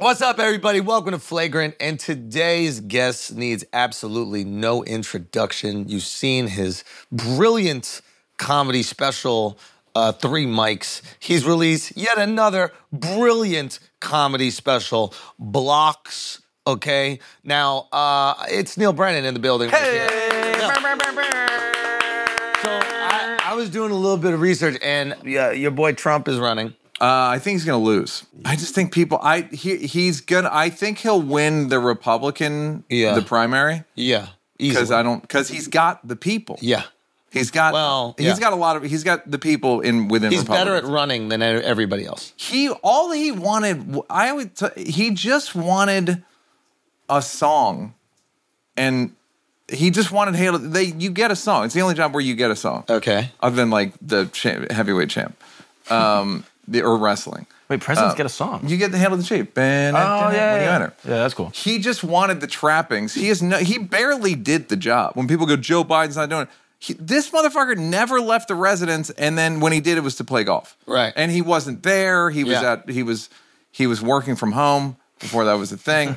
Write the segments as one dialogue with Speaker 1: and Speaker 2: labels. Speaker 1: What's up, everybody? Welcome to Flagrant. And today's guest needs absolutely no introduction. You've seen his brilliant comedy special, uh, Three Mics. He's released yet another brilliant comedy special, Blocks. Okay. Now, uh, it's Neil Brennan in the building. Yeah. So I, I was doing a little bit of research, and yeah, your boy Trump is running.
Speaker 2: Uh, I think he's going to lose. I just think people. I he he's gonna. I think he'll win the Republican
Speaker 1: Yeah.
Speaker 2: the primary
Speaker 1: Yeah.
Speaker 2: because
Speaker 1: Easily.
Speaker 2: I don't because he's got the people.
Speaker 1: yeah.
Speaker 2: he's got
Speaker 1: Well, yeah.
Speaker 2: he's got a lot of he's got the people in within.
Speaker 1: He's better at
Speaker 2: Republicans.
Speaker 1: running than e-, everybody else.
Speaker 2: he all he wanted. I always t- he just wanted a song, and he just wanted Halo. They you get a song. It's the only job where you get a song.
Speaker 1: Okay.
Speaker 2: other than like the champ, heavyweight champ, um, the or wrestling.
Speaker 3: Wait, presidents get a song.
Speaker 2: Oh. You get the handle of the chief. Oh yeah,
Speaker 3: oh yeah,
Speaker 2: when
Speaker 3: yeah,
Speaker 2: you
Speaker 3: yeah.
Speaker 2: enter.
Speaker 3: Yeah, that's cool.
Speaker 2: He just wanted the trappings. He is no, he barely did the job. When people go, Joe Biden's not doing it. He, this motherfucker never left the residence, and then when he did, it was to play golf.
Speaker 1: Right.
Speaker 2: And he wasn't there. He was
Speaker 1: Yeah.
Speaker 2: at he was he was working from home before that was a thing.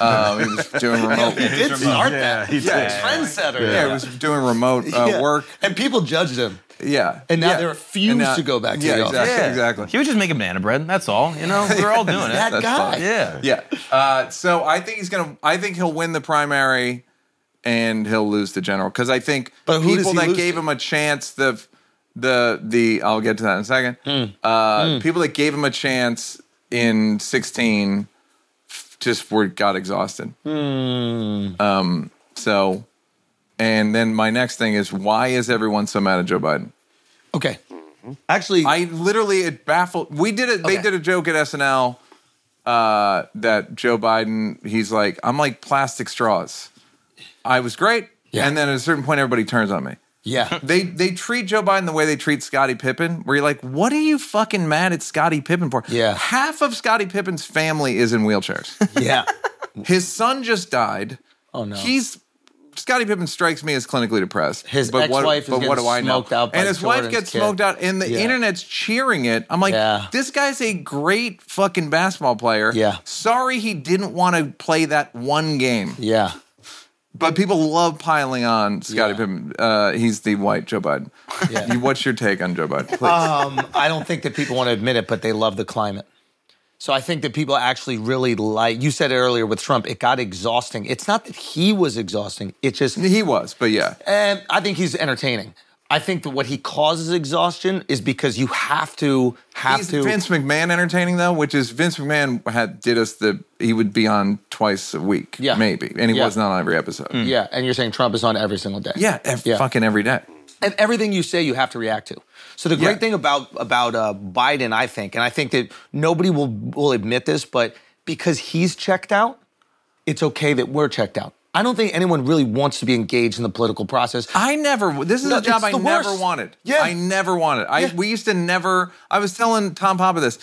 Speaker 2: um, he was doing remote. Yeah,
Speaker 1: did start that.
Speaker 4: he
Speaker 2: Yeah.
Speaker 4: did.
Speaker 1: Trendsetter.
Speaker 2: he was doing remote uh,
Speaker 1: Yeah.
Speaker 2: work.
Speaker 1: And people judged him.
Speaker 2: Yeah.
Speaker 1: And now
Speaker 2: Yeah.
Speaker 1: they refuse
Speaker 2: And now-
Speaker 1: to go back to
Speaker 2: yeah,
Speaker 1: the office.
Speaker 2: exactly,
Speaker 3: Yeah.
Speaker 2: Exactly.
Speaker 3: He was just making banana bread. That's all. You know, we're all doing
Speaker 1: That
Speaker 3: it.
Speaker 2: That's
Speaker 1: guy.
Speaker 2: fine.
Speaker 3: Yeah.
Speaker 2: Yeah. Uh, so I think he's gonna. I think he'll win the primary, and he'll lose the general because I think
Speaker 1: But who does
Speaker 2: people
Speaker 1: he
Speaker 2: that
Speaker 1: lose
Speaker 2: gave
Speaker 1: to?
Speaker 2: him a chance, the the the I'll get to that in a second.
Speaker 1: Hmm.
Speaker 2: Uh, People that gave him a chance in sixteen f- just were got exhausted. Um.
Speaker 1: Hmm.
Speaker 2: So, and then my next thing is why is everyone so mad at Joe Biden?
Speaker 1: Okay. Actually,
Speaker 2: I literally it baffled. We did it. They
Speaker 1: Okay.
Speaker 2: did a joke at SNL uh, that Joe Biden. He's like, I'm like plastic straws. I was great,
Speaker 1: Yeah.
Speaker 2: and then at a certain point, everybody turns on me.
Speaker 1: yeah.
Speaker 2: They they treat Joe Biden the way they treat Scottie Pippen, where you're like, what are you fucking mad at Scottie Pippen for?
Speaker 1: Yeah.
Speaker 2: half of Scottie Pippen's family is in wheelchairs.
Speaker 1: Yeah.
Speaker 2: His son just died.
Speaker 1: Oh, no.
Speaker 2: He's Scottie Pippen strikes me as clinically depressed.
Speaker 1: His
Speaker 2: what-
Speaker 1: ex-wife is
Speaker 2: but what
Speaker 1: getting
Speaker 2: do I know?
Speaker 1: smoked out by
Speaker 2: and his wife
Speaker 1: Jordan's
Speaker 2: gets
Speaker 1: kid.
Speaker 2: smoked out, and the
Speaker 1: Yeah.
Speaker 2: internet's cheering it. I'm like,
Speaker 1: Yeah.
Speaker 2: this guy's a great fucking basketball player.
Speaker 1: Yeah.
Speaker 2: Sorry he didn't want to play that one game.
Speaker 1: yeah.
Speaker 2: But people love piling on Scottie
Speaker 1: Yeah.
Speaker 2: Pippen. Uh, he's the white Joe Biden.
Speaker 1: Yeah.
Speaker 2: You- What's your take on Joe Biden? Uh, Please.
Speaker 1: Um, I don't think that people want to admit it, but they love the climate. So I think that people actually really like. You said it earlier with Trump, it got exhausting. It's not that he was exhausting. It just
Speaker 2: he was, but yeah.
Speaker 1: And I think he's entertaining. I think that what he causes exhaustion is because you have to have
Speaker 2: He's
Speaker 1: to.
Speaker 2: Vince McMahon entertaining though, which is Vince McMahon had did us the he would be on twice a week,
Speaker 1: Yeah.
Speaker 2: maybe, and he
Speaker 1: Yeah. Mm.
Speaker 2: was not on every episode.
Speaker 1: yeah, and you're saying Trump is on every single day.
Speaker 2: Yeah, ev-
Speaker 1: Yeah.
Speaker 2: fucking every day.
Speaker 1: and everything you say you have to react to. So the great
Speaker 2: Yeah.
Speaker 1: thing about about uh, Biden, I think, and I think that nobody will will admit this, but because he's checked out, it's okay that we're checked out. I don't think anyone really wants to be engaged in the political process.
Speaker 2: I never. This is
Speaker 1: No,
Speaker 2: a job
Speaker 1: it's
Speaker 2: I
Speaker 1: the
Speaker 2: never
Speaker 1: worst.
Speaker 2: wanted.
Speaker 1: Yeah.
Speaker 2: I never wanted. I
Speaker 1: Yeah.
Speaker 2: we used to never. I was telling Tom Papa this.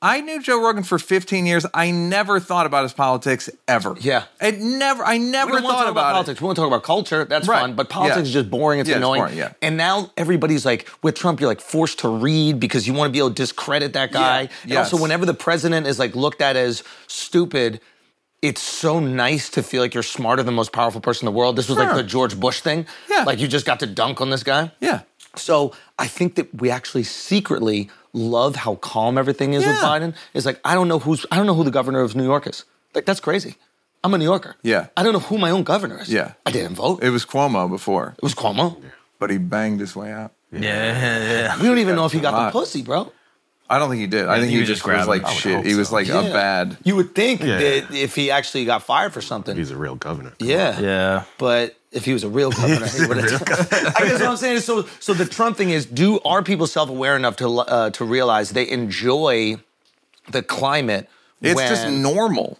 Speaker 2: I knew Joe Rogan for 15 years. I never thought about his politics ever.
Speaker 1: Yeah.
Speaker 2: it never. I
Speaker 1: We
Speaker 2: never
Speaker 1: don't want to
Speaker 2: thought
Speaker 1: talk about,
Speaker 2: about, it.
Speaker 1: politics. We want to talk about culture. That's
Speaker 2: Right.
Speaker 1: fun. But politics
Speaker 2: Yeah.
Speaker 1: is just boring. It's
Speaker 2: Yeah, it's
Speaker 1: annoying.
Speaker 2: boring, yeah.
Speaker 1: And now everybody's like, with Trump, you're like forced to read because you want to be able to discredit that guy. And
Speaker 2: Yes.
Speaker 1: also, whenever the president is like looked at as stupid, it's so nice to feel like you're smarter than the most powerful person in the world. This was like
Speaker 2: Sure.
Speaker 1: the George Bush thing.
Speaker 2: Yeah.
Speaker 1: Like you just got to dunk on this guy.
Speaker 2: Yeah,
Speaker 1: So I think that we actually secretly love how calm everything is with
Speaker 2: Yeah.
Speaker 1: Biden. It's like I don't know who's I don't know who the governor of New York is. Like that's crazy. I'm a New Yorker.
Speaker 2: Yeah.
Speaker 1: I don't know who my own governor is.
Speaker 2: Yeah.
Speaker 1: I didn't vote.
Speaker 2: it
Speaker 1: It
Speaker 2: was Cuomo before,
Speaker 1: was Cuomo.
Speaker 2: but he banged his way out.
Speaker 3: Yeah.
Speaker 1: We don't even know if he got
Speaker 2: Come
Speaker 1: the
Speaker 2: on.
Speaker 1: pussy, bro.
Speaker 2: I don't think he did. I think
Speaker 3: he
Speaker 2: he,
Speaker 3: was
Speaker 2: just
Speaker 3: just
Speaker 2: was
Speaker 3: grabbing.
Speaker 2: like
Speaker 3: I would
Speaker 2: shit.
Speaker 3: hope
Speaker 2: He was
Speaker 3: so.
Speaker 2: like
Speaker 1: Yeah.
Speaker 2: a bad.
Speaker 1: You would think
Speaker 4: Yeah.
Speaker 1: that if he actually got fired for something.
Speaker 4: He's a real governor.
Speaker 1: yeah.
Speaker 3: Yeah.
Speaker 1: But if he was a real governor, he would have. I guess what I'm saying is so. So the Trump thing is, do are people self aware enough to uh, to realize they enjoy the climate?
Speaker 2: It's
Speaker 1: when,
Speaker 2: just normal.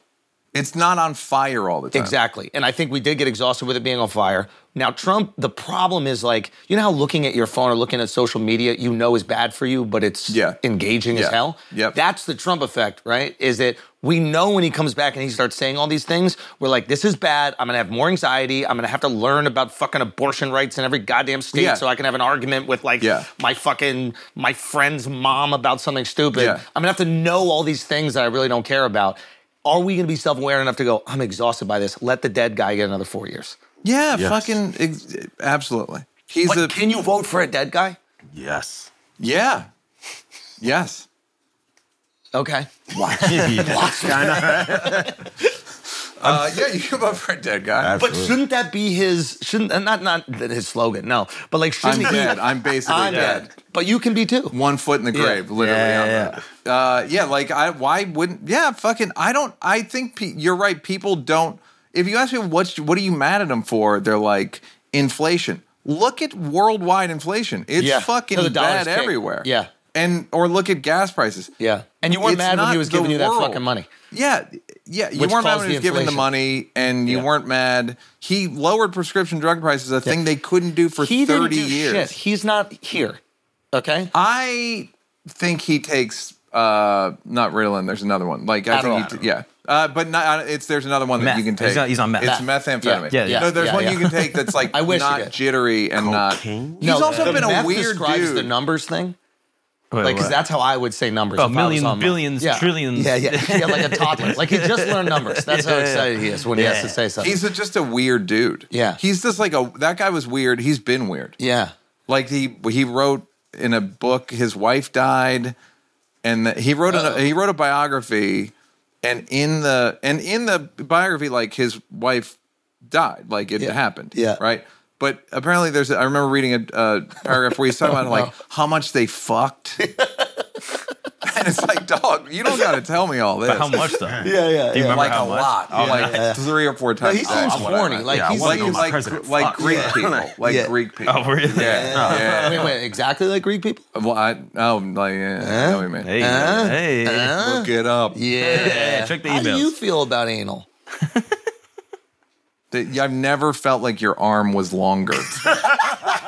Speaker 2: It's not on fire all the time.
Speaker 1: Exactly. And I think we did get exhausted with it being on fire. Now, Trump, the problem is like, you know how looking at your phone or looking at social media you know is bad for you, but it's
Speaker 2: Yeah.
Speaker 1: engaging as
Speaker 2: Yeah.
Speaker 1: hell?
Speaker 2: Yep.
Speaker 1: That's the Trump effect, right? Is that we know when he comes back and he starts saying all these things, we're like, this is bad. I'm going to have more anxiety. I'm going to have to learn about fucking abortion rights in every goddamn state
Speaker 2: Yeah.
Speaker 1: so I can have an argument with like
Speaker 2: Yeah.
Speaker 1: my fucking, my friend's mom about something stupid.
Speaker 2: Yeah.
Speaker 1: I'm going to have to know all these things that I really don't care about. Are we going to be self aware enough to go, I'm exhausted by this? Let the dead guy get another four years.
Speaker 2: Yeah,
Speaker 4: Yes.
Speaker 2: fucking ex- absolutely. He's
Speaker 1: But
Speaker 2: a
Speaker 1: can you vote for a dead guy?
Speaker 4: Yes.
Speaker 2: yeah, yes.
Speaker 1: Okay.
Speaker 2: Uh, yeah, you come up for a dead guy.
Speaker 1: But shouldn't that be his? Shouldn't uh, not not that his slogan? No, but like shouldn't
Speaker 2: I'm
Speaker 1: he?
Speaker 2: dead. I'm basically
Speaker 1: I'm
Speaker 2: dead.
Speaker 1: But you can be too.
Speaker 2: One foot in the grave, literally.
Speaker 4: Yeah,
Speaker 2: I'm
Speaker 4: yeah,
Speaker 2: a- Uh, yeah, like I, why wouldn't? Yeah, fucking. I don't. I think pe- you're right. People don't. If you ask me what's what are you mad at them for, they're like inflation. Look at worldwide inflation. It's
Speaker 1: Yeah.
Speaker 2: fucking
Speaker 1: No, the dollar's
Speaker 2: bad
Speaker 1: king.
Speaker 2: everywhere.
Speaker 1: Yeah.
Speaker 2: and or look at gas prices.
Speaker 1: Yeah. And you weren't
Speaker 2: It's
Speaker 1: mad when
Speaker 2: not
Speaker 1: he was
Speaker 2: the
Speaker 1: giving you that
Speaker 2: world.
Speaker 1: fucking money.
Speaker 2: Yeah, yeah. You
Speaker 1: Which
Speaker 2: weren't mad
Speaker 1: caused
Speaker 2: when
Speaker 1: the
Speaker 2: he was giving the
Speaker 1: inflation.
Speaker 2: money, and you
Speaker 1: Yeah.
Speaker 2: weren't mad. He lowered prescription drug prices, a thing they couldn't do for
Speaker 1: He didn't
Speaker 2: thirty
Speaker 1: do
Speaker 2: years.
Speaker 1: shit. He's not here. Okay.
Speaker 2: I think he takes uh not Ritalin. There's another one. Like I think he
Speaker 1: Adderall.
Speaker 2: t- yeah. Uh, but not, uh, it's there's another one
Speaker 3: Meth.
Speaker 2: that you can take.
Speaker 3: He's on- he's on meth.
Speaker 2: It's
Speaker 1: Meth.
Speaker 2: methamphetamine.
Speaker 1: Yeah,
Speaker 3: yeah, yeah.
Speaker 2: No, there's
Speaker 1: Yeah,
Speaker 2: one
Speaker 1: yeah.
Speaker 2: you can take that's like
Speaker 1: I wish he
Speaker 2: not
Speaker 1: did.
Speaker 2: jittery and
Speaker 4: Cocaine?
Speaker 2: not. He's also
Speaker 1: the
Speaker 2: been a
Speaker 1: meth
Speaker 2: weird
Speaker 1: describes
Speaker 2: dude.
Speaker 1: The numbers thing.
Speaker 3: Wait,
Speaker 1: Like, because
Speaker 3: what?
Speaker 1: that's how I would say numbers.
Speaker 3: uh, Oh,
Speaker 1: if I was
Speaker 3: million,
Speaker 1: on my-
Speaker 3: billions, trillions.
Speaker 1: Yeah, yeah, yeah, like a toddler. Like he just learned numbers. That's how excited he is when he has to say something.
Speaker 2: He's a, just a weird dude.
Speaker 1: Yeah.
Speaker 2: He's just like a that guy was weird. He's been weird.
Speaker 1: yeah,
Speaker 2: Like he he wrote in a book his wife died and the, he wrote a, he wrote a biography and in the and in the biography like his wife died like it
Speaker 1: Yeah.
Speaker 2: happened
Speaker 1: Yeah.
Speaker 2: right but apparently there's a, I remember reading a, a paragraph where he's talking about like how much they fucked and it's like dog you don't got to tell me all this
Speaker 3: How much though? yeah.
Speaker 1: yeah, yeah.
Speaker 3: Do you remember
Speaker 2: like
Speaker 3: how
Speaker 2: a
Speaker 3: much?
Speaker 2: lot
Speaker 3: Oh,
Speaker 2: like
Speaker 1: yeah.
Speaker 2: three or four times
Speaker 1: he
Speaker 2: a day.
Speaker 1: seems horny. Like
Speaker 4: Yeah, I
Speaker 1: he's
Speaker 4: wanna know
Speaker 1: like,
Speaker 2: like
Speaker 4: my
Speaker 2: like,
Speaker 4: president.
Speaker 2: like
Speaker 4: Fuck.
Speaker 2: Greek
Speaker 4: Yeah.
Speaker 2: people, like
Speaker 1: Yeah.
Speaker 2: Greek people.
Speaker 3: Oh, really?
Speaker 2: Yeah, yeah.
Speaker 1: wait, wait, exactly like Greek people.
Speaker 2: Well, I, oh, like, yeah, I know what you mean.
Speaker 3: Hey, hey.
Speaker 2: Look it up.
Speaker 1: Yeah.
Speaker 3: check the
Speaker 1: How do
Speaker 3: emails.
Speaker 1: you feel about anal?
Speaker 2: That- yeah, I've never felt like your arm was longer.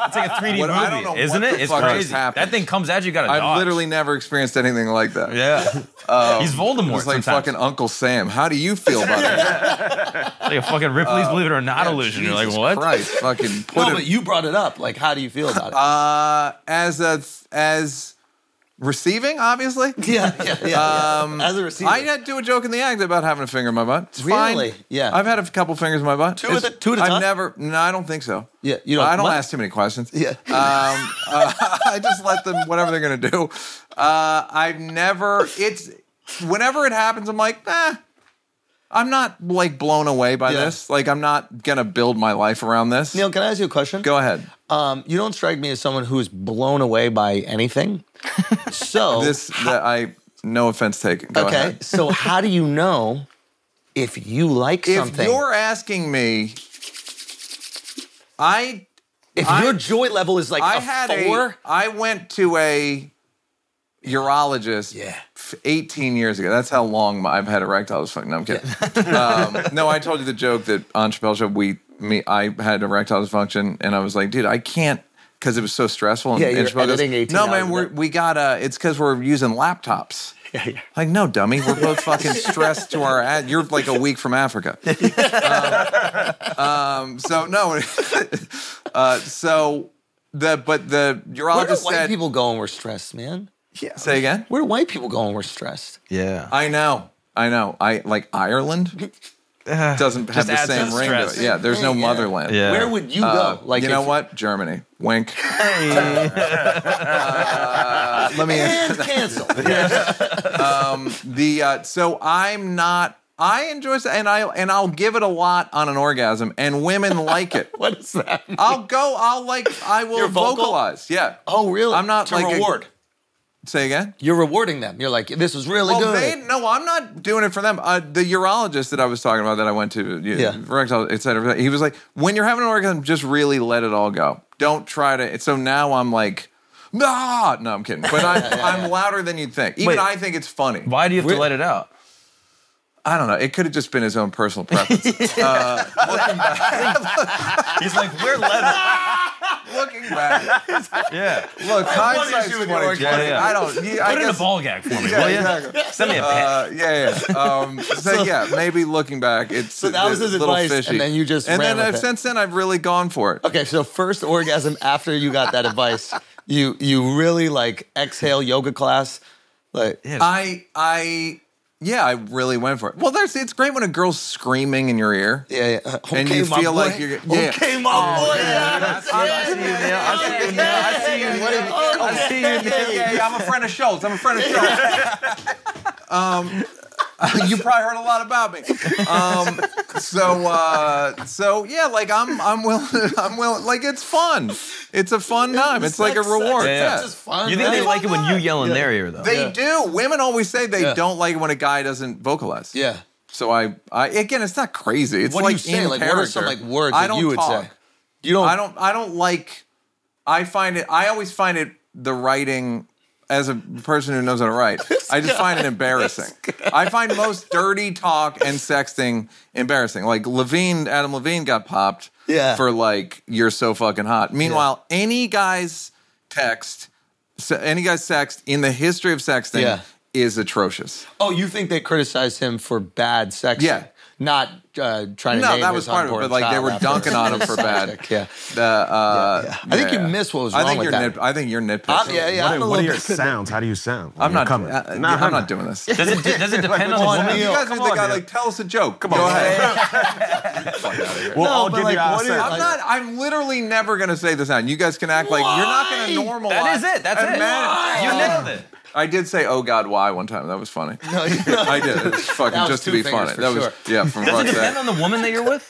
Speaker 3: It's like a 3D
Speaker 2: What- I don't know what
Speaker 3: movie, isn't
Speaker 2: the
Speaker 3: it? It's
Speaker 2: fuck just
Speaker 3: crazy.
Speaker 2: happened.
Speaker 3: That thing comes at you, you got to
Speaker 2: I've
Speaker 3: dodge.
Speaker 2: literally never experienced anything like that.
Speaker 3: yeah. He's Voldemort.
Speaker 2: It's like
Speaker 3: sometimes.
Speaker 2: fucking Uncle Sam. How do you feel about it?
Speaker 3: like a fucking Ripley's Believe It or Not illusion. You're like,
Speaker 2: Oh, Jesus
Speaker 3: what?
Speaker 2: Christ, fucking put
Speaker 1: no,
Speaker 2: it.
Speaker 1: but you brought it up. Like, how do you feel about it?
Speaker 2: uh, as a as receiving, obviously.
Speaker 1: yeah, yeah, yeah, yeah.
Speaker 2: Um,
Speaker 1: As a receiver,
Speaker 2: I had to do a joke in the act about having a finger in my butt. It's
Speaker 1: Really?
Speaker 2: Fine.
Speaker 1: Yeah.
Speaker 2: I've had a couple fingers in my butt.
Speaker 1: at
Speaker 2: It's-
Speaker 1: a- two at a
Speaker 2: I've
Speaker 1: time?
Speaker 2: never. No, I don't think so.
Speaker 1: Yeah, you don't-
Speaker 2: I don't
Speaker 1: what?
Speaker 2: ask too many questions.
Speaker 1: yeah.
Speaker 2: um, uh, I just let them whatever they're gonna do. Uh, I've never it's whenever it happens, I'm like, eh, I'm not like blown away by
Speaker 1: Yeah.
Speaker 2: this. Like I'm not gonna build my life around this.
Speaker 1: Neil, can I ask you a question?
Speaker 2: Go ahead.
Speaker 1: Um, you don't strike me as someone who's blown away by anything. So
Speaker 2: This that I no offense taken. Go
Speaker 1: oh, okay.
Speaker 2: ahead.
Speaker 1: So how do you know if you like
Speaker 2: If
Speaker 1: something?
Speaker 2: you're asking me, I
Speaker 1: if
Speaker 2: I-
Speaker 1: your joy level is like
Speaker 2: I
Speaker 1: a
Speaker 2: had
Speaker 1: four,
Speaker 2: a I went to a urologist
Speaker 1: Yeah.
Speaker 2: f- 18 years ago. That's how long my, I've had erectile dysfunction. No, I'm kidding. um, no, I told you the joke that on Chappelle's show we me I had erectile dysfunction and I was like, dude, I can't because it was so stressful. And,
Speaker 1: Yeah, you're
Speaker 2: and Chappelle goes,
Speaker 1: editing 18
Speaker 2: no,
Speaker 1: hours
Speaker 2: man,
Speaker 1: a
Speaker 2: we're,
Speaker 1: day."
Speaker 2: we got uh, it's because we're using laptops.
Speaker 1: yeah.
Speaker 2: Like, no, dummy, we're both fucking stressed to our. Ad- You're like a week from Africa. Um, um, so no, uh, so the but the
Speaker 1: where do
Speaker 2: urologist
Speaker 1: white
Speaker 2: said,
Speaker 1: people go when we're stressed, man?
Speaker 2: say again.
Speaker 1: Where do white people go when we're stressed?
Speaker 3: Yeah.
Speaker 2: I know, I know. I like Ireland doesn't have the
Speaker 3: add
Speaker 2: same
Speaker 3: some
Speaker 2: ring. To
Speaker 3: stress.
Speaker 2: it. Yeah, there's no motherland.
Speaker 3: Yeah.
Speaker 1: Where would you
Speaker 2: Uh,
Speaker 1: go? Like
Speaker 2: you know
Speaker 1: if-
Speaker 2: what? Germany. Wink. Uh, let me
Speaker 1: And cancel.
Speaker 2: the uh, so I'm not. I enjoy and I and I'll give it a lot on an orgasm, and women like it.
Speaker 1: what is that?
Speaker 2: I'll go. I'll like. I will
Speaker 1: You're vocal?
Speaker 2: vocalize. Yeah.
Speaker 1: Oh, really?
Speaker 2: I'm not
Speaker 1: to
Speaker 2: like a-
Speaker 1: reward.
Speaker 2: Say again.
Speaker 1: You're rewarding them. You're like, this was really
Speaker 2: Well,
Speaker 1: good.
Speaker 2: they no. I'm not doing it for them. Uh, the urologist that I was talking about that I went to,
Speaker 1: Yeah.
Speaker 2: yeah, erectile, et cetera, et cetera, He was like, when you're having an orgasm, just really let it all go. Don't try to. So now I'm like. Ah! No, I'm kidding. But I'm, I'm louder than you'd think. Even
Speaker 3: Wait.
Speaker 2: I think it's funny.
Speaker 3: Why do you have
Speaker 1: Where-
Speaker 3: to let it out?
Speaker 2: I don't know. It could have just been his own personal preference.
Speaker 3: He's like, we're let
Speaker 2: Looking back,
Speaker 3: it. Yeah.
Speaker 2: look, hindsight's
Speaker 1: issue with the
Speaker 2: 2020.
Speaker 3: orgasm. Yeah, yeah.
Speaker 2: I don't. Yeah, I
Speaker 3: Put it in a
Speaker 2: guess,
Speaker 3: ball gag for me,
Speaker 2: Yeah,
Speaker 3: will you?
Speaker 2: exactly.
Speaker 3: Send me a pen.
Speaker 2: Uh, yeah, yeah. Um, so, yeah, maybe looking back, it's so
Speaker 1: that was his
Speaker 2: little
Speaker 1: advice, and
Speaker 2: fishy.
Speaker 1: then you just
Speaker 2: and
Speaker 1: ran
Speaker 2: then
Speaker 1: with
Speaker 2: uh,
Speaker 1: it.
Speaker 2: since then I've really gone for it.
Speaker 1: Okay, so first orgasm after you got that advice, you you really like exhale yoga class, like
Speaker 2: I I yeah, I really went for it. Well, there's it's great when a girl's screaming in your ear.
Speaker 1: Yeah, yeah. Uh, Okay,
Speaker 2: And you
Speaker 1: my
Speaker 2: feel
Speaker 1: boy.
Speaker 2: like you're- yeah. Oh,
Speaker 1: Okay, my boy.
Speaker 3: I see I see you now. I see you now. I see you now.
Speaker 2: Oh,
Speaker 3: I see you now.
Speaker 2: I'm a friend of Schultz. I'm a friend of Schultz. um, you probably heard a lot about me. Um, so, uh, so yeah, like I'm, I'm willing, I'm willing. Like it's fun. It's a fun time. It's like a reward.
Speaker 3: Yeah.
Speaker 2: Yeah.
Speaker 1: Just fun,
Speaker 3: You think
Speaker 1: man.
Speaker 3: they like it when you yell in their ear though?
Speaker 2: They do. Women always say they
Speaker 1: Yeah.
Speaker 2: don't like it when a guy doesn't vocalize.
Speaker 1: Yeah.
Speaker 2: So I, I again, it's not crazy. It's
Speaker 1: What do
Speaker 2: like
Speaker 1: you say?
Speaker 2: in
Speaker 1: Like,
Speaker 2: character.
Speaker 1: what are some like words
Speaker 2: I
Speaker 1: that
Speaker 2: don't
Speaker 1: you would
Speaker 2: talk.
Speaker 1: say? You don't.
Speaker 2: I don't I don't like I find it I always find it the writing as a person who knows how to write, I just find it embarrassing. I find most dirty talk and sexting embarrassing. Like Levine, Adam Levine got popped
Speaker 1: Yeah.
Speaker 2: for like you're so fucking hot. Meanwhile, any guy's text, se- any guy's sext in the history of sexting
Speaker 1: Yeah.
Speaker 2: is atrocious.
Speaker 1: Oh, you think they criticized him for bad sex?
Speaker 2: Yeah.
Speaker 1: Not uh, trying to
Speaker 2: No,
Speaker 1: name
Speaker 2: that
Speaker 1: his
Speaker 2: was part of it,
Speaker 1: unborn
Speaker 2: but, like, they
Speaker 1: child
Speaker 2: were
Speaker 1: after
Speaker 2: dunking on him
Speaker 1: his
Speaker 2: for
Speaker 1: sex
Speaker 2: bad.
Speaker 1: act, Yeah.
Speaker 2: The, uh,
Speaker 1: Yeah. I think you missed what was
Speaker 2: I
Speaker 1: wrong
Speaker 2: think
Speaker 1: with
Speaker 2: you're
Speaker 1: that.
Speaker 2: nit- I think you're nitpicking.
Speaker 1: I'm- yeah, yeah.
Speaker 4: What,
Speaker 1: I'm
Speaker 4: are, what
Speaker 1: a
Speaker 4: are
Speaker 1: little
Speaker 4: your
Speaker 1: bit-
Speaker 4: sounds? How do you sound? when
Speaker 2: I'm
Speaker 4: you're
Speaker 2: not.
Speaker 4: coming.
Speaker 2: uh,
Speaker 4: Nah,
Speaker 2: I'm
Speaker 4: nah.
Speaker 2: not doing this.
Speaker 3: Does it, does it depend on the woman?
Speaker 2: You guys
Speaker 3: Come
Speaker 2: are the
Speaker 3: on,
Speaker 2: guy
Speaker 3: Neil.
Speaker 2: like tell us a joke. Come
Speaker 3: on, We'll
Speaker 1: No,
Speaker 3: all
Speaker 1: but
Speaker 3: give
Speaker 1: like,
Speaker 3: you our
Speaker 1: what is-
Speaker 3: sound.
Speaker 2: I'm not. I'm literally never gonna say the sound. You guys can act like you're not gonna normalize.
Speaker 3: That is it. That's
Speaker 2: and
Speaker 3: it.
Speaker 2: man-
Speaker 3: You nailed it.
Speaker 2: I did say "Oh God, why" one time. That was funny. I did. It was fucking
Speaker 1: That was
Speaker 2: just to
Speaker 1: two
Speaker 2: be
Speaker 1: fingers
Speaker 2: funny.
Speaker 1: for
Speaker 2: That was
Speaker 1: sure.
Speaker 2: yeah. From
Speaker 3: Does it
Speaker 2: Roxanne.
Speaker 3: depend on the woman that you're with?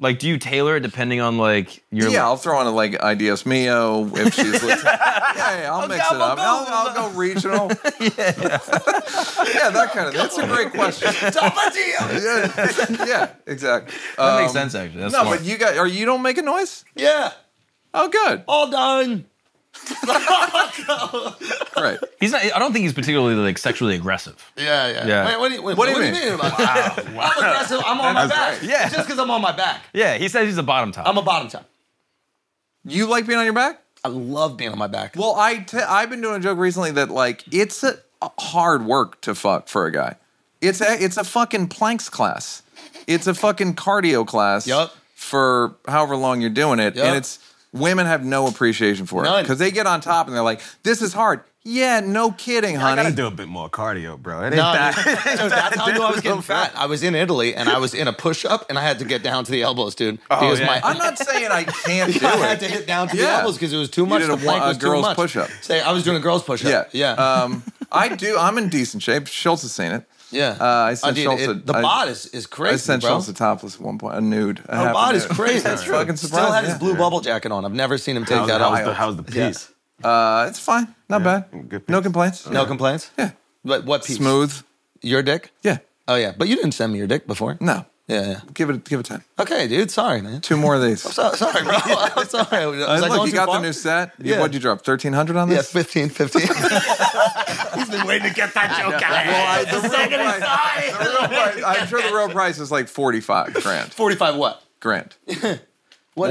Speaker 3: Like, do you tailor it depending on like your?
Speaker 2: yeah, I'll throw on a, like ideas mio if she's listening. yeah, yeah, I'll mix
Speaker 3: God,
Speaker 2: it up.
Speaker 3: we'll
Speaker 2: I'll,
Speaker 3: go-
Speaker 2: I'll go regional. yeah, that kind of. That's a great question. yeah, yeah, exactly.
Speaker 3: that
Speaker 2: Um,
Speaker 3: makes sense actually. That's
Speaker 2: No,
Speaker 3: smart.
Speaker 2: but you got. Or you don't make a noise.
Speaker 1: yeah.
Speaker 2: Oh, good.
Speaker 1: All done.
Speaker 2: Right.
Speaker 3: he's not. I don't think he's particularly like sexually aggressive.
Speaker 1: Yeah, yeah.
Speaker 3: Yeah.
Speaker 1: Wait, what do you, wait,
Speaker 2: What do you mean?
Speaker 1: about that? I'm aggressive. I'm on my back.
Speaker 3: right. Yeah.
Speaker 1: Just because I'm on my back.
Speaker 3: Yeah, he says he's a bottom top.
Speaker 1: I'm a bottom top.
Speaker 2: You like being on your back?
Speaker 1: I love being on my back.
Speaker 2: Well, I t- I've been doing a joke recently that like it's a a hard work to fuck for a guy. It's a it's a fucking planks class. It's a fucking cardio class.
Speaker 1: Yup.
Speaker 2: For however long you're doing it,
Speaker 1: Yup.
Speaker 2: and it's women have no appreciation for it
Speaker 1: None.
Speaker 2: because they get on top and they're like, "This is hard." Yeah, no kidding,
Speaker 4: I gotta
Speaker 2: honey.
Speaker 4: do a bit more cardio, bro. It ain't
Speaker 1: No,
Speaker 4: that.
Speaker 1: dude, dude, that's how I knew I was getting fat. I was in Italy and I was in a push up and I had to get down to the elbows, dude. because
Speaker 3: yeah.
Speaker 1: my,
Speaker 2: I'm not saying I can't do
Speaker 1: I had
Speaker 2: it.
Speaker 1: to hit down to the
Speaker 2: Yeah.
Speaker 1: elbows because it was too much.
Speaker 2: did
Speaker 1: the
Speaker 2: a
Speaker 1: plank
Speaker 2: wa- a
Speaker 1: was too
Speaker 2: girl's
Speaker 1: much.
Speaker 2: push-up.
Speaker 1: Say, I was doing a girls push up.
Speaker 2: Yeah,
Speaker 1: yeah, Uh,
Speaker 2: Um, I do. I'm in decent shape. Schultz has seen it.
Speaker 1: yeah.
Speaker 2: Uh, I
Speaker 1: Oh,
Speaker 2: sent
Speaker 1: dude,
Speaker 2: Schultz
Speaker 1: it-
Speaker 2: a,
Speaker 1: the
Speaker 2: I-
Speaker 1: bod is, is crazy,
Speaker 2: I sent
Speaker 1: bro.
Speaker 2: Schultz a topless at one point, a nude. A
Speaker 1: The
Speaker 2: half
Speaker 1: bod
Speaker 2: a
Speaker 1: is
Speaker 2: nude.
Speaker 1: crazy.
Speaker 2: That's
Speaker 1: bro.
Speaker 2: fucking
Speaker 1: Still had
Speaker 2: surprising,
Speaker 1: his
Speaker 2: yeah.
Speaker 1: blue bubble jacket on. I've never seen him take
Speaker 4: How's,
Speaker 1: that
Speaker 4: how's
Speaker 1: off.
Speaker 4: the, how's the piece?
Speaker 2: Uh, it's fine. Not
Speaker 4: Yeah.
Speaker 2: bad.
Speaker 4: Good
Speaker 2: no
Speaker 4: piece.
Speaker 2: complaints.
Speaker 1: Mm, No complaints.
Speaker 2: Yeah.
Speaker 1: But what piece?
Speaker 2: Smooth.
Speaker 1: Your dick?
Speaker 2: Yeah.
Speaker 1: Oh yeah, but you didn't send me your dick before.
Speaker 2: No.
Speaker 1: Yeah. yeah.
Speaker 2: Give it. Give it time.
Speaker 1: Okay, dude. Sorry, man.
Speaker 2: Two more of these.
Speaker 1: So, sorry, bro. I'm sorry. Was I
Speaker 2: Uh,
Speaker 1: going
Speaker 2: look, you
Speaker 1: too
Speaker 2: got
Speaker 1: far?
Speaker 2: the new set. You-
Speaker 1: Yeah.
Speaker 2: What'd you drop? Thirteen hundred on
Speaker 1: Yeah,
Speaker 2: this.
Speaker 1: 15, 15.
Speaker 2: Well, I- the real price- the real price- I'm sure the real price is like forty-five grand.
Speaker 1: 45 what?
Speaker 2: Grand.
Speaker 1: What, do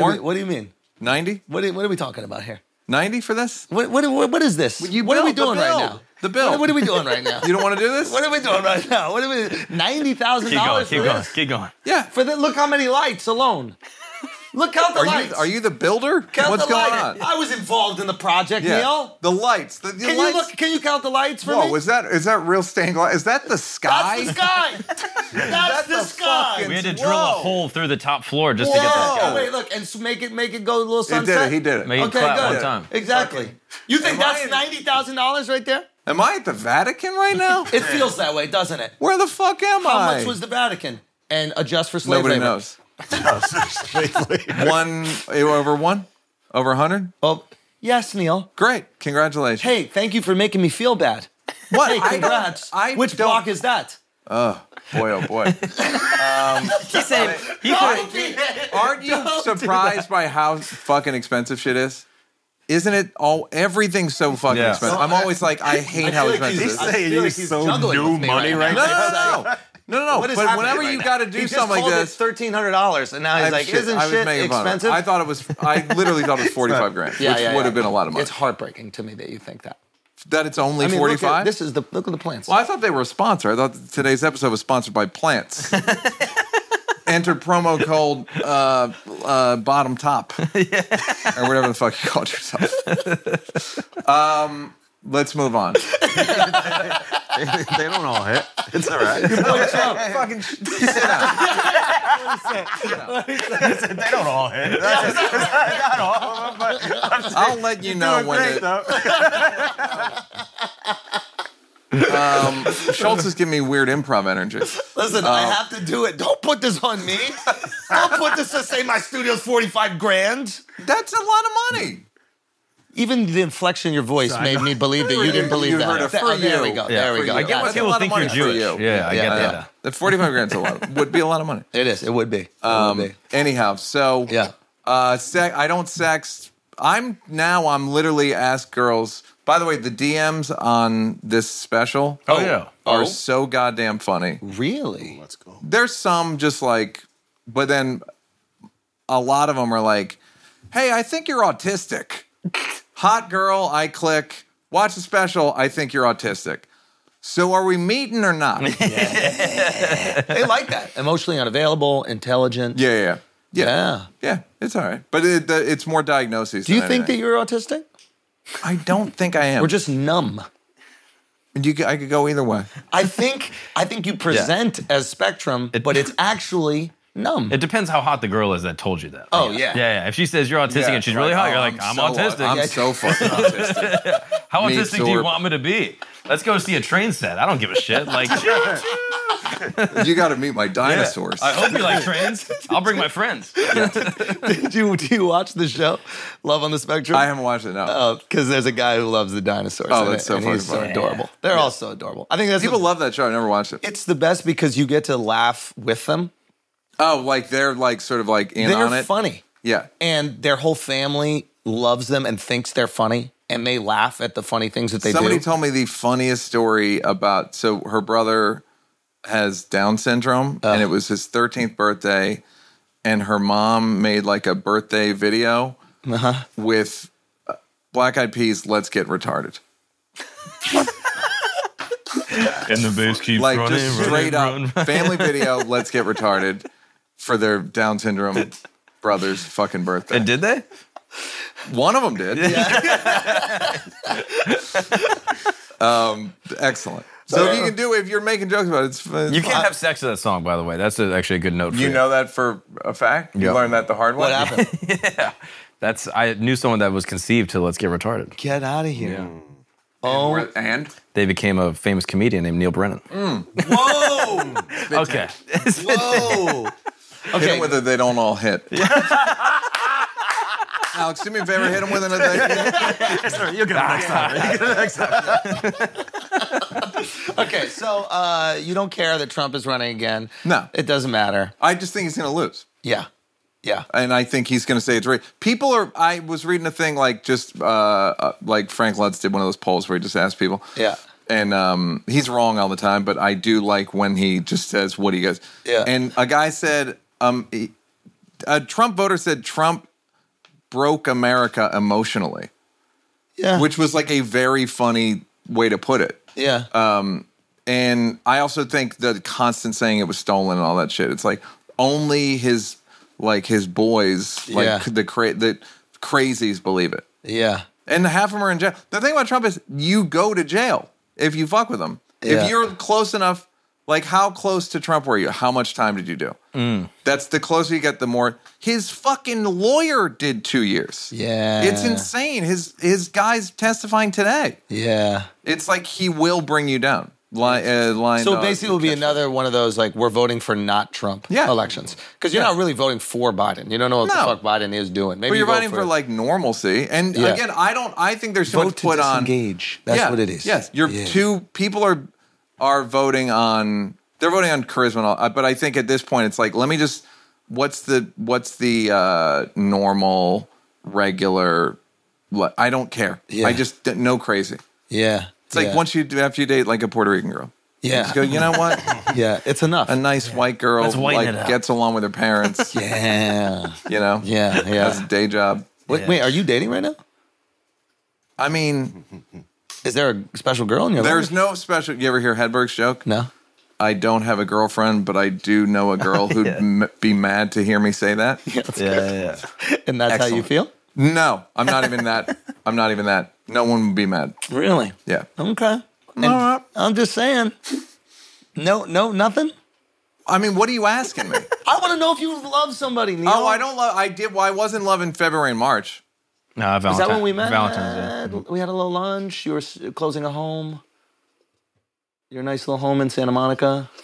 Speaker 2: More?
Speaker 1: we- what do you mean?
Speaker 2: 90?
Speaker 1: What are, what are we talking about here?
Speaker 2: 90 for this?
Speaker 1: What, what, what, what is this?
Speaker 2: you
Speaker 1: what are we
Speaker 2: built the
Speaker 1: doing right
Speaker 2: bill.
Speaker 1: now?
Speaker 2: The bill.
Speaker 1: What, what are we doing right now?
Speaker 2: You don't want to do this?
Speaker 1: what are we doing right now? What are we $90,000
Speaker 3: keep going.
Speaker 1: for
Speaker 3: Keep going.
Speaker 1: this?
Speaker 3: Keep going.
Speaker 2: yeah.
Speaker 1: For the, look how many lights alone. Look, count the
Speaker 2: Are
Speaker 1: lights.
Speaker 2: you are you the builder?
Speaker 1: count
Speaker 2: What's
Speaker 1: the
Speaker 2: going
Speaker 1: lights.
Speaker 2: on?
Speaker 1: I was involved in the project, Neil.
Speaker 2: The lights. The, the
Speaker 1: Can
Speaker 2: lights.
Speaker 1: you look? Can you count the lights for
Speaker 2: Whoa,
Speaker 1: me?
Speaker 2: is that is that real stained glass? Is that the sky?
Speaker 1: That's the sky. That's, the,
Speaker 2: the
Speaker 1: sky.
Speaker 2: fucking-
Speaker 3: We had to drill a
Speaker 2: Whoa.
Speaker 3: hole through the top floor just to get
Speaker 2: Whoa.
Speaker 3: that.
Speaker 1: Whoa!
Speaker 2: guy.
Speaker 1: Wait, look, and s- make it make it go a little
Speaker 2: He
Speaker 1: sunset.
Speaker 2: did it. He did
Speaker 3: Make
Speaker 2: it.
Speaker 3: it
Speaker 1: Okay,
Speaker 3: clap
Speaker 1: good.
Speaker 3: one time.
Speaker 1: Exactly. You think
Speaker 2: Am
Speaker 1: that's
Speaker 2: I-
Speaker 1: ninety thousand dollars right there?
Speaker 2: Am I at the Vatican right now?
Speaker 1: It feels that way, doesn't it?
Speaker 2: Where the fuck am
Speaker 1: How
Speaker 2: I?
Speaker 1: much was the Vatican? And adjust for slave
Speaker 2: Nobody
Speaker 1: labor.
Speaker 2: knows. One over one, over a hundred.
Speaker 1: Oh, yes, Neil.
Speaker 2: Great, congratulations.
Speaker 1: Hey, thank you for making me feel bad.
Speaker 2: what?
Speaker 1: Hey,
Speaker 2: I
Speaker 1: congrats.
Speaker 2: don't- I
Speaker 1: Which
Speaker 2: don't-
Speaker 1: block is that?
Speaker 2: Boy, oh boy.
Speaker 3: He said he could.
Speaker 2: Aren't you surprised by how fucking expensive shit is? Isn't it all? Everything's so fucking
Speaker 3: Yeah.
Speaker 2: expensive. I'm always like, I hate how expensive. it is.
Speaker 4: he's- saying you so new money right
Speaker 2: No, no, no, no. No, no,
Speaker 1: What
Speaker 2: no.
Speaker 1: is
Speaker 2: But
Speaker 1: happening
Speaker 2: whenever
Speaker 1: right
Speaker 2: you
Speaker 1: now?
Speaker 2: got to do something like this,
Speaker 1: thirteen hundred dollars, and now he's
Speaker 2: I'm
Speaker 1: like,
Speaker 2: shit-
Speaker 1: "Isn't
Speaker 2: I was
Speaker 1: shit
Speaker 2: making fun of it.
Speaker 1: expensive?"
Speaker 2: I thought it was. I literally thought it was forty-five grand,
Speaker 1: Yeah,
Speaker 2: which
Speaker 1: yeah,
Speaker 2: would
Speaker 1: yeah.
Speaker 2: have been a lot of money.
Speaker 1: It's heartbreaking to me that you think that.
Speaker 2: that it's only
Speaker 1: I mean, look at-
Speaker 2: forty-five.
Speaker 1: This is the look at the plants.
Speaker 2: well, Oh, I thought they were a sponsor. I thought today's episode was sponsored by Plants. Enter promo code uh, uh, bottom top or whatever the fuck you called yourself. um, Let's move on.
Speaker 4: they don't all hit. It's all right.
Speaker 2: Fucking sit down.
Speaker 4: they don't all hit. not all of them, but I'm just
Speaker 2: I'll let you know
Speaker 4: doing
Speaker 2: when
Speaker 4: great,
Speaker 2: it,
Speaker 4: though.
Speaker 2: um, Schultz is giving me weird improv energy.
Speaker 1: Listen, I have to do it. Don't put this on me. Don't put this to say my studio's 45 grand.
Speaker 2: That's a lot of money.
Speaker 1: Even the inflection in your voice made me believe that you didn't believe
Speaker 2: You
Speaker 1: that.
Speaker 2: heard a
Speaker 1: Th-
Speaker 2: for
Speaker 1: oh, there
Speaker 2: you.
Speaker 1: we go.
Speaker 2: Yeah,
Speaker 1: there
Speaker 2: for
Speaker 1: we go.
Speaker 2: you.
Speaker 1: I got
Speaker 2: That's
Speaker 1: it.
Speaker 2: a
Speaker 3: People
Speaker 2: lot of
Speaker 3: think
Speaker 2: money
Speaker 3: you're
Speaker 2: for
Speaker 3: Jewish.
Speaker 2: you.
Speaker 3: Yeah,
Speaker 1: Yeah,
Speaker 3: I get
Speaker 1: yeah.
Speaker 3: that.
Speaker 2: That forty-five grand's a lot. Would be a lot of money.
Speaker 1: It is. It would be. It would
Speaker 2: Um,
Speaker 1: be.
Speaker 2: anyhow, so
Speaker 1: Yeah.
Speaker 2: uh, sec- I don't sex. I'm now. I'm literally ask girls. By the way, the DMs on this special
Speaker 3: Oh, yeah.
Speaker 2: are
Speaker 1: Oh.
Speaker 2: so goddamn funny.
Speaker 1: Really?
Speaker 4: Let's go.
Speaker 2: There's some just like, but then a lot of them are like, "Hey, I think you're autistic." Hot girl, I click. Watch the special. I think you're autistic. So are we meeting or not? yeah,
Speaker 1: They like that. Emotionally unavailable, intelligent.
Speaker 2: yeah, yeah, yeah.
Speaker 1: Yeah.
Speaker 2: Yeah, it's all right, but it, the, it's more diagnoses.
Speaker 1: Do you think that you're autistic?
Speaker 2: that I don't think I am?
Speaker 1: Or just numb?
Speaker 2: You, c- I could go either way.
Speaker 1: I think I think you present as spectrum, but it's actually numb.
Speaker 3: It depends how hot the girl is that told you that.
Speaker 1: Oh,
Speaker 3: I guess.
Speaker 1: yeah.
Speaker 3: yeah, yeah. If she says you're autistic
Speaker 2: Yeah,
Speaker 3: and she's really hot, you're like, I'm,
Speaker 2: so-
Speaker 3: autistic.
Speaker 2: I'm so fucking autistic.
Speaker 3: how
Speaker 2: me
Speaker 3: autistic do you
Speaker 2: absorb-
Speaker 3: want me to be? Let's go see a train set. I don't give a shit. Like, yeah.
Speaker 2: You got to meet my dinosaurs.
Speaker 3: I hope you like trains. I'll bring my friends.
Speaker 1: Did you do you watch the show Love on the Spectrum?
Speaker 2: I haven't watched it now.
Speaker 1: because Oh, there's a guy who loves the dinosaurs.
Speaker 2: Oh,
Speaker 1: in
Speaker 2: that's
Speaker 1: it,
Speaker 2: so
Speaker 1: and
Speaker 2: fucking
Speaker 1: he's so
Speaker 2: funny.
Speaker 1: adorable. They're all so adorable. I think that's
Speaker 2: People
Speaker 1: the,
Speaker 2: love that show. I never watched it.
Speaker 1: It's the best because you get to laugh with them.
Speaker 2: Oh, like they're like sort of like in on
Speaker 1: They're
Speaker 2: it.
Speaker 1: funny,
Speaker 2: Yeah.
Speaker 1: and their whole family loves them and thinks they're funny, and they laugh at the funny things that they
Speaker 2: Somebody
Speaker 1: do.
Speaker 2: told me the funniest story about so her brother has Down syndrome, and it was his 13th birthday, and her mom made like a birthday video Uh-huh. with uh, Black Eyed Peas. Let's get retarded.
Speaker 3: And the bass keeps
Speaker 2: like just straight up family video. Let's get retarded for their Down syndrome brother's fucking birthday.
Speaker 3: And did they?
Speaker 2: One of them did. um, excellent. So if you can do it, if you're making jokes about it, it's, it's
Speaker 3: You can't
Speaker 2: fine.
Speaker 3: have sex to that song, by the way. That's a, actually a good note for you.
Speaker 2: Uh, You know that for a fact. You
Speaker 3: Yeah.
Speaker 2: learned that the hard way.
Speaker 1: what happened?
Speaker 3: That's I knew someone that was conceived to "Let's Get Retarded."
Speaker 1: Get out of here! Oh,
Speaker 2: Or-
Speaker 3: Oh.
Speaker 2: And
Speaker 3: They became a famous comedian named Neil Brennan.
Speaker 2: Mm.
Speaker 1: Whoa!
Speaker 3: Okay,
Speaker 1: Whoa!
Speaker 2: hit
Speaker 1: Okay.
Speaker 2: them whether they don't all hit. Alex, do me a favor. Hit them with another.
Speaker 4: You'll get it next time. You'll get it next time.
Speaker 1: okay, so uh, you don't care that Trump is running again.
Speaker 2: No.
Speaker 1: It doesn't matter.
Speaker 2: I just think he's going to lose.
Speaker 1: Yeah. Yeah.
Speaker 2: and I think he's going to say it's right. People are. I was reading a thing like just uh, uh, like Frank Lutz did one of those polls where he just asked people.
Speaker 1: Yeah.
Speaker 2: And um, he's wrong all the time, but I do like when he just says what he goes.
Speaker 1: Yeah.
Speaker 2: And a guy said, um, he- a Trump voter said Trump broke America emotionally,
Speaker 1: Yeah.
Speaker 2: which was like a very funny way to put it.
Speaker 1: yeah.
Speaker 2: uh, And I also think the constant saying it was stolen and all that shit. It's like only his like his boys, like
Speaker 1: Yeah.
Speaker 2: the cra- the crazies believe it.
Speaker 1: yeah.
Speaker 2: And half of them are in jail. The thing about Trump is you go to jail if you fuck with him.
Speaker 1: Yeah.
Speaker 2: If you're close enough, like how close to Trump were you? How much time did you do?
Speaker 1: Mm.
Speaker 2: That's the closer you get, the more his fucking lawyer did two years.
Speaker 1: Yeah.
Speaker 2: It's insane. His his guy's testifying today.
Speaker 1: Yeah.
Speaker 2: It's like he will bring you down. Line, uh, line
Speaker 1: So
Speaker 2: dog,
Speaker 1: basically, it will be
Speaker 2: catch
Speaker 1: another one of those like we're voting for not Trump
Speaker 2: Yeah.
Speaker 1: elections because you're not really voting for Biden. You don't know what
Speaker 2: No.
Speaker 1: the fuck Biden is doing. Maybe
Speaker 2: But you're
Speaker 1: you vote
Speaker 2: voting for, like normalcy. And
Speaker 1: Yeah.
Speaker 2: again, I don't. I think there's so
Speaker 1: vote
Speaker 2: much
Speaker 1: to
Speaker 2: put on.
Speaker 1: disengage. That's
Speaker 2: Yeah,
Speaker 1: what it is.
Speaker 2: Yes, you're
Speaker 1: Yeah.
Speaker 2: two people are are voting on. They're voting on charisma, and all, uh, but I think at this point it's like, let me just. What's the what's the uh, normal regular? le- I don't care.
Speaker 1: Yeah.
Speaker 2: I just d- no crazy.
Speaker 1: Yeah.
Speaker 2: It's like
Speaker 1: yeah.
Speaker 2: once you do after you date like a Puerto Rican girl.
Speaker 1: Yeah.
Speaker 2: Just go. You know what?
Speaker 1: Yeah. It's enough.
Speaker 2: A nice white girl
Speaker 3: Let's whiten it
Speaker 2: like
Speaker 3: up.
Speaker 2: gets along with her parents.
Speaker 1: yeah.
Speaker 2: You know.
Speaker 1: Yeah.
Speaker 2: Has a
Speaker 1: Yeah.
Speaker 2: day job.
Speaker 1: Wait, wait, are you dating right now?
Speaker 2: I mean,
Speaker 1: Is there a special girl in your
Speaker 2: There's
Speaker 1: life?
Speaker 2: no special. You ever hear Hedberg's joke?
Speaker 1: No.
Speaker 2: I don't have a girlfriend, but I do know a girl who'd m- be mad to hear me say that.
Speaker 3: yeah, yeah.
Speaker 1: And that's how you
Speaker 2: Excellent.
Speaker 1: feel?
Speaker 2: No, I'm not even that. I'm not even that. No one would be mad.
Speaker 1: Really?
Speaker 2: Yeah.
Speaker 1: Okay. And
Speaker 2: right.
Speaker 1: I'm just saying. No, no, nothing.
Speaker 2: I mean, what are you asking me?
Speaker 1: I want to know if you love somebody. Neil.
Speaker 2: oh, I don't love. I did. Well, I wasn't loving February and March.
Speaker 3: No, Valentine,
Speaker 1: Is that when we met?
Speaker 3: Valentine's Day.
Speaker 2: Mm-hmm.
Speaker 1: We had a little lunch. You were s- closing a home. Your nice little home in Santa Monica.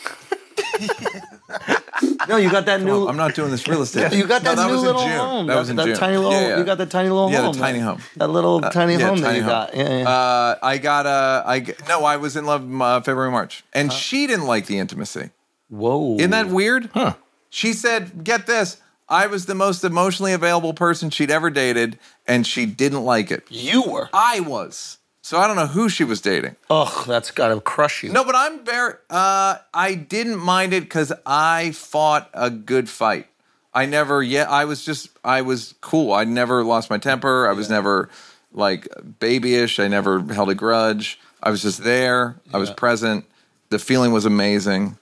Speaker 1: no, you got that new.
Speaker 2: I'm not doing this real estate.
Speaker 1: You got
Speaker 2: No,
Speaker 1: that, new
Speaker 2: was in
Speaker 1: little
Speaker 2: June.
Speaker 1: home.
Speaker 2: That, was in
Speaker 1: that
Speaker 2: June.
Speaker 1: tiny little.
Speaker 2: Yeah, yeah.
Speaker 1: You got that tiny little
Speaker 2: Yeah, the
Speaker 1: home.
Speaker 2: tiny home. Uh,
Speaker 1: That little tiny
Speaker 2: yeah,
Speaker 1: home that
Speaker 2: tiny
Speaker 1: you
Speaker 2: home.
Speaker 1: got. Yeah, yeah.
Speaker 2: Uh, I got a. I g- no. I was in love uh, February March, and she didn't like the intimacy.
Speaker 1: Whoa.
Speaker 2: Isn't that weird?
Speaker 3: Huh.
Speaker 2: She said, "Get this. I was the most emotionally available person she'd ever dated, and she didn't like it.
Speaker 1: you were.
Speaker 2: I was. So I don't know who she was dating.
Speaker 1: Ugh, that's gotta crush you.
Speaker 2: No, but I'm very. Uh, I didn't mind it because I fought a good fight. I never. Yeah, I was just. I was cool. I never lost my temper. I was never like babyish. I never held a grudge. I was just there. I was present. The feeling was amazing.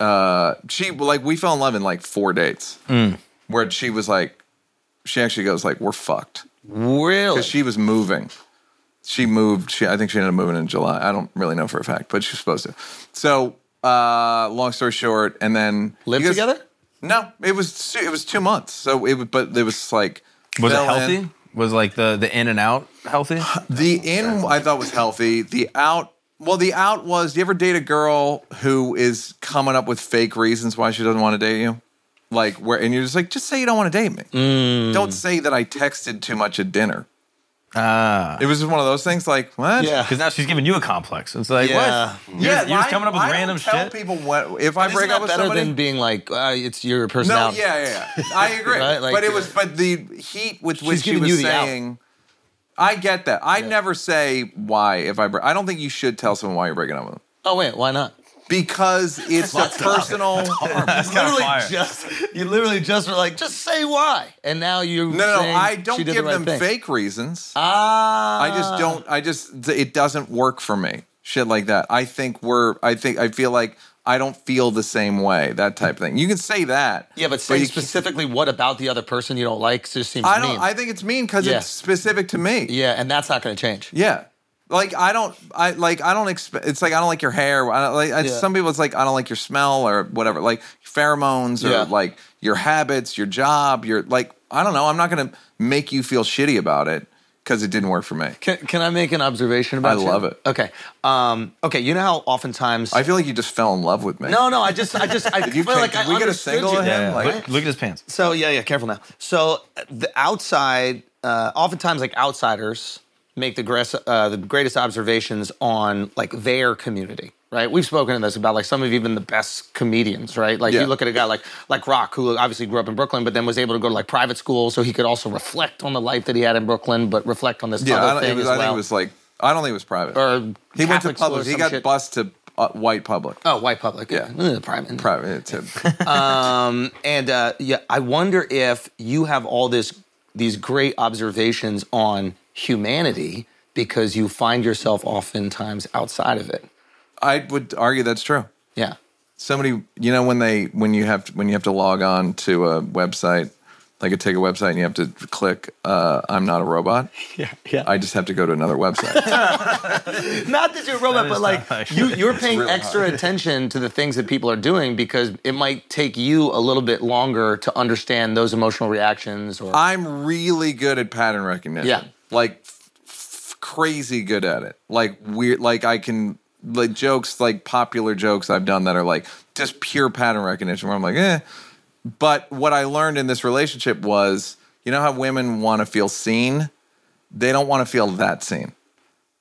Speaker 2: Uh, she like we fell in love in like four dates, where she was like, she actually goes like, "We're fucked."
Speaker 1: really.
Speaker 2: Because she was moving. She moved. She, I think she ended up moving in July. I don't really know for a fact, but she's supposed to. So, uh, long story short, and then
Speaker 1: Live
Speaker 2: you guys-
Speaker 1: together?
Speaker 2: No, it was it was two months. So it was, but it was like
Speaker 3: Was it
Speaker 2: fell in.
Speaker 3: healthy? Was like the the in and out healthy?
Speaker 2: The in I thought was healthy. The out, well, the out was. Do you ever date a girl who is coming up with fake reasons why she doesn't want to date you? Like where, and you're just like, just say you don't want to date me.
Speaker 1: Mm.
Speaker 2: Don't say that I texted too much at dinner.
Speaker 3: Ah,
Speaker 2: It was just one of those things. Like what?
Speaker 1: Yeah.
Speaker 3: because now she's giving you a complex. It's like
Speaker 1: Yeah.
Speaker 3: what? You're, you're just
Speaker 2: I-
Speaker 3: coming up with
Speaker 2: I don't
Speaker 3: random
Speaker 2: tell
Speaker 3: shit.
Speaker 2: People what if I
Speaker 1: Isn't
Speaker 2: break
Speaker 1: that
Speaker 2: up with
Speaker 1: better
Speaker 2: somebody?
Speaker 1: than being like uh, it's your
Speaker 2: no,
Speaker 1: personality.
Speaker 2: yeah, yeah, yeah. I agree.
Speaker 1: Right? Like,
Speaker 2: but it
Speaker 1: uh,
Speaker 2: was, but the heat with which she
Speaker 1: giving
Speaker 2: was
Speaker 1: you the out.
Speaker 2: saying, I get that. I never say why if I break. I don't think you should tell someone why you're breaking up with them
Speaker 1: Oh wait, why not?
Speaker 2: because it's a personal.
Speaker 4: kinda
Speaker 1: literally
Speaker 4: fire.
Speaker 1: just you literally just were like just say why, and now you
Speaker 2: No, no, no. I don't give them fake reasons.
Speaker 1: Ah,
Speaker 2: I just don't. I just it doesn't work for me. Shit like that. I think we're. I think I feel like I don't feel the same way. That type of thing. You can say that.
Speaker 1: Yeah, but say
Speaker 2: you can't-
Speaker 1: specifically what about the other person you don't like just seems
Speaker 2: I don't.
Speaker 1: mean.
Speaker 2: I think it's mean because
Speaker 1: Yeah.
Speaker 2: it's specific to me.
Speaker 1: yeah, and that's not going to change.
Speaker 2: Yeah. Like I don't, I like I don't expect. It's like I don't like your hair. I don't, like I,
Speaker 1: Yeah.
Speaker 2: some people, it's like I don't like your smell or whatever. Like pheromones or
Speaker 1: Yeah.
Speaker 2: like your habits, your job, your like I don't know. I'm not going to make you feel shitty about it because it didn't work for me.
Speaker 1: Can, can I make an observation about
Speaker 2: I
Speaker 1: you?
Speaker 2: love it.
Speaker 1: Okay. Um, okay, you know how oftentimes
Speaker 2: I feel like you just fell in love with me.
Speaker 1: No, no, I just I just I
Speaker 2: you
Speaker 1: feel
Speaker 2: take-
Speaker 1: like I
Speaker 2: did we get a
Speaker 1: understood
Speaker 2: single
Speaker 1: you.
Speaker 2: of him?
Speaker 3: Yeah,
Speaker 2: Like-
Speaker 3: look, look at his pants.
Speaker 1: So yeah, yeah, careful now. So uh, the outside, uh, oftentimes like outsiders make the, gress, uh, the greatest observations on like their community, right? We've spoken to this about like some of even the best comedians, right? Like
Speaker 2: Yeah.
Speaker 1: you look at a guy like like Rock, who obviously grew up in Brooklyn, but then was able to go to like private school, so he could also reflect on the life that he had in Brooklyn, but reflect on this
Speaker 2: yeah, I,
Speaker 1: other
Speaker 2: don't,
Speaker 1: thing
Speaker 2: it was,
Speaker 1: as
Speaker 2: I think
Speaker 1: well.
Speaker 2: it was like I don't think it was private.
Speaker 1: or
Speaker 2: he went to
Speaker 1: Catholic school
Speaker 2: public.
Speaker 1: or
Speaker 2: He
Speaker 1: some
Speaker 2: got
Speaker 1: shit.
Speaker 2: bused to uh, white public.
Speaker 1: Oh, white public.
Speaker 2: Yeah.
Speaker 1: Eh, private.
Speaker 2: Private. It's a-
Speaker 1: and uh, yeah, I wonder if you have all this these great observations on humanity because you find yourself oftentimes outside of it.
Speaker 2: I would argue that's true.
Speaker 1: Yeah.
Speaker 2: somebody you know when they when you have to, when you have to log on to a website like a take a website and you have to click uh, i'm not a robot yeah
Speaker 1: yeah.
Speaker 2: i just have to go to another website
Speaker 1: Not that you're a robot, but like
Speaker 3: tough, actually.
Speaker 1: you, you're paying extra attention to the things that people are doing because it might take you a little bit longer to understand those emotional reactions or
Speaker 2: i'm really good at pattern recognition
Speaker 1: Yeah.
Speaker 2: like f- f- crazy good at it like weird like i can like jokes like popular jokes i've done that are like just pure pattern recognition where i'm like eh but what i learned in this relationship was you know how women want to feel seen they don't want to feel that seen.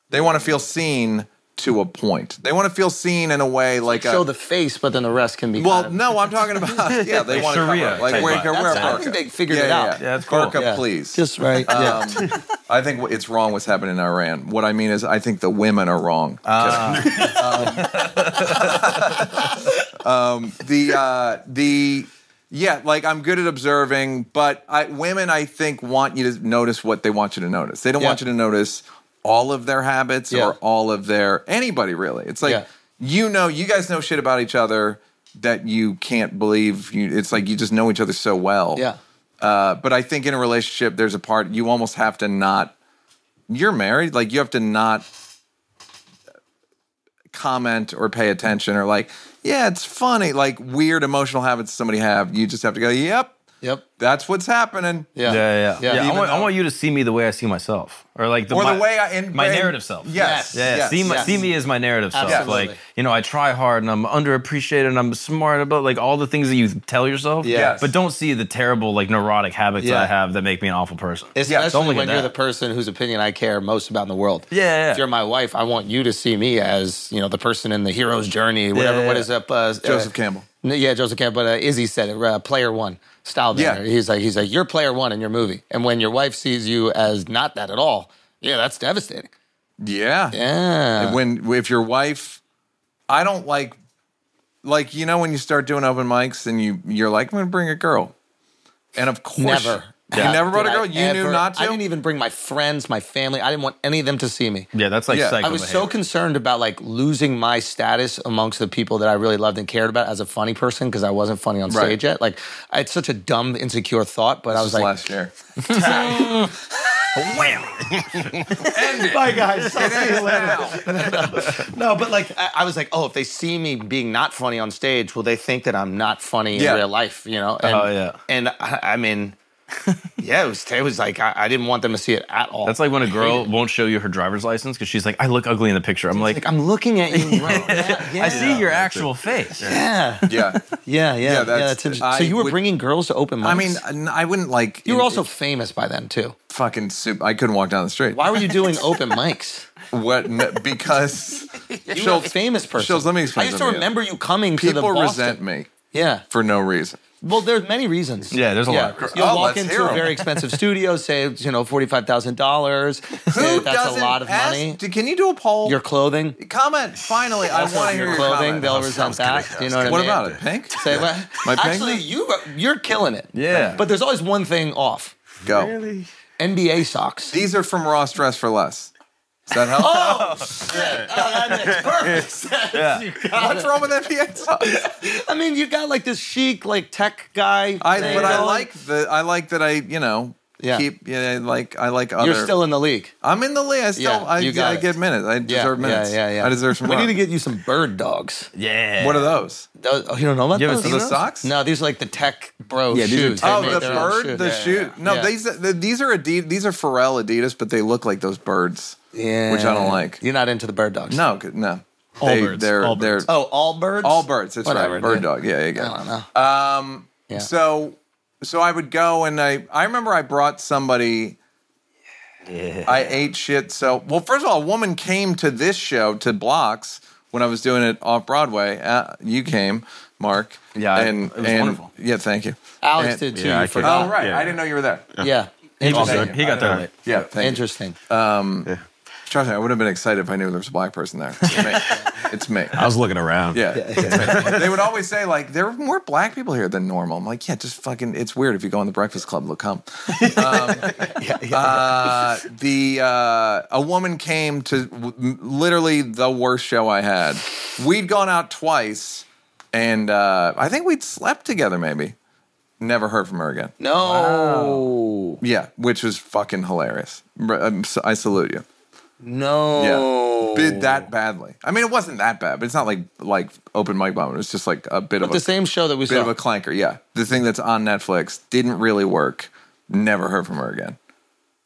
Speaker 2: They want to feel seen to a point. They want to feel seen in a way like
Speaker 1: show
Speaker 2: a.
Speaker 1: the face, but then the rest can be.
Speaker 2: well,
Speaker 1: kind of-
Speaker 2: no, I'm talking about yeah. They want to cover
Speaker 3: Sharia
Speaker 2: it. like
Speaker 3: type
Speaker 2: where,
Speaker 3: vibe.
Speaker 2: where,
Speaker 1: That's- I
Speaker 2: burqa?
Speaker 1: think they figured
Speaker 2: yeah,
Speaker 1: it
Speaker 2: yeah,
Speaker 1: out.
Speaker 2: Yeah,
Speaker 3: Yeah, that's cool.
Speaker 2: Burqa,
Speaker 1: Yeah.
Speaker 2: please.
Speaker 1: just right. yeah.
Speaker 2: I think what- it's wrong what's happening in Iran. What I mean is, I think the women are wrong.
Speaker 1: Ah.
Speaker 2: Kidding. um, the uh, the yeah, like I'm good at observing, but I, women I think want you to notice what they want you to notice. They don't
Speaker 1: Yeah.
Speaker 2: want you to notice all of their habits
Speaker 1: Yeah.
Speaker 2: or all of their anybody really. It's like
Speaker 1: Yeah.
Speaker 2: you know, you guys know shit about each other that you can't believe. You, it's like you just know each other so well.
Speaker 1: Yeah.
Speaker 2: Uh, but I think in a relationship, there's a part you almost have to not you're married. Like you have to not comment or pay attention or like, yeah, it's funny. Like weird emotional habits somebody have. You just have to go, yep,
Speaker 1: Yep.
Speaker 2: that's what's happening.
Speaker 1: Yeah.
Speaker 3: yeah, yeah. yeah. I,
Speaker 1: Even
Speaker 3: want, I
Speaker 2: though-
Speaker 3: want you to see me the way I see myself, or like the,
Speaker 2: Or
Speaker 3: my,
Speaker 2: the way I and,
Speaker 3: my
Speaker 2: and-
Speaker 3: narrative self.
Speaker 2: Yes.
Speaker 3: Yeah,
Speaker 2: yes,
Speaker 3: see, my,
Speaker 1: yes.
Speaker 3: see me as my narrative self.
Speaker 1: Absolutely.
Speaker 3: Like, you know, I try hard and I'm underappreciated and I'm smart about like all the things that you tell yourself.
Speaker 1: Yes.
Speaker 3: But don't see the terrible, like neurotic habits
Speaker 1: Yeah.
Speaker 3: I have that make me an awful person.
Speaker 1: Especially
Speaker 3: Don't look at
Speaker 1: when you're
Speaker 3: that.
Speaker 1: the person whose opinion I care most about in the world.
Speaker 3: Yeah, yeah, yeah.
Speaker 1: If you're my wife, I want you to see me as you know the person in the hero's journey. Whatever.
Speaker 3: yeah,
Speaker 1: What
Speaker 3: yeah.
Speaker 1: is up? Uh,
Speaker 2: Joseph
Speaker 1: uh,
Speaker 2: Campbell.
Speaker 1: No, yeah, Joseph Campbell. But uh, Izzy said it. Uh, player one style
Speaker 2: Yeah.
Speaker 1: banner. He's like, he's like, you're player one in your movie, and when your wife sees you as not that at all, yeah, that's devastating.
Speaker 2: Yeah.
Speaker 1: Yeah.
Speaker 2: When if your wife, I don't like, like you know when you start doing open mics and you you're like I'm gonna bring a girl, and of course
Speaker 1: Never.
Speaker 2: you never brought a
Speaker 1: Did I
Speaker 2: girl. You
Speaker 1: ever-
Speaker 2: knew not
Speaker 1: I
Speaker 2: to.
Speaker 1: didn't even bring my friends, my family. I didn't want any of them to see me.
Speaker 3: Yeah, that's like
Speaker 2: Yeah.
Speaker 3: psycho
Speaker 1: I was so
Speaker 3: behavior.
Speaker 1: concerned about like losing my status amongst the people that I really loved and cared about as a funny person because I wasn't funny on
Speaker 2: Right.
Speaker 1: stage yet. Like, I had such a dumb, insecure thought, but I was
Speaker 2: This was
Speaker 1: like,
Speaker 2: last year.
Speaker 1: "Bye, guys." no, but like, I, I was like, "Oh, if they see me being not funny on stage, will they think that I'm not funny
Speaker 2: Yeah.
Speaker 1: in real life?" You know? And,
Speaker 3: Oh, yeah.
Speaker 1: And I, I mean, yeah, it was. It was like I, I didn't want them to see it at all.
Speaker 3: That's like when a girl won't show you her driver's license because she's like, I look ugly in the picture. I'm like,
Speaker 1: Like, I'm looking at you, bro.
Speaker 3: I see your actual face.
Speaker 1: Yeah,
Speaker 2: Yeah.
Speaker 1: yeah, yeah. yeah,
Speaker 2: that's-
Speaker 1: that's interesting.
Speaker 2: I
Speaker 1: so you were
Speaker 2: would-
Speaker 1: bringing girls to open mics.
Speaker 2: I mean, I wouldn't like.
Speaker 1: you were also famous by then too.
Speaker 2: fucking soup. I couldn't walk down the street.
Speaker 1: Why were you doing open mics?
Speaker 2: What? n- Because
Speaker 1: You were a
Speaker 2: Schultz-
Speaker 1: famous person.
Speaker 2: Schultz, let me
Speaker 1: I
Speaker 2: explain
Speaker 1: used to
Speaker 2: something to you.
Speaker 1: remember you coming to
Speaker 2: people
Speaker 1: the Boston.
Speaker 2: resent me
Speaker 1: Yeah.
Speaker 2: for no reason.
Speaker 1: Well, there's many reasons.
Speaker 3: Yeah, there's a lot.
Speaker 1: You'll
Speaker 2: Oh,
Speaker 1: walk
Speaker 2: let's
Speaker 1: into
Speaker 2: hear
Speaker 1: a
Speaker 2: 'em.
Speaker 1: very expensive studio, say you know forty five thousand dollars. Who that's a
Speaker 2: doesn't
Speaker 1: lot of
Speaker 2: ask-
Speaker 1: money.
Speaker 2: Do- Can you do a poll?
Speaker 1: Your clothing,
Speaker 2: comment. Finally, I want to hear
Speaker 1: your
Speaker 2: your
Speaker 1: clothing,
Speaker 2: comment.
Speaker 1: they'll resent that. You know what,
Speaker 2: What
Speaker 1: I mean?
Speaker 2: about it? Pink.
Speaker 1: Say what?
Speaker 2: My pink?
Speaker 1: Actually, you you're killing it.
Speaker 3: Yeah.
Speaker 1: But there's always one thing off.
Speaker 2: Go.
Speaker 1: NBA socks.
Speaker 2: These are from Ross Dress for Less. Does that help?
Speaker 1: Oh,
Speaker 2: What's wrong with NBA socks?
Speaker 1: I mean, you got like this chic, like tech guy.
Speaker 2: I,
Speaker 1: thing
Speaker 2: but I
Speaker 1: going.
Speaker 2: like the. I like that. I you know.
Speaker 1: Yeah.
Speaker 2: Keep yeah, like I like other.
Speaker 1: You're still in the league.
Speaker 2: I'm in the league. I still.
Speaker 1: Yeah,
Speaker 2: I,
Speaker 1: you got
Speaker 2: I
Speaker 1: it.
Speaker 2: get minutes. I deserve minutes.
Speaker 1: Yeah, yeah, yeah.
Speaker 2: I deserve some.
Speaker 1: We
Speaker 2: run.
Speaker 1: need to get you some bird dogs.
Speaker 3: Yeah.
Speaker 2: What are those?
Speaker 1: Those- oh, you don't know about
Speaker 3: You
Speaker 1: those?
Speaker 3: haven't seen
Speaker 2: Those
Speaker 3: those?
Speaker 2: socks?
Speaker 1: No, these are like the tech bro
Speaker 3: Yeah, these are
Speaker 1: shoes.
Speaker 3: tech
Speaker 1: They
Speaker 2: Oh,
Speaker 1: make
Speaker 2: the
Speaker 1: their own
Speaker 2: bird,
Speaker 1: shoe.
Speaker 2: the
Speaker 1: Yeah,
Speaker 2: shoe. No,
Speaker 1: Yeah.
Speaker 2: these the, these are Adidas. These are Pharrell Adidas, but they look like those birds.
Speaker 1: Yeah.
Speaker 2: Which I don't like.
Speaker 1: You're not into the bird dogs.
Speaker 2: No, c- no.
Speaker 3: All
Speaker 2: they,
Speaker 3: birds,
Speaker 2: They're
Speaker 3: all
Speaker 2: they're
Speaker 3: birds.
Speaker 1: Oh, all birds.
Speaker 2: all birds. It's
Speaker 1: Whatever,
Speaker 2: right. Bird
Speaker 1: dude.
Speaker 2: dog. Yeah, yeah, yeah.
Speaker 1: I don't know. Yeah.
Speaker 2: So so I would go and I I remember I brought somebody. I ate shit. So well, first of all, a woman came to this show to Blocks when I was doing it off Broadway. Uh, you came, Mark.
Speaker 3: Yeah,
Speaker 2: and
Speaker 3: it was
Speaker 2: and-
Speaker 3: wonderful. Uh,
Speaker 2: Yeah, thank you.
Speaker 1: Alex
Speaker 2: And-
Speaker 1: did too.
Speaker 3: yeah, I
Speaker 1: you
Speaker 3: can't-
Speaker 2: Oh
Speaker 1: forgot.
Speaker 2: right,
Speaker 4: Yeah.
Speaker 2: I didn't know you were there.
Speaker 1: Yeah.
Speaker 3: All
Speaker 1: Interesting.
Speaker 3: good. He got there late.
Speaker 2: Yeah, thank you. Uh,
Speaker 1: Interesting.
Speaker 2: Trust me, I would have been excited if I knew there was a black person there. It's me. it's me.
Speaker 5: I was looking around.
Speaker 2: Yeah. It's me. They would always say, like, there are more black people here than normal. I'm like, yeah, just fucking, it's weird. If you go on the Breakfast Club, they'll come. Um, uh, the, uh, a woman came to w- m- literally the worst show I had. We'd gone out twice, and uh, I think we'd slept together maybe. Never heard from her again.
Speaker 1: No.
Speaker 2: Yeah, which was fucking hilarious. Br- I'm so- I salute you.
Speaker 1: No.
Speaker 2: Yeah. Bid
Speaker 1: Oh.
Speaker 2: that badly. I mean, it wasn't that bad, but it's not like like open mic bombing. It was just like a bit of
Speaker 1: The
Speaker 2: a
Speaker 1: same show that we
Speaker 2: bit of
Speaker 1: saw.
Speaker 2: a clanker. Yeah, the thing that's on Netflix didn't really work. Never heard from her again.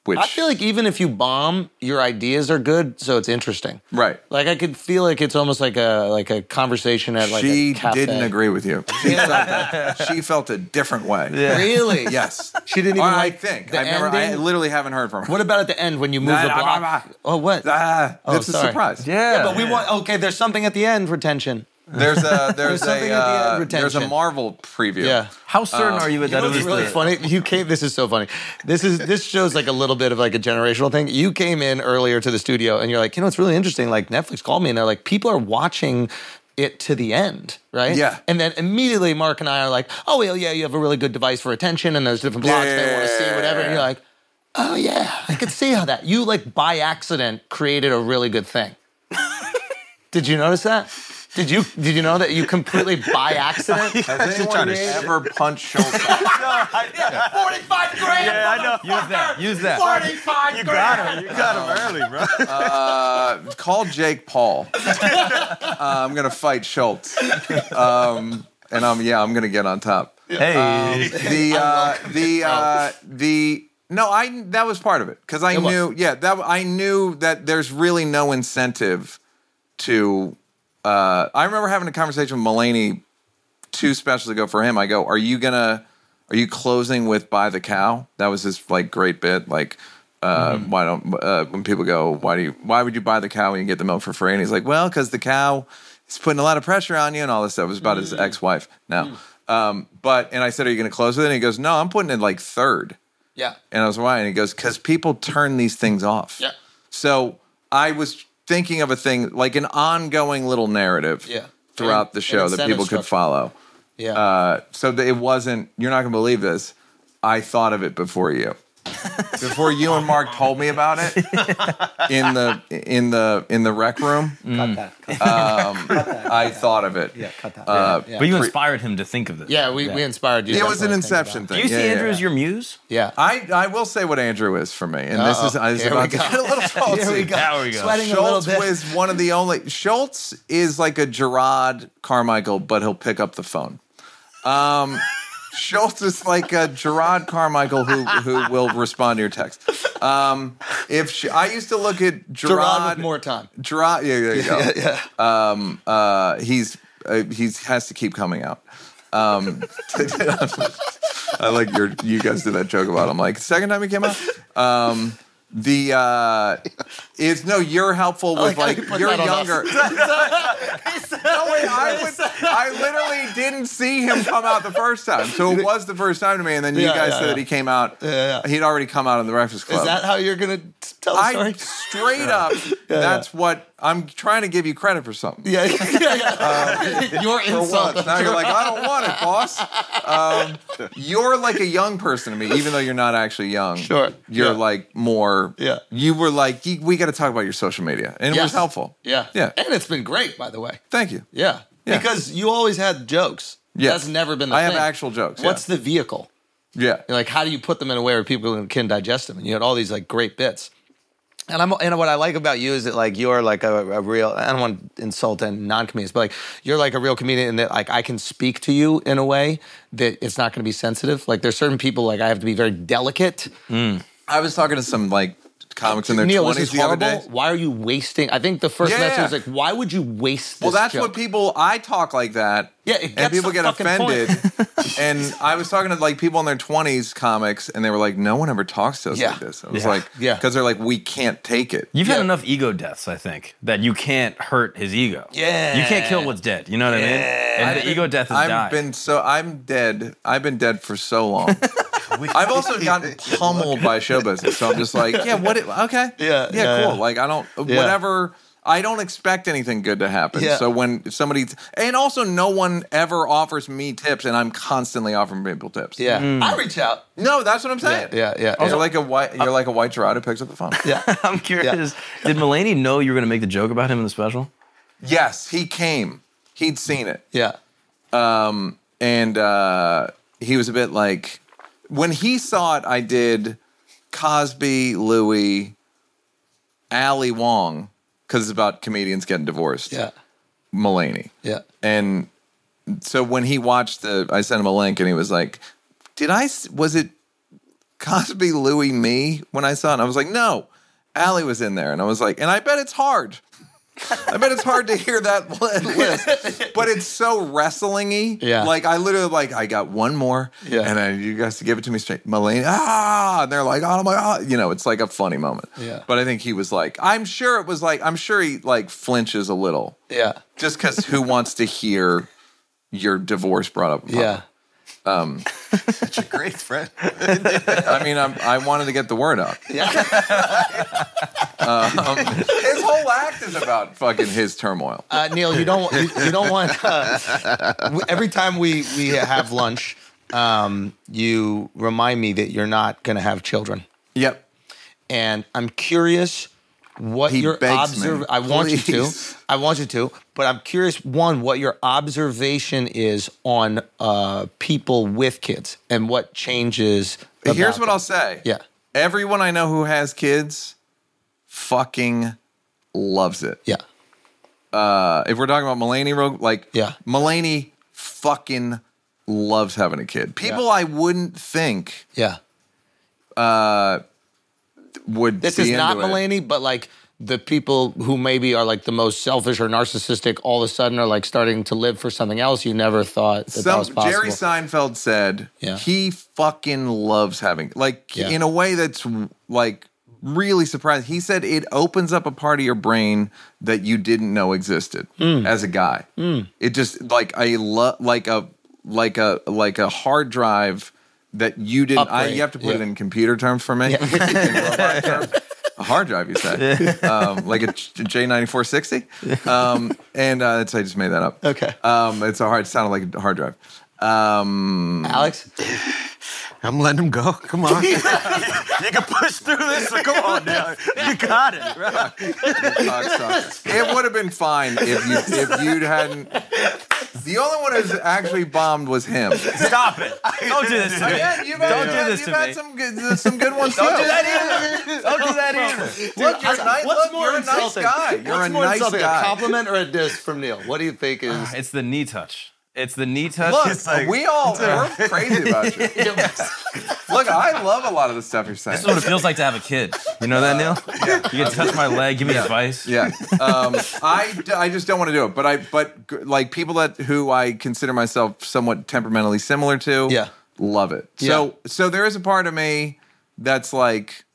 Speaker 2: Which
Speaker 1: I feel like even if you bomb, your ideas are good, so it's interesting.
Speaker 2: right.
Speaker 1: Like I could feel like it's almost like a like a conversation at like
Speaker 2: she
Speaker 1: a cafe.
Speaker 2: didn't agree with you. She felt, that- she felt a different way.
Speaker 1: Really?
Speaker 2: Yes.
Speaker 1: She didn't even
Speaker 2: Or I
Speaker 1: like
Speaker 2: think.
Speaker 1: the
Speaker 2: I've never, I
Speaker 1: ending?
Speaker 2: literally haven't heard from her.
Speaker 1: What about at the end when you move
Speaker 2: Nah,
Speaker 1: the
Speaker 2: nah,
Speaker 1: block?
Speaker 2: nah, nah.
Speaker 1: Oh, what?
Speaker 2: Ah,
Speaker 1: Oh,
Speaker 2: it's a
Speaker 1: sorry.
Speaker 2: surprise.
Speaker 3: Yeah.
Speaker 1: but we want okay. There's something at the end retention.
Speaker 2: There's a there's,
Speaker 1: something at the end,
Speaker 2: a uh, there's a
Speaker 1: retention.
Speaker 2: Marvel preview.
Speaker 1: Yeah.
Speaker 3: How certain are you
Speaker 1: You
Speaker 3: that
Speaker 1: know
Speaker 3: it
Speaker 1: what's
Speaker 3: was
Speaker 1: really
Speaker 3: the-
Speaker 1: funny? You came. This is so funny. This is this shows like a little bit of like a generational thing. You came in earlier to the studio and you're like, you know, it's really interesting. Like Netflix called me and they're like, people are watching it to the end, right?
Speaker 2: Yeah.
Speaker 1: And then immediately Mark and I are like, oh well, yeah, you have a really good device for attention and there's different blocks they want to see whatever. And you're like, oh yeah, I could see how that you like by accident created a really good thing. Did you notice that? Did you did you know that you completely by accident?
Speaker 2: Has anyone ever punched Schultz?
Speaker 1: Forty-five grand.
Speaker 4: Yeah, I know.
Speaker 3: Use that. Use that.
Speaker 1: Forty-five
Speaker 4: You got him. You got him early, bro.
Speaker 2: Uh, call Jake Paul. Uh, I'm gonna fight Schultz, um, and I'm yeah, I'm gonna get on top.
Speaker 3: Hey.
Speaker 2: The uh, the uh, the no, I that was part of it because I
Speaker 1: was.
Speaker 2: knew yeah that I knew that there's really no incentive to. Uh, I remember having a conversation with Mulaney two specials ago for him. I go, "Are you gonna? Are you closing with buy the cow?" That was his like great bit. Like, uh, why don't uh, when people go, "Why do you? Why would you buy the cow when you get the milk for free?" And he's like, "Well, because the cow is putting a lot of pressure on you and all this stuff." It was about his ex-wife. No, um, but and I said, "Are you gonna close with it?" And he goes, "No, I'm putting it like third.
Speaker 1: Yeah.
Speaker 2: And I was why? And he goes, because people turn these things off.
Speaker 1: Yeah.
Speaker 2: So I was thinking of a thing like an ongoing little narrative
Speaker 1: Yeah.
Speaker 2: throughout
Speaker 1: An-
Speaker 2: the
Speaker 1: an
Speaker 2: show that
Speaker 1: incentive
Speaker 2: people could
Speaker 1: structure.
Speaker 2: follow.
Speaker 1: Yeah.
Speaker 2: Uh, so that it wasn't, you're not going to believe this. I thought of it before you. Before you and Mark told me about it in the in the in the rec room,
Speaker 5: Cut that. Cut that.
Speaker 2: um, I thought of it.
Speaker 5: Yeah, cut that.
Speaker 2: Uh,
Speaker 5: Yeah, yeah.
Speaker 3: But you inspired him to think of this.
Speaker 1: yeah, we, we inspired you.
Speaker 2: It was an
Speaker 1: definitely.
Speaker 2: inception thing.
Speaker 3: Do you see
Speaker 2: Yeah, yeah,
Speaker 3: Andrew
Speaker 2: yeah.
Speaker 3: as your muse?
Speaker 1: Yeah.
Speaker 2: I, I will say what Andrew is for me, and this is
Speaker 1: Uh-oh.
Speaker 2: I was
Speaker 1: Here we
Speaker 2: about to
Speaker 1: go.
Speaker 2: get a little salty.
Speaker 1: Here we go.
Speaker 3: There we go.
Speaker 1: Sweating a little
Speaker 2: Schultz
Speaker 1: bit.
Speaker 2: was one of the only. Schultz is like a Gerard Carmichael, but he'll pick up the phone. Um, Schultz is like a Gerard Carmichael who who will respond to your text. Um, if she, I used to look at Gerard,
Speaker 1: Gerard with more time.
Speaker 2: Gerard, yeah, there you go. Um, uh, he's uh, he's has to keep coming out. Um, I like your you guys did that joke about. him. like second time he came out. Um, the uh, is no, you're helpful
Speaker 1: like
Speaker 2: with
Speaker 1: how
Speaker 2: like,
Speaker 1: you put
Speaker 2: you're
Speaker 1: that on us.
Speaker 2: younger. I, was- I literally didn't see him come out the first time, so it was the first time to me. And then you
Speaker 1: Yeah,
Speaker 2: guys
Speaker 1: yeah,
Speaker 2: said that
Speaker 1: yeah.
Speaker 2: he came out.
Speaker 1: Yeah, yeah.
Speaker 2: He'd already come out in the Breakfast Club.
Speaker 1: Is that how you're gonna t- tell the
Speaker 2: I
Speaker 1: story?
Speaker 2: straight up. that's what I'm trying to give you credit for something.
Speaker 1: Yeah, yeah, yeah. Your
Speaker 2: Uh, For
Speaker 1: insult.
Speaker 2: once. Now you're like, I don't want it, boss. Um, you're like a young person to me, even though you're not actually young.
Speaker 1: Sure.
Speaker 2: You're
Speaker 1: Yeah.
Speaker 2: like more.
Speaker 1: Yeah.
Speaker 2: You were like, "You- we got to talk about your social media, and it
Speaker 1: Yes.
Speaker 2: was helpful.
Speaker 1: Yeah.
Speaker 2: Yeah.
Speaker 1: And it's been great, by the way.
Speaker 2: Thank you.
Speaker 1: Yeah.
Speaker 2: Yeah.
Speaker 1: Because you always had jokes.
Speaker 2: Yes.
Speaker 1: That's never been the
Speaker 2: I have
Speaker 1: thing.
Speaker 2: actual jokes, yeah.
Speaker 1: What's the vehicle?
Speaker 2: Yeah.
Speaker 1: And, like how do you put them in a way where people can digest them and you had all these like great bits and i'm and what i like about you is that like you're like a, a real i don't want to insult and non-comedians but like you're like a real comedian in that like i can speak to you in a way that it's not going to be sensitive like there's certain people like i have to be very delicate
Speaker 2: I was talking to some like comics in their
Speaker 1: neil this
Speaker 2: twenties
Speaker 1: is
Speaker 2: the other
Speaker 1: horrible
Speaker 2: day.
Speaker 1: why are you wasting i think the first
Speaker 2: Yeah.
Speaker 1: message was like why would you waste this
Speaker 2: Well, that's
Speaker 1: joke?
Speaker 2: what people. I talk like that.
Speaker 1: Yeah, it
Speaker 2: and
Speaker 1: gets
Speaker 2: people
Speaker 1: the
Speaker 2: get
Speaker 1: fucking
Speaker 2: offended. and I was talking to like people in their twenties, comics, and they were like, "No one ever talks to us
Speaker 1: Yeah.
Speaker 2: like this." I was
Speaker 3: Yeah.
Speaker 2: like,
Speaker 1: Yeah.
Speaker 2: because they're like, we can't take it."
Speaker 3: You've
Speaker 1: Yeah.
Speaker 3: had enough ego deaths, I think, that you can't hurt his ego.
Speaker 1: Yeah.
Speaker 3: You can't kill what's dead. You know what I mean? And the ego death has
Speaker 2: I've
Speaker 3: died.
Speaker 2: been so I'm dead. I've been dead for so long. I've also gotten pummeled by show business, so I'm just like, yeah, what? It, okay,
Speaker 1: Yeah,
Speaker 2: yeah,
Speaker 1: yeah,
Speaker 2: cool.
Speaker 1: yeah.
Speaker 2: Like I don't,
Speaker 1: Yeah.
Speaker 2: whatever. I don't expect anything good to happen.
Speaker 1: Yeah.
Speaker 2: So when somebody, and also no one ever offers me tips, and I'm constantly offering people tips.
Speaker 1: yeah i reach out
Speaker 2: No, that's what I'm saying.
Speaker 1: yeah yeah
Speaker 2: You're
Speaker 1: yeah.
Speaker 2: like a white. You're like a white Gerard who picks up the phone.
Speaker 1: yeah
Speaker 3: I'm curious. Did Mulaney know you were going to make the joke about him in the special?
Speaker 2: Yes, he came. He'd seen it.
Speaker 1: yeah
Speaker 2: um, and uh, he was a bit like when he saw it. I did Cosby, Louis, Ali Wong, because it's about comedians getting divorced.
Speaker 1: yeah
Speaker 2: Mulaney,
Speaker 1: yeah
Speaker 2: and so when he watched the, I sent him a link, and he was like, "Did I? s- Was it Cosby, Louis, me when I saw it?" And I was like, "No." Ali was in there, and I was like, and I bet it's hard. I bet it's hard to hear that list, but it's so wrestling-y.
Speaker 1: Yeah.
Speaker 2: Like I literally like I got one more,
Speaker 1: Yeah.
Speaker 2: and I, you guys give it to me straight. Mulaney, ah, and they're like, oh my god, you know, it's like a funny moment.
Speaker 1: Yeah.
Speaker 2: But I think he was like, I'm sure it was like, I'm sure he like flinches a little
Speaker 1: yeah
Speaker 2: just because who wants to hear your divorce brought up? in public?
Speaker 1: yeah
Speaker 4: Great friend.
Speaker 2: I mean, I'm, I wanted to get the word out. Um,
Speaker 1: yeah
Speaker 2: His whole act is about fucking his turmoil.
Speaker 1: uh, Neil, you don't you, you don't want. Uh, w- every time we we have lunch, um, you remind me that you're not going to have children,
Speaker 2: Yep.
Speaker 1: and I'm curious what
Speaker 2: He
Speaker 1: your
Speaker 2: begs
Speaker 1: observ
Speaker 2: me.
Speaker 1: I want you to.
Speaker 2: Please.
Speaker 1: I want you to. But I'm curious. One, what your observation is on uh, people with kids and what changes.
Speaker 2: Here's
Speaker 1: about
Speaker 2: what
Speaker 1: them.
Speaker 2: I'll say.
Speaker 1: Yeah.
Speaker 2: Everyone I know who has kids fucking loves it.
Speaker 1: Yeah.
Speaker 2: Uh, if we're talking about Mulaney, real- like
Speaker 1: Yeah.
Speaker 2: Mulaney fucking loves having a kid. People I wouldn't think
Speaker 1: Yeah.
Speaker 2: would.
Speaker 1: This
Speaker 2: be
Speaker 1: is not
Speaker 2: into it.
Speaker 1: Mulaney, but like the people who maybe are like the most selfish or narcissistic all of a sudden are like starting to live for something else you never thought that, that
Speaker 2: Some,
Speaker 1: was possible.
Speaker 2: Jerry Seinfeld said
Speaker 1: Yeah.
Speaker 2: he fucking loves having like
Speaker 1: Yeah.
Speaker 2: in a way that's like really surprising. He said it opens up a part of your brain that you didn't know existed
Speaker 1: Hmm.
Speaker 2: as a guy. It just like a lo- like a like a like a hard drive that you didn't. I,
Speaker 1: Upgrade,
Speaker 2: you have to put it
Speaker 1: yeah.
Speaker 2: in computer terms for me. a hard drive, you say, um, like a J ninety four sixty, and uh, that's I just made that up.
Speaker 1: Okay.
Speaker 2: um, it's a hard. It sounded like a hard drive.
Speaker 1: Alex?
Speaker 5: I'm letting him go. Come on.
Speaker 4: You can push through this. So come on now. You got it. Bro.
Speaker 2: cocksucker. It would have been fine if you if you hadn't. The only one who's actually bombed was him.
Speaker 3: Stop it. Don't do this to me.
Speaker 2: Yeah, you've had,
Speaker 3: Don't do
Speaker 2: you've had-
Speaker 3: this to
Speaker 2: you've had
Speaker 3: me.
Speaker 2: some good some good ones. Don't do
Speaker 3: that either. Don't do that either.
Speaker 2: Look, you're, a nice, look, you're a nice guy. You're
Speaker 1: what's
Speaker 2: a
Speaker 1: more
Speaker 2: nice
Speaker 1: insulting, a
Speaker 2: guy.
Speaker 1: compliment or a diss from Neil? What do you think is.
Speaker 3: It's the knee touch. It's the knee touch.
Speaker 2: Look,
Speaker 4: It's like-
Speaker 2: we all we're crazy about you. Look, I love a lot of the stuff you're saying.
Speaker 3: This is what it feels like to have a kid. You know that, Neil? You can touch my leg, give me advice.
Speaker 2: Yeah, um, I, I just don't want to do it. But I but g- like people that who I consider myself somewhat temperamentally similar to.
Speaker 1: Yeah.
Speaker 2: love it.
Speaker 1: Yeah.
Speaker 2: So so there is a part of me that's like,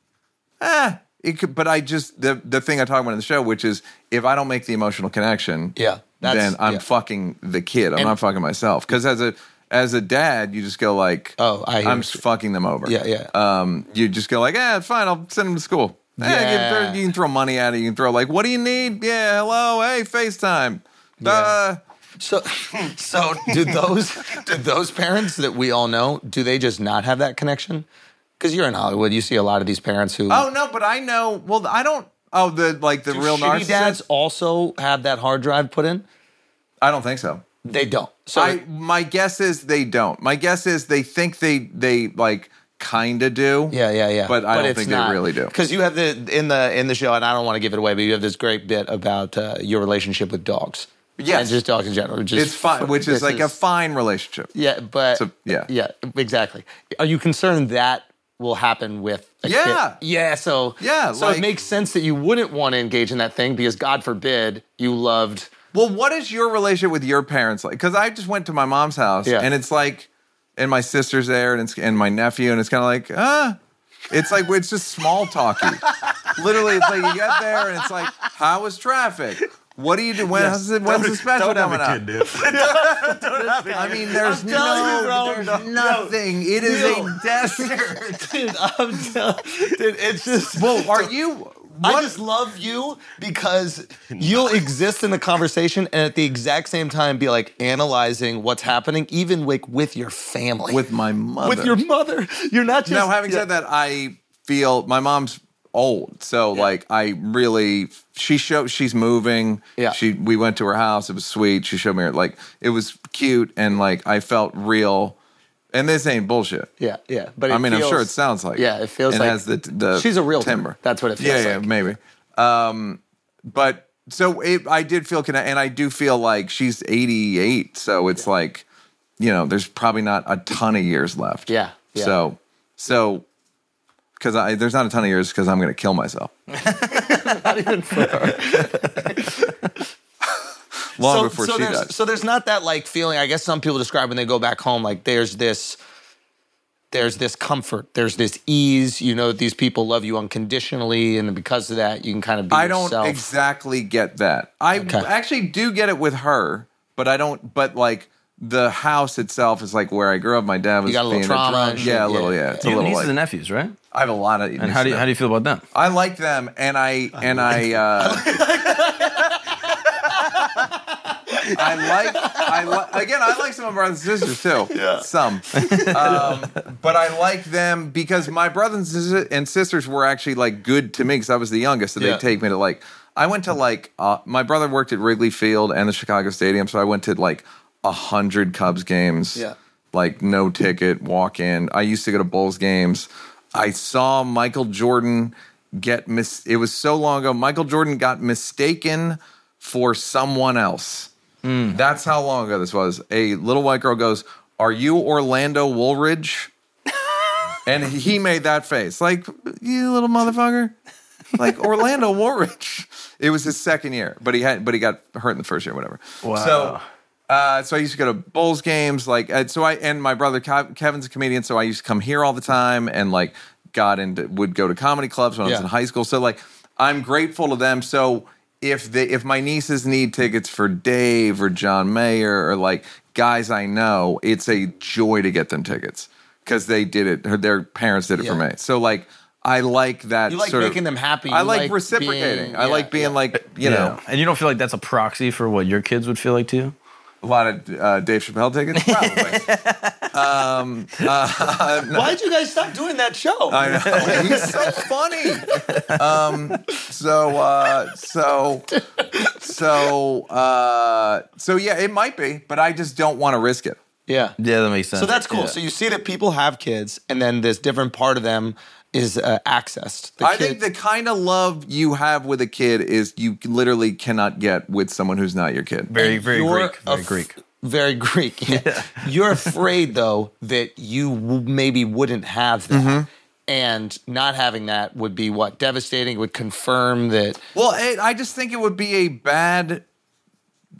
Speaker 2: eh, it could. But I just the the thing I talk about in the show, which is if I don't make the emotional connection,
Speaker 1: Yeah, that's-
Speaker 2: then I'm
Speaker 1: yeah.
Speaker 2: fucking the kid. I'm
Speaker 1: And-
Speaker 2: not fucking myself because as a as a dad, you just go like,
Speaker 1: Oh, I hear
Speaker 2: I'm
Speaker 1: what you-
Speaker 2: fucking them over.
Speaker 1: Yeah, yeah.
Speaker 2: Um, you just go like, eh, fine, I'll send them to school. Eh, you can throw-
Speaker 1: Yeah.
Speaker 2: you can throw money at it. You can throw like, what do you need? Yeah, hello, hey, FaceTime. Uh,
Speaker 1: So, so do those do those parents that we all know? Do they just not have that connection? Because you're in Hollywood, you see a lot of these parents who
Speaker 2: oh no, but I know. Well, I don't. Oh, the like the real
Speaker 1: shitty
Speaker 2: narcissist.
Speaker 1: dads also have that hard drive put in.
Speaker 2: I don't think so.
Speaker 1: They don't. So
Speaker 2: I my guess is they don't. My guess is they think they they like kind of do.
Speaker 1: yeah, yeah, yeah.
Speaker 2: But I don't think they really do.
Speaker 1: Because you have the in the in the show, and I don't want to give it away, but you have this great bit about uh, your relationship with dogs.
Speaker 2: Yes.
Speaker 1: and just dogs in general. which is
Speaker 2: It's fine, which
Speaker 1: this
Speaker 2: is like a fine relationship.
Speaker 1: yeah, but
Speaker 2: So, yeah.
Speaker 1: yeah, exactly. Are you concerned that? Will happen with a
Speaker 2: Yeah.
Speaker 1: kid? yeah. So
Speaker 2: Yeah,
Speaker 1: so it
Speaker 2: like-
Speaker 1: makes sense that you wouldn't want to engage in that thing because God forbid you loved.
Speaker 2: Well, what is your relationship with your parents like? Because I just went to my mom's house,
Speaker 1: Yeah.
Speaker 2: and it's like, and my sister's there, and it's and my nephew, and it's kind of like, ah, it's like it's just small talky. Literally, it's like you get there, and it's like, how was traffic? What do you do? When, how's it- when's the special
Speaker 4: Don't have
Speaker 2: coming
Speaker 4: a
Speaker 2: up?
Speaker 4: kid, dude.
Speaker 2: I mean, there's
Speaker 1: telling you,
Speaker 2: no, there's nothing. It is a desert.
Speaker 1: Dude, I'm done. Dude, it's just.
Speaker 2: Well, are you?
Speaker 1: I
Speaker 2: What
Speaker 1: just love you because you'll exist in the conversation and at the exact same time be like analyzing what's happening, even like with your family,
Speaker 2: with my mother?
Speaker 1: with your mother. You're not just
Speaker 2: now, having said that, I feel my mom's old, so like I really she showed she's moving.
Speaker 1: Yeah.
Speaker 2: she we went to her house. It was sweet. She showed me her like it was cute, and like I felt real. And this ain't bullshit.
Speaker 1: yeah, yeah. But it
Speaker 2: I mean, I'm sure
Speaker 1: feels-
Speaker 2: it sounds like
Speaker 1: yeah, it feels
Speaker 2: and
Speaker 1: like
Speaker 2: has the the
Speaker 1: she's a real
Speaker 2: timber.
Speaker 1: timber. That's what it
Speaker 2: yeah,
Speaker 1: feels
Speaker 2: yeah,
Speaker 1: like.
Speaker 2: maybe. Um, but so it, I did feel connected, and I do feel like she's 88, so it's like you know, there's probably not a ton of years left.
Speaker 1: Yeah, yeah.
Speaker 2: So, so because I there's not a ton of years because I'm gonna kill myself. Long
Speaker 1: so,
Speaker 2: before
Speaker 1: so
Speaker 2: she
Speaker 1: there's,
Speaker 2: dies.
Speaker 1: So there's not that like feeling. I guess some people describe when they go back home like there's this. There's this comfort. There's this ease. You know that these people love you unconditionally, and because of that, you can kind of be
Speaker 2: I don't
Speaker 1: yourself.
Speaker 2: exactly get that. I
Speaker 1: Okay.
Speaker 2: actually do get it with her, but I don't. But like the house itself is like where I grew up. My dad was
Speaker 1: got a little
Speaker 2: being
Speaker 1: trauma
Speaker 2: drunk-
Speaker 1: and shit,
Speaker 2: yeah, a
Speaker 1: yeah.
Speaker 2: little. Yeah, it's a
Speaker 3: You have
Speaker 2: little.
Speaker 3: nieces
Speaker 2: Like,
Speaker 3: and nephews, right?
Speaker 2: I have a lot of.
Speaker 3: And how do you, how do you feel about them?
Speaker 2: I like them, and I and I. Uh, I like, I li- again, I like some of my brothers and sisters too.
Speaker 1: Yeah.
Speaker 2: Some. Um, but I like them because my brothers and sis- and sisters were actually like good to me because I was the youngest. So
Speaker 1: Yeah.
Speaker 2: they'd take me to like, I went to like, uh, my brother worked at Wrigley Field and the Chicago Stadium. So I went to like a hundred Cubs games.
Speaker 1: Yeah.
Speaker 2: Like no ticket, walk in. I used to go to Bulls games. I saw Michael Jordan get mis it was so long ago. Michael Jordan got mistaken for someone else. That's how long ago this was. A little white girl goes, Are you Orlando Woolridge? and he made that face. Like, you little motherfucker. Like Orlando Woolridge. It was his second year, but he had but he got hurt in the first year, whatever.
Speaker 4: Wow.
Speaker 2: So uh, so I used to go to Bulls games, like uh, so. I and my brother Kev- Kevin's a comedian, so I used to come here all the time, and like got into would go to comedy clubs when I was
Speaker 1: Yeah.
Speaker 2: in high school. So like I'm grateful to them. So if they if my nieces need tickets for Dave or John Mayer or like guys I know, it's a joy to get them tickets because they did it. Her, their parents did it for
Speaker 1: Yeah.
Speaker 2: me. So like I like that.
Speaker 1: You like
Speaker 2: sort of-
Speaker 1: making them happy.
Speaker 2: I
Speaker 1: You
Speaker 2: like,
Speaker 1: like
Speaker 2: reciprocating.
Speaker 1: being-
Speaker 2: I
Speaker 1: yeah,
Speaker 2: like being
Speaker 1: yeah.
Speaker 2: like you know
Speaker 3: and you don't feel like that's a proxy for what your kids would feel like too.
Speaker 2: a lot of uh, Dave Chappelle tickets probably.
Speaker 1: Why'd you guys stop doing that show?
Speaker 2: I know. Oh, He's so funny. Um, so uh, so so uh, so yeah, it might be, but I just don't want to risk it.
Speaker 1: yeah.
Speaker 3: Yeah, that makes sense.
Speaker 1: So that's cool. So you see that people have kids, and then this different part of them is uh, accessed. The
Speaker 2: I
Speaker 1: kid-
Speaker 2: think the kind of love you have with a kid is you literally cannot get with someone who's not your kid.
Speaker 3: very very
Speaker 1: You're
Speaker 3: Greek. Very
Speaker 1: af-
Speaker 3: Greek.
Speaker 1: Very Greek. yeah. You're afraid though that you w- maybe wouldn't have that. And not having that would be what devastating. It Would confirm that
Speaker 2: Well, it, I just think it would be a bad.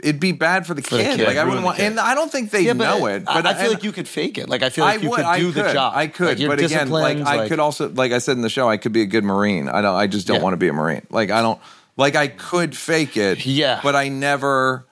Speaker 2: It'd be bad for the
Speaker 1: the
Speaker 2: kid.
Speaker 1: kid.
Speaker 2: Like I
Speaker 1: Ruin
Speaker 2: wouldn't
Speaker 1: the
Speaker 2: want,
Speaker 1: kid.
Speaker 2: and I don't think they know it.
Speaker 1: I-
Speaker 2: But
Speaker 1: I, feel
Speaker 2: and-
Speaker 1: like you could fake it. Like I feel like you could
Speaker 2: I
Speaker 1: do
Speaker 2: could.
Speaker 1: the job.
Speaker 2: I could,
Speaker 1: Like, your
Speaker 2: but again, like,
Speaker 1: disciplines,
Speaker 2: I could also, like I said in the show, I could be a good Marine. I don't. I just don't
Speaker 1: Yeah.
Speaker 2: want to be a Marine. Like I don't. Like I could fake it.
Speaker 1: Yeah.
Speaker 2: But I never.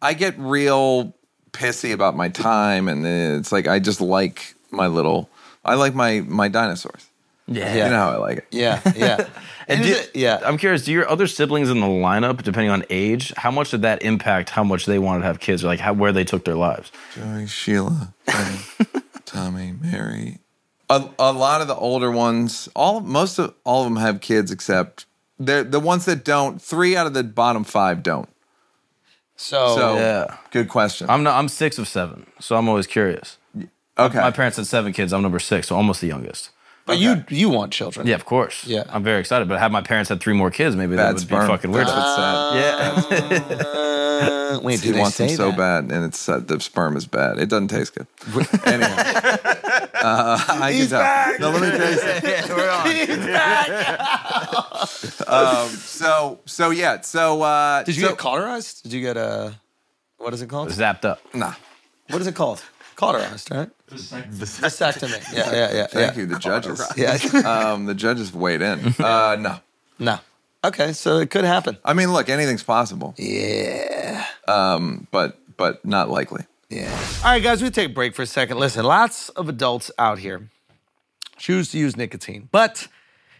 Speaker 2: I get real pissy about my time, and it's like I just like my little. I like my my dinosaurs.
Speaker 3: Yeah.
Speaker 2: You know how I like it.
Speaker 1: Yeah, yeah. and
Speaker 3: Do-
Speaker 1: is it- yeah,
Speaker 3: I'm curious. Do your other siblings in the lineup, depending on age, how much did that impact how much they wanted to have kids, or like how where they took their lives?
Speaker 2: Joey, Sheila, Frank, Tommy, Mary. A, a lot of the older ones, all most of all of them have kids except they're the ones that don't. Three out of the bottom five don't.
Speaker 1: so,
Speaker 2: So
Speaker 3: yeah.
Speaker 2: good question.
Speaker 3: I'm not. I'm six of seven, so I'm always curious.
Speaker 2: okay.
Speaker 3: My parents had seven kids. I'm number six, so almost the youngest.
Speaker 1: but you you want children?
Speaker 3: Yeah, of course.
Speaker 1: Yeah.
Speaker 3: I'm very excited. But had my parents had three more kids, maybe that
Speaker 2: bad
Speaker 3: would
Speaker 2: sperm.
Speaker 3: be fucking weird.
Speaker 2: That's what's sad.
Speaker 3: yeah.
Speaker 1: Uh, wait,
Speaker 2: He
Speaker 1: do they
Speaker 2: wants them
Speaker 1: say
Speaker 2: so
Speaker 1: that?
Speaker 2: bad, and it's uh, the sperm is bad. It doesn't taste good. anyway, uh, I can tell. No, let me tell you something. um, so, so yeah. So, uh,
Speaker 1: Did you
Speaker 2: so,
Speaker 1: get cauterized? Did you get a what is it called?
Speaker 3: Zapped up.
Speaker 2: Nah.
Speaker 1: What is it called? Cauterized, right? Vasectomy. Yeah, yeah, yeah.
Speaker 2: Thank
Speaker 1: yeah.
Speaker 2: you, the judges.
Speaker 1: Yeah.
Speaker 2: Um, the judges weighed in. Uh, no,
Speaker 1: no. Okay, so it could happen.
Speaker 2: I mean, look, anything's possible,
Speaker 1: Yeah.
Speaker 2: but but not likely.
Speaker 1: Yeah. All right, guys, we take a break for a second. Listen, lots of adults out here choose to use nicotine, but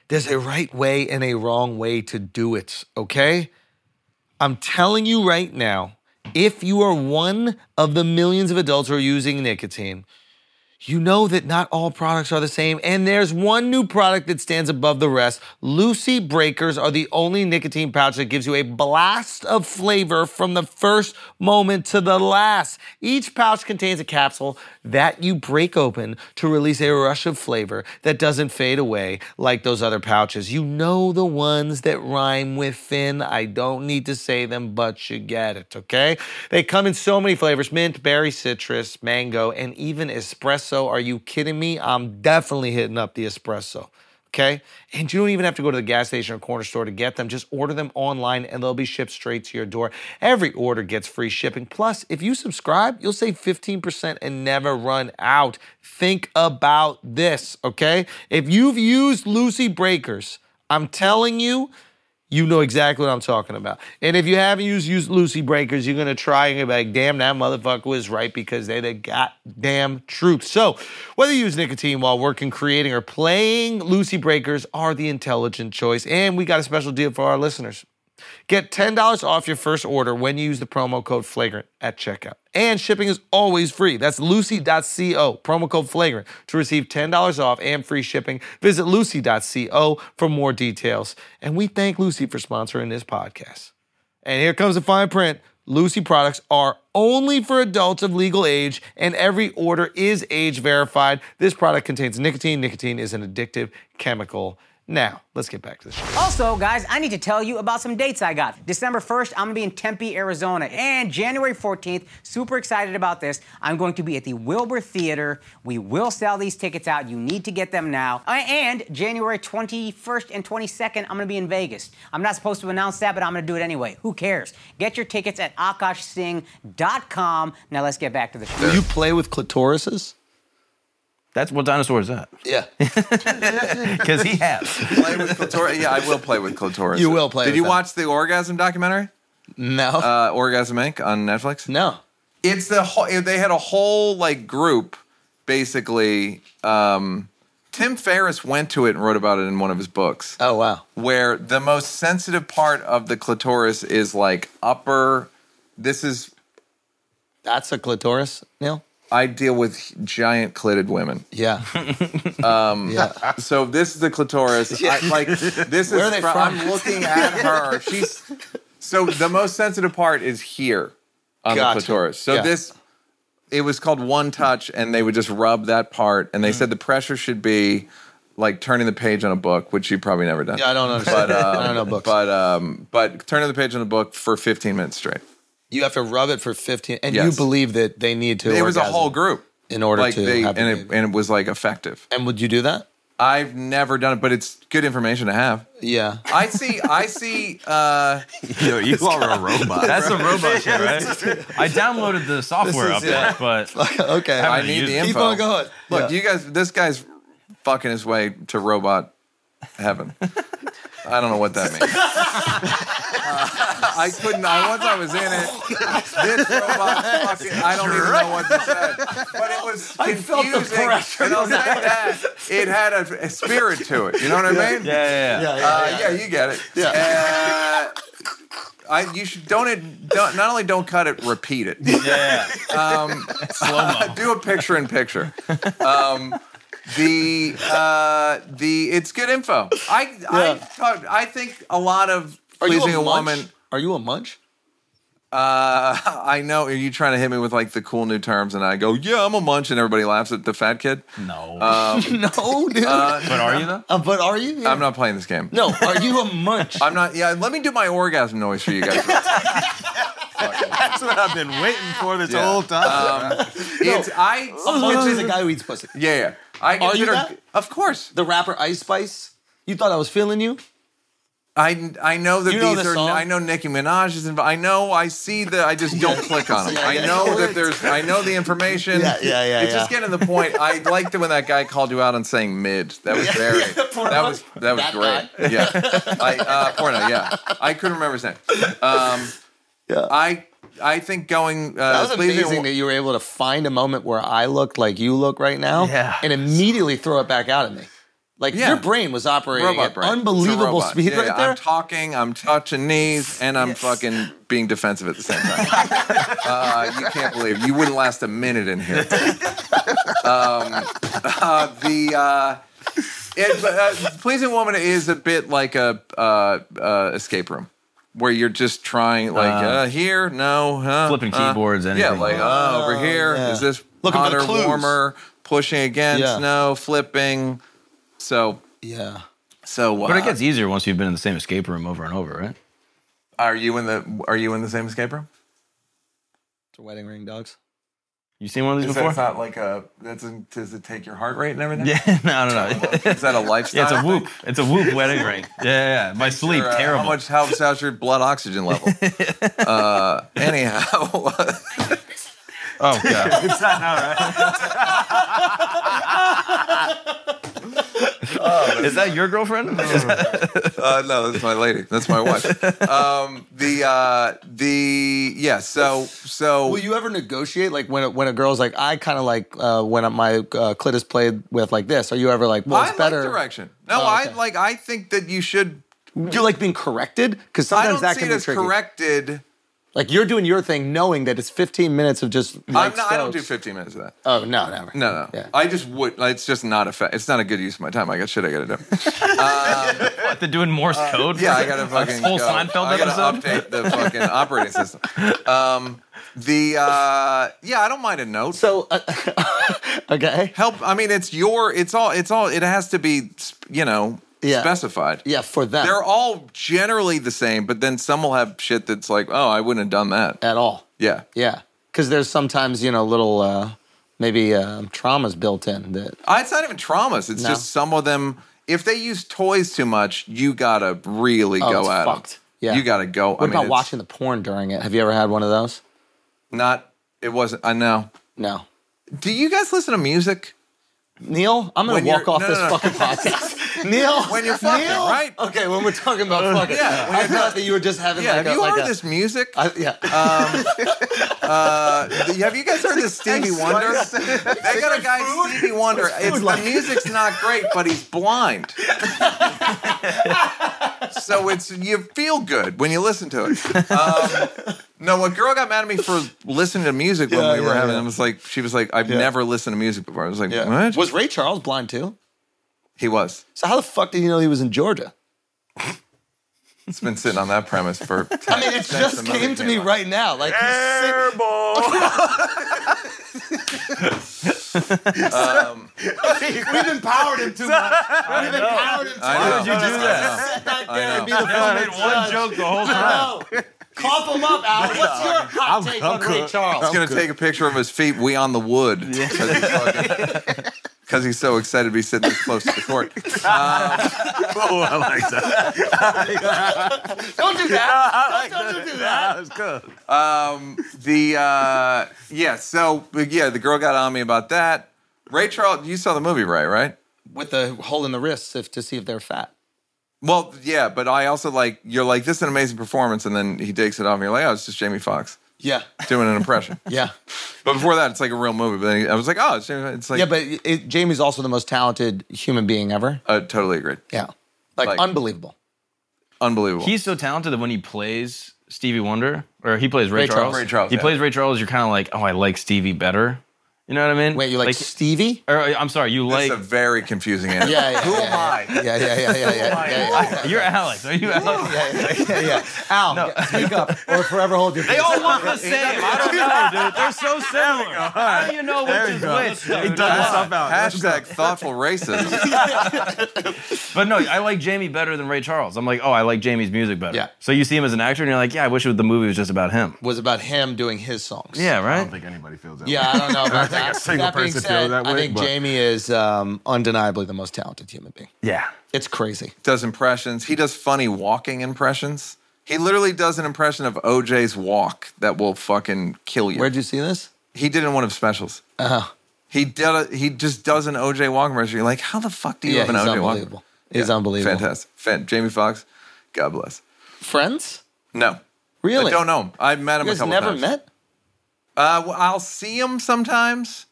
Speaker 1: there's a right way and a wrong way to do it, okay? I'm telling you right now, if you are one of the millions of adults who are using nicotine, you know that not all products are the same, and there's one new product that stands above the rest. Lucy Breakers are the only nicotine pouch that gives you a blast of flavor from the first moment to the last. Each pouch contains a capsule that you break open to release a rush of flavor that doesn't fade away like those other pouches. You know the ones that rhyme with fin. I don't need to say them, but you get it, okay? They come in so many flavors mint, berry, citrus, mango, and even espresso. Are you kidding me? I'm definitely hitting up the espresso. Okay? And you don't even have to go to the gas station or corner store to get them. Just order them online and they'll be shipped straight to your door. Every order gets free shipping. Plus, if you subscribe, you'll save 15% and never run out. Think about this, okay? If you've used Lucy Breakers, I'm telling you, you know exactly what I'm talking about. And if you haven't used, used Lucy Breakers, you're gonna try and you're gonna be like, damn, that motherfucker was right because they the goddamn truth. So, whether you use nicotine while working, creating, or playing, Lucy Breakers are the intelligent choice. And we got a special deal for our listeners. Get $10 off your first order when you use the promo code flagrant at checkout. And shipping is always free. That's lucy.co, promo code flagrant, to receive $10 off and free shipping. Visit lucy.co for more details. And we thank Lucy for sponsoring this podcast. And here comes the fine print. Lucy products are only for adults of legal age, and every order is age verified. This product contains nicotine. Nicotine is an addictive chemical. Now, let's get back to the show.
Speaker 6: Also, guys, I need to tell you about some dates I got. December 1st, I'm gonna be in Tempe, Arizona. And January 14th, super excited about this, I'm going to be at the Wilbur Theater. We will sell these tickets out. You need to get them now. Uh, And January 21st and 22nd, I'm gonna be in Vegas. I'm not supposed to announce that, but I'm gonna do it anyway. Who cares? Get your tickets at akashsing.com. Now, let's get back to the show.
Speaker 1: Do you play with clitorises?
Speaker 3: That's what dinosaur is that?
Speaker 1: Yeah.
Speaker 3: Because he has.
Speaker 2: Play with clitoris. Yeah, I will play with clitoris.
Speaker 1: You will play
Speaker 2: Did
Speaker 1: with
Speaker 2: you
Speaker 1: that.
Speaker 2: watch the orgasm documentary?
Speaker 1: No.
Speaker 2: Uh, orgasm Inc. on Netflix.
Speaker 1: no.
Speaker 2: It's the whole. They had a whole like group, basically. Um, Tim Ferriss went to it and wrote about it in one of his books.
Speaker 1: Oh, wow.
Speaker 2: where the most sensitive part of the clitoris is like upper. This is
Speaker 1: That's a clitoris, Neil?
Speaker 2: I deal with giant clitted women,
Speaker 1: Yeah. um, yeah.
Speaker 2: so this is the clitoris. I, like this
Speaker 1: Where are
Speaker 2: is
Speaker 1: they
Speaker 2: fro-
Speaker 1: from?
Speaker 2: I'm looking at her. She's so the most sensitive part is here on
Speaker 1: Gotcha.
Speaker 2: the clitoris. So
Speaker 1: Yeah.
Speaker 2: this it was called one touch, and they would just rub that part, and they
Speaker 1: Mm-hmm.
Speaker 2: said the pressure should be like turning the page on a book, which you probably never done.
Speaker 1: Yeah, I don't understand.
Speaker 2: But, um,
Speaker 1: I don't know books.
Speaker 2: But um, but turning the page on a book for 15 minutes straight.
Speaker 1: you have to rub it for 15, and you
Speaker 2: Yes.
Speaker 1: believe that they need to.
Speaker 2: it was a
Speaker 1: orgasm
Speaker 2: whole group
Speaker 1: In order
Speaker 2: like
Speaker 1: to
Speaker 2: they
Speaker 1: have
Speaker 2: and
Speaker 1: the
Speaker 2: it,
Speaker 1: baby.
Speaker 2: and it was like effective
Speaker 1: and would you do that?
Speaker 2: i've never done it but it's good information to have
Speaker 1: Yeah.
Speaker 2: i see i see uh
Speaker 5: Yo, you are a robot.
Speaker 3: That's some robot shit, right? I downloaded the software
Speaker 1: This
Speaker 3: up
Speaker 1: is,
Speaker 3: there, but
Speaker 1: okay.
Speaker 2: i
Speaker 3: gonna
Speaker 2: need
Speaker 3: use
Speaker 2: the
Speaker 3: it.
Speaker 2: info
Speaker 1: Keep on going.
Speaker 2: look
Speaker 1: Yeah.
Speaker 2: you guys this guy's fucking his way to robot heaven i don't know what that means Uh, I couldn't. I once I was in it. This robot fucking. I don't even know what to say. But it was confusing. I
Speaker 1: felt the pressure.
Speaker 2: And I'll say that it had a, a spirit to it. You know what I mean?
Speaker 3: yeah, yeah, yeah.
Speaker 2: Uh, yeah, you get it. Yeah. I, you should don't, it, don't not only don't cut it, repeat it. Um,
Speaker 3: yeah,
Speaker 2: Do a picture in picture. Um, the uh, the it's good info. I I
Speaker 1: Yeah.
Speaker 2: thought- I think a lot of
Speaker 1: Are you
Speaker 2: pleasing a,
Speaker 1: munch?
Speaker 2: woman.
Speaker 1: Are you a munch?
Speaker 2: Uh, I know. Are you trying to hit me with like the cool new terms? And I go, yeah, I'm a munch, and everybody laughs at the fat kid.
Speaker 3: yeah. No.
Speaker 1: no, dude.
Speaker 3: but are you though?
Speaker 1: Uh, but are you? Yeah.
Speaker 2: I'm not playing this game.
Speaker 1: No, are you a munch?
Speaker 2: I'm not. Yeah, let me do my orgasm noise for you guys.
Speaker 4: That's what I've been waiting for this
Speaker 2: Yeah.
Speaker 4: whole
Speaker 7: Um,
Speaker 4: time.
Speaker 2: It's I.
Speaker 1: a munch is a guy who eats pussy.
Speaker 2: Yeah, yeah. I
Speaker 1: Are you
Speaker 2: consider-
Speaker 1: that?
Speaker 2: Of course.
Speaker 1: The rapper Ice Spice. You thought I was feeling you?
Speaker 2: I I know that
Speaker 1: You know
Speaker 2: these
Speaker 1: the
Speaker 2: are.
Speaker 1: song?
Speaker 2: I know Nicki Minaj is involved. I know. I see the. I just don't click on them.
Speaker 1: Yeah, yeah.
Speaker 2: I know that there's. I know the information.
Speaker 1: Yeah, yeah, yeah,
Speaker 2: It's just
Speaker 1: yeah.
Speaker 2: getting to the point. I liked it when that guy called you out on saying mid. That was very.
Speaker 1: Porno.
Speaker 2: that was that was
Speaker 1: That
Speaker 2: great. Yeah. I uh, porno. Yeah. I couldn't remember his name. Um,
Speaker 1: Yeah.
Speaker 2: I I think going. Uh,
Speaker 1: That was
Speaker 2: pleasing-
Speaker 1: amazing that you were able to find a moment where I looked like you look right now
Speaker 3: Yeah.
Speaker 1: and immediately throw it back out at me. Like
Speaker 2: Yeah.
Speaker 1: your brain was operating
Speaker 2: Robot
Speaker 1: at
Speaker 2: brain. It's a
Speaker 1: unbelievable
Speaker 2: robot.
Speaker 1: speed
Speaker 2: Yeah,
Speaker 1: right
Speaker 2: yeah.
Speaker 1: there.
Speaker 2: I'm talking, I'm touching knees, and I'm fucking being defensive at the same time. uh, you can't believe you wouldn't last a minute in here. um, uh, the uh, it, but, uh, pleasing woman is a bit like a uh, uh, escape room. Where you're just trying, like uh, here, no, huh,
Speaker 3: Flipping
Speaker 2: uh,
Speaker 3: keyboards, anything.
Speaker 2: yeah, like uh, over here, is
Speaker 1: yeah.
Speaker 2: this
Speaker 1: Looking for the
Speaker 2: hotter,
Speaker 1: clues.
Speaker 2: warmer, pushing against,
Speaker 1: Yeah.
Speaker 2: no, flipping. So,
Speaker 1: yeah.
Speaker 2: so, uh,
Speaker 3: But it gets easier once you've been in the same escape room over and over, right?
Speaker 2: Are you in the Are you in the same escape room?
Speaker 1: It's a wedding ring, dogs.
Speaker 3: You seen one of these
Speaker 2: Is
Speaker 3: before?
Speaker 2: that not like a? That's a, does it take your heart rate and everything?
Speaker 3: yeah, no, no, no.
Speaker 2: Is that a lifestyle?
Speaker 3: Yeah, it's a
Speaker 2: thing?
Speaker 3: whoop. It's a whoop wedding ring. Yeah, yeah. yeah. My sleep,
Speaker 2: Or, uh,
Speaker 3: terrible.
Speaker 2: How much helps out your blood oxygen level? uh, anyhow,
Speaker 3: oh god.
Speaker 4: It's not all right.
Speaker 2: Oh,
Speaker 3: Is that your girlfriend? Is that-
Speaker 2: uh, no, that's my lady. That's my wife. Um, the uh, the yeah. So so
Speaker 1: Will you ever negotiate? Like when a, when a girl's like, I kind of like uh, when my uh, clit is played with like this. Are you ever like, well,
Speaker 2: I
Speaker 1: it's
Speaker 2: like
Speaker 1: better?
Speaker 2: direction. No,
Speaker 1: Oh, okay.
Speaker 2: I like. I think that you should
Speaker 1: you like being corrected because
Speaker 2: I
Speaker 1: sometimes
Speaker 2: don't
Speaker 1: that
Speaker 2: see
Speaker 1: can
Speaker 2: it
Speaker 1: be
Speaker 2: as
Speaker 1: tricky.
Speaker 2: corrected.
Speaker 1: Like you're doing your thing, knowing that it's 15 minutes of just.
Speaker 2: I'm
Speaker 1: Mike
Speaker 2: not, I don't do
Speaker 1: Stokes.
Speaker 2: 15 minutes of that.
Speaker 1: Oh no, never.
Speaker 2: No, no.
Speaker 1: Yeah.
Speaker 2: I just would. like, It's just not a. Fa- it's not a good use of my time. I got shit. I got to do.
Speaker 3: What, they're doing Morse code?
Speaker 2: Yeah, I
Speaker 3: for
Speaker 2: gotta
Speaker 3: a
Speaker 2: fucking
Speaker 3: whole
Speaker 2: go.
Speaker 3: Seinfeld
Speaker 2: I gotta
Speaker 3: episode.
Speaker 2: update the fucking operating system. Um, the uh, yeah, I don't mind a note.
Speaker 1: so uh, okay.
Speaker 2: Help. I mean, it's your. It's all. It's all. It has to be. sp- You know,
Speaker 1: Yeah.
Speaker 2: specified.
Speaker 1: Yeah, for them
Speaker 2: They're all generally the same, but then some will have shit that's like, oh, I wouldn't have done that.
Speaker 1: at all.
Speaker 2: Yeah.
Speaker 1: Yeah, because there's sometimes you know little uh, maybe um, traumas built in that.
Speaker 2: I, Uh, it's not even traumas. It's
Speaker 1: No.
Speaker 2: just some of them. If they use toys too much, you gotta really
Speaker 1: Oh,
Speaker 2: go
Speaker 1: it's
Speaker 2: at 'em.
Speaker 1: fucked. Yeah.
Speaker 2: you gotta go.
Speaker 1: What about watching the porn during it? Have you ever had one of those?
Speaker 2: Not. It wasn't. I know.
Speaker 1: No.
Speaker 2: Do you guys listen to music?
Speaker 1: Neil, I'm gonna
Speaker 2: When
Speaker 1: walk
Speaker 2: you're-
Speaker 1: off
Speaker 2: no,
Speaker 1: this
Speaker 2: no, no.
Speaker 1: fucking podcast. Neil,
Speaker 2: When you're fucking,
Speaker 1: Neil?
Speaker 2: right? Uh,
Speaker 1: Okay, when we're talking about fucking,
Speaker 2: yeah, when
Speaker 1: I
Speaker 2: you're
Speaker 1: thought that you were just having
Speaker 2: Yeah,
Speaker 1: like
Speaker 2: have
Speaker 1: a,
Speaker 2: you
Speaker 1: like
Speaker 2: heard
Speaker 1: a-
Speaker 2: this music?
Speaker 1: I- yeah,
Speaker 2: Uh, th- have you guys heard this Stevie Wonder? They got a guy Stevie Wonder. It's the music's not great, but he's blind. so it's you feel good when you listen to it. Um, no, a girl got mad at me for listening to music when
Speaker 1: Yeah,
Speaker 2: we were
Speaker 1: yeah,
Speaker 2: having.
Speaker 1: yeah.
Speaker 2: I was like, she was like, I've never listened to music before. I was like,
Speaker 1: yeah. uh,
Speaker 2: what?
Speaker 1: Was Ray Charles blind too?
Speaker 2: He was.
Speaker 1: So how the fuck did you know he was in Georgia?
Speaker 2: It's been sitting on that premise for.
Speaker 1: I mean, it
Speaker 2: the
Speaker 1: just
Speaker 2: movie
Speaker 1: came to
Speaker 2: came
Speaker 1: me
Speaker 2: out.
Speaker 1: right now. Like, he's sick-
Speaker 7: Oh,
Speaker 1: we've empowered him too much. We've empowered him too
Speaker 2: I
Speaker 1: much.
Speaker 2: know. Why would you
Speaker 1: Just
Speaker 2: do that?
Speaker 1: gonna Sit back there
Speaker 2: I
Speaker 1: and be
Speaker 2: know.
Speaker 1: the
Speaker 4: I
Speaker 1: fucking
Speaker 4: made one
Speaker 1: judge.
Speaker 4: joke the whole time.
Speaker 1: No. Cough him up, Al. What's your hot take on Ray Charles?
Speaker 2: He's gonna take a picture of his feet. We on the wood because he's so excited to be sitting this close to the court.
Speaker 5: Oh, I like that.
Speaker 1: Don't do that.
Speaker 4: I
Speaker 1: Don't
Speaker 4: like
Speaker 1: do that.
Speaker 4: that. That's good.
Speaker 2: Um, the uh, yeah, so but yeah, the girl got on me about that. Ray Charles, you saw the movie, right? Right.
Speaker 1: With the hole in the wrists if, to see if they're fat.
Speaker 2: Well, yeah, but I also like you're like this is an amazing performance, and then he takes it off, and you're like, oh, it's just Jamie Foxx
Speaker 1: Yeah.
Speaker 2: doing an impression.
Speaker 1: Yeah.
Speaker 2: But before that, it's like a real movie. But then I was like, oh, it's, Jamie- it's like
Speaker 1: Yeah, but it, Jamie's also the most talented human being ever.
Speaker 2: I totally agreed,
Speaker 1: Yeah. Like,
Speaker 2: Like-
Speaker 1: unbelievable.
Speaker 2: unbelievable.
Speaker 3: He's so talented that when he plays Stevie Wonder, or he plays Ray,
Speaker 1: Ray Charles.
Speaker 3: Charles,
Speaker 2: Ray Charles,
Speaker 3: he
Speaker 2: yeah.
Speaker 3: plays Ray Charles. You're kind of like, oh, I like Stevie better. You know what I mean?
Speaker 1: Wait, you like, Stevie?
Speaker 3: or, uh, I'm sorry, you
Speaker 2: That's
Speaker 3: like.
Speaker 2: a very confusing answer.
Speaker 1: Yeah, yeah.
Speaker 2: Who
Speaker 1: yeah,
Speaker 2: am I?
Speaker 1: Yeah, yeah, yeah, yeah, yeah, yeah, yeah,
Speaker 3: You're Alex. Are you Alex?
Speaker 1: yeah, yeah, yeah, yeah. Al, yeah, speak up or forever hold your peace.
Speaker 3: They all look the same. I don't know, dude. They're so similar. How do you know which is which? dude?
Speaker 4: Stuff out.
Speaker 2: Hashtag thoughtful racism.
Speaker 3: But no, I like Jamie better than Ray Charles. I'm like, oh, I like Jamie's music better.
Speaker 1: Yeah.
Speaker 3: So you see him as an actor, and you're like, yeah, I wish it was, the movie was just about him.
Speaker 1: was about him doing his songs.
Speaker 3: Yeah,
Speaker 5: I
Speaker 3: right.
Speaker 5: don't think anybody feels that
Speaker 1: Yeah, I don't know about
Speaker 5: think
Speaker 1: that.
Speaker 5: a single
Speaker 1: that being
Speaker 5: person feels
Speaker 1: said,
Speaker 5: that
Speaker 1: I
Speaker 5: way,
Speaker 1: think
Speaker 5: but-
Speaker 1: Jamie is um, undeniably the most talented human being.
Speaker 3: yeah.
Speaker 1: It's crazy.
Speaker 2: does impressions. He does funny walking impressions. He literally does an impression of OJ's walk that will fucking kill you.
Speaker 1: Where'd you see this?
Speaker 2: he did it in one of his specials.
Speaker 1: Oh,
Speaker 2: He did. A, he just does an OJ walk impression. You're like, how the fuck do you
Speaker 1: yeah,
Speaker 2: have an
Speaker 1: he's
Speaker 2: OJ walk?
Speaker 1: unbelievable. He's
Speaker 2: Yeah,
Speaker 1: unbelievable.
Speaker 2: Fantastic. Fan- Jamie Foxx, God bless.
Speaker 1: Friends?
Speaker 2: No,
Speaker 1: Really?
Speaker 2: I don't know him. I met him
Speaker 1: You
Speaker 2: a
Speaker 1: guys
Speaker 2: couple
Speaker 1: never
Speaker 2: times.
Speaker 1: met?
Speaker 2: Uh, well, I'll see him sometimes.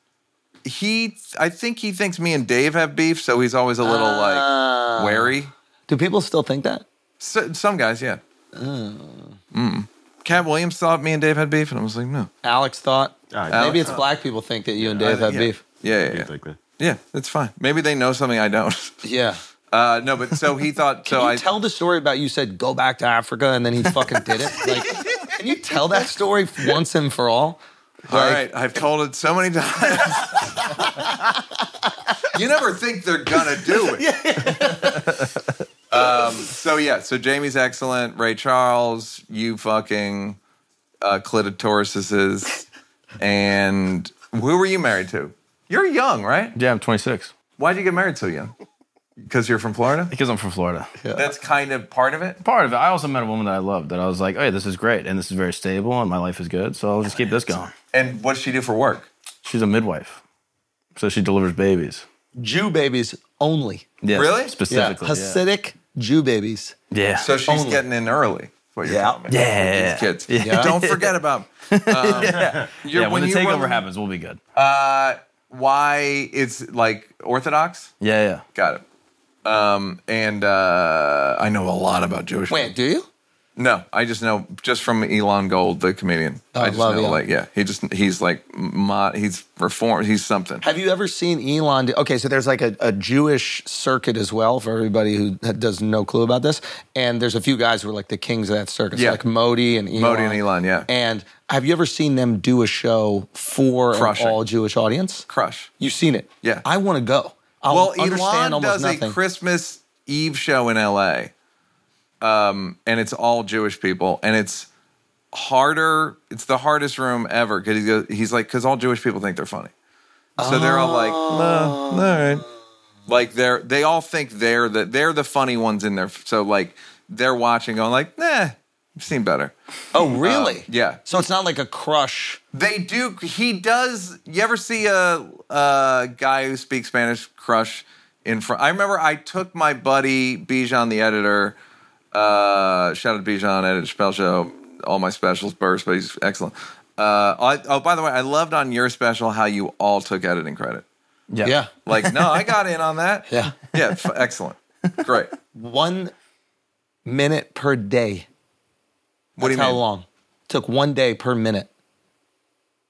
Speaker 2: He, I think he thinks me and Dave have beef, so he's always a little
Speaker 1: Ah.
Speaker 2: like wary.
Speaker 1: Do people still think that?
Speaker 2: So, some guys, yeah. Oh. Mm. Cat Williams thought me and Dave had beef, and I was like, no.
Speaker 1: Alex thought.
Speaker 5: I-
Speaker 1: maybe it's black people think that you and Dave have
Speaker 2: Uh, yeah.
Speaker 1: beef.
Speaker 2: Yeah, yeah,
Speaker 5: way.
Speaker 2: yeah.
Speaker 5: Like that.
Speaker 2: Yeah, that's fine. Maybe they know something I don't.
Speaker 1: Yeah.
Speaker 2: Uh, no, but so he thought.
Speaker 1: Can
Speaker 2: so
Speaker 1: you
Speaker 2: I
Speaker 1: tell the story about you said go back to Africa and then he fucking did it? Like, can you tell that story once and for all?
Speaker 2: All right, I've told it so many times. you never think they're gonna do it. um, so yeah, so Jamie's excellent. Ray Charles, you fucking uh, clitorises, and who were you married to? You're young, right?
Speaker 3: Yeah, I'm 26
Speaker 2: Why'd you get married so young? Because you're from Florida.
Speaker 3: because I'm from Florida.
Speaker 2: That's kind of part of it.
Speaker 3: Part of it. I also met a woman that I loved that I was like, hey, this is great and this is very stable and my life is good. So I'll just keep this going.
Speaker 2: And what does she do for work?
Speaker 3: She's a midwife. So she delivers babies.
Speaker 1: Jew babies only.
Speaker 3: Yes,
Speaker 2: Really?
Speaker 1: Yeah.
Speaker 3: Specifically. Yeah.
Speaker 1: Hasidic Jew babies.
Speaker 3: Yeah.
Speaker 2: So she's getting in early. is What you're
Speaker 1: Yeah.
Speaker 2: telling me. With
Speaker 3: Yeah.
Speaker 2: these kids. Don't forget about. Um, you're-
Speaker 3: yeah, when, the
Speaker 2: you
Speaker 3: takeover
Speaker 2: were-
Speaker 3: happens, we'll be good.
Speaker 2: Uh, why it's like Orthodox?
Speaker 3: Yeah, yeah.
Speaker 2: Got it. Um, and uh, I know a lot about Jewish.
Speaker 1: Wait, do you?
Speaker 2: No, I just know just from Elon Gold, the comedian.
Speaker 1: Oh,
Speaker 2: I just
Speaker 1: love
Speaker 2: know,
Speaker 1: Elon.
Speaker 2: like, yeah, he just he's like, mo- he's reformed, he's something.
Speaker 1: Have you ever seen Elon? do- Okay, so there's like a, a Jewish circuit as well for everybody who does no clue about this. And there's a few guys who are like the kings of that circuit, so
Speaker 2: Yeah.
Speaker 1: like Modi and Elon.
Speaker 2: Modi and Elon, yeah.
Speaker 1: And have you ever seen them do a show for
Speaker 2: Crushing.
Speaker 1: an all Jewish audience?
Speaker 2: Crush.
Speaker 1: You've seen it.
Speaker 2: Yeah.
Speaker 1: I want to go. I'll
Speaker 2: Well,
Speaker 1: understand
Speaker 2: Elon
Speaker 1: almost
Speaker 2: does
Speaker 1: nothing.
Speaker 2: a Christmas Eve show in LA, um, and it's all Jewish people, and it's harder. It's the hardest room ever because he goes, he's like, because all Jewish people think they're funny, so they're all like,
Speaker 1: Oh.
Speaker 2: "Nah, all right, like they're they all think they're the they're the funny ones in there. So like they're watching, going like, nah, I've seen better.
Speaker 1: oh, really?
Speaker 2: uh, yeah.
Speaker 1: So it's not like a crush.
Speaker 2: They do. He does. You ever see a, a guy who speaks Spanish crush in front? I remember I took my buddy Bijan, the editor. Uh, shout out to Bijan, editor Spell Show. All my specials burst, but he's excellent. Uh, I, oh, by the way, I loved on your special how you all took editing credit.
Speaker 1: Yeah.
Speaker 2: Like, no, I got in on that.
Speaker 1: Yeah.
Speaker 2: Yeah. F- excellent. Great.
Speaker 1: One minute per day.
Speaker 2: What do you
Speaker 1: That's how
Speaker 2: mean?
Speaker 1: long? Took one day per minute.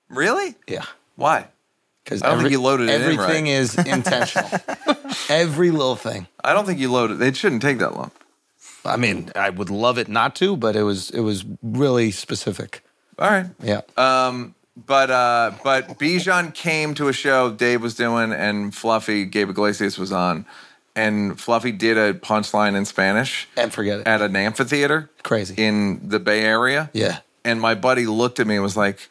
Speaker 2: Really?
Speaker 1: Yeah.
Speaker 2: Why?
Speaker 1: Because
Speaker 2: I don't think you loaded it in right.
Speaker 1: Everything is intentional. Every little thing.
Speaker 2: I don't think you loaded. It shouldn't take that long.
Speaker 1: I mean, I would love it not to, but it was it was really specific.
Speaker 2: All right.
Speaker 1: Yeah.
Speaker 2: Um, but uh, but Bijan came to a show Dave was doing, and Fluffy Gabe Iglesias was on, and Fluffy did a punchline in Spanish
Speaker 1: and forget it.
Speaker 2: at an amphitheater,
Speaker 1: Crazy.
Speaker 2: in the Bay Area.
Speaker 1: Yeah.
Speaker 2: and my buddy looked at me and was like,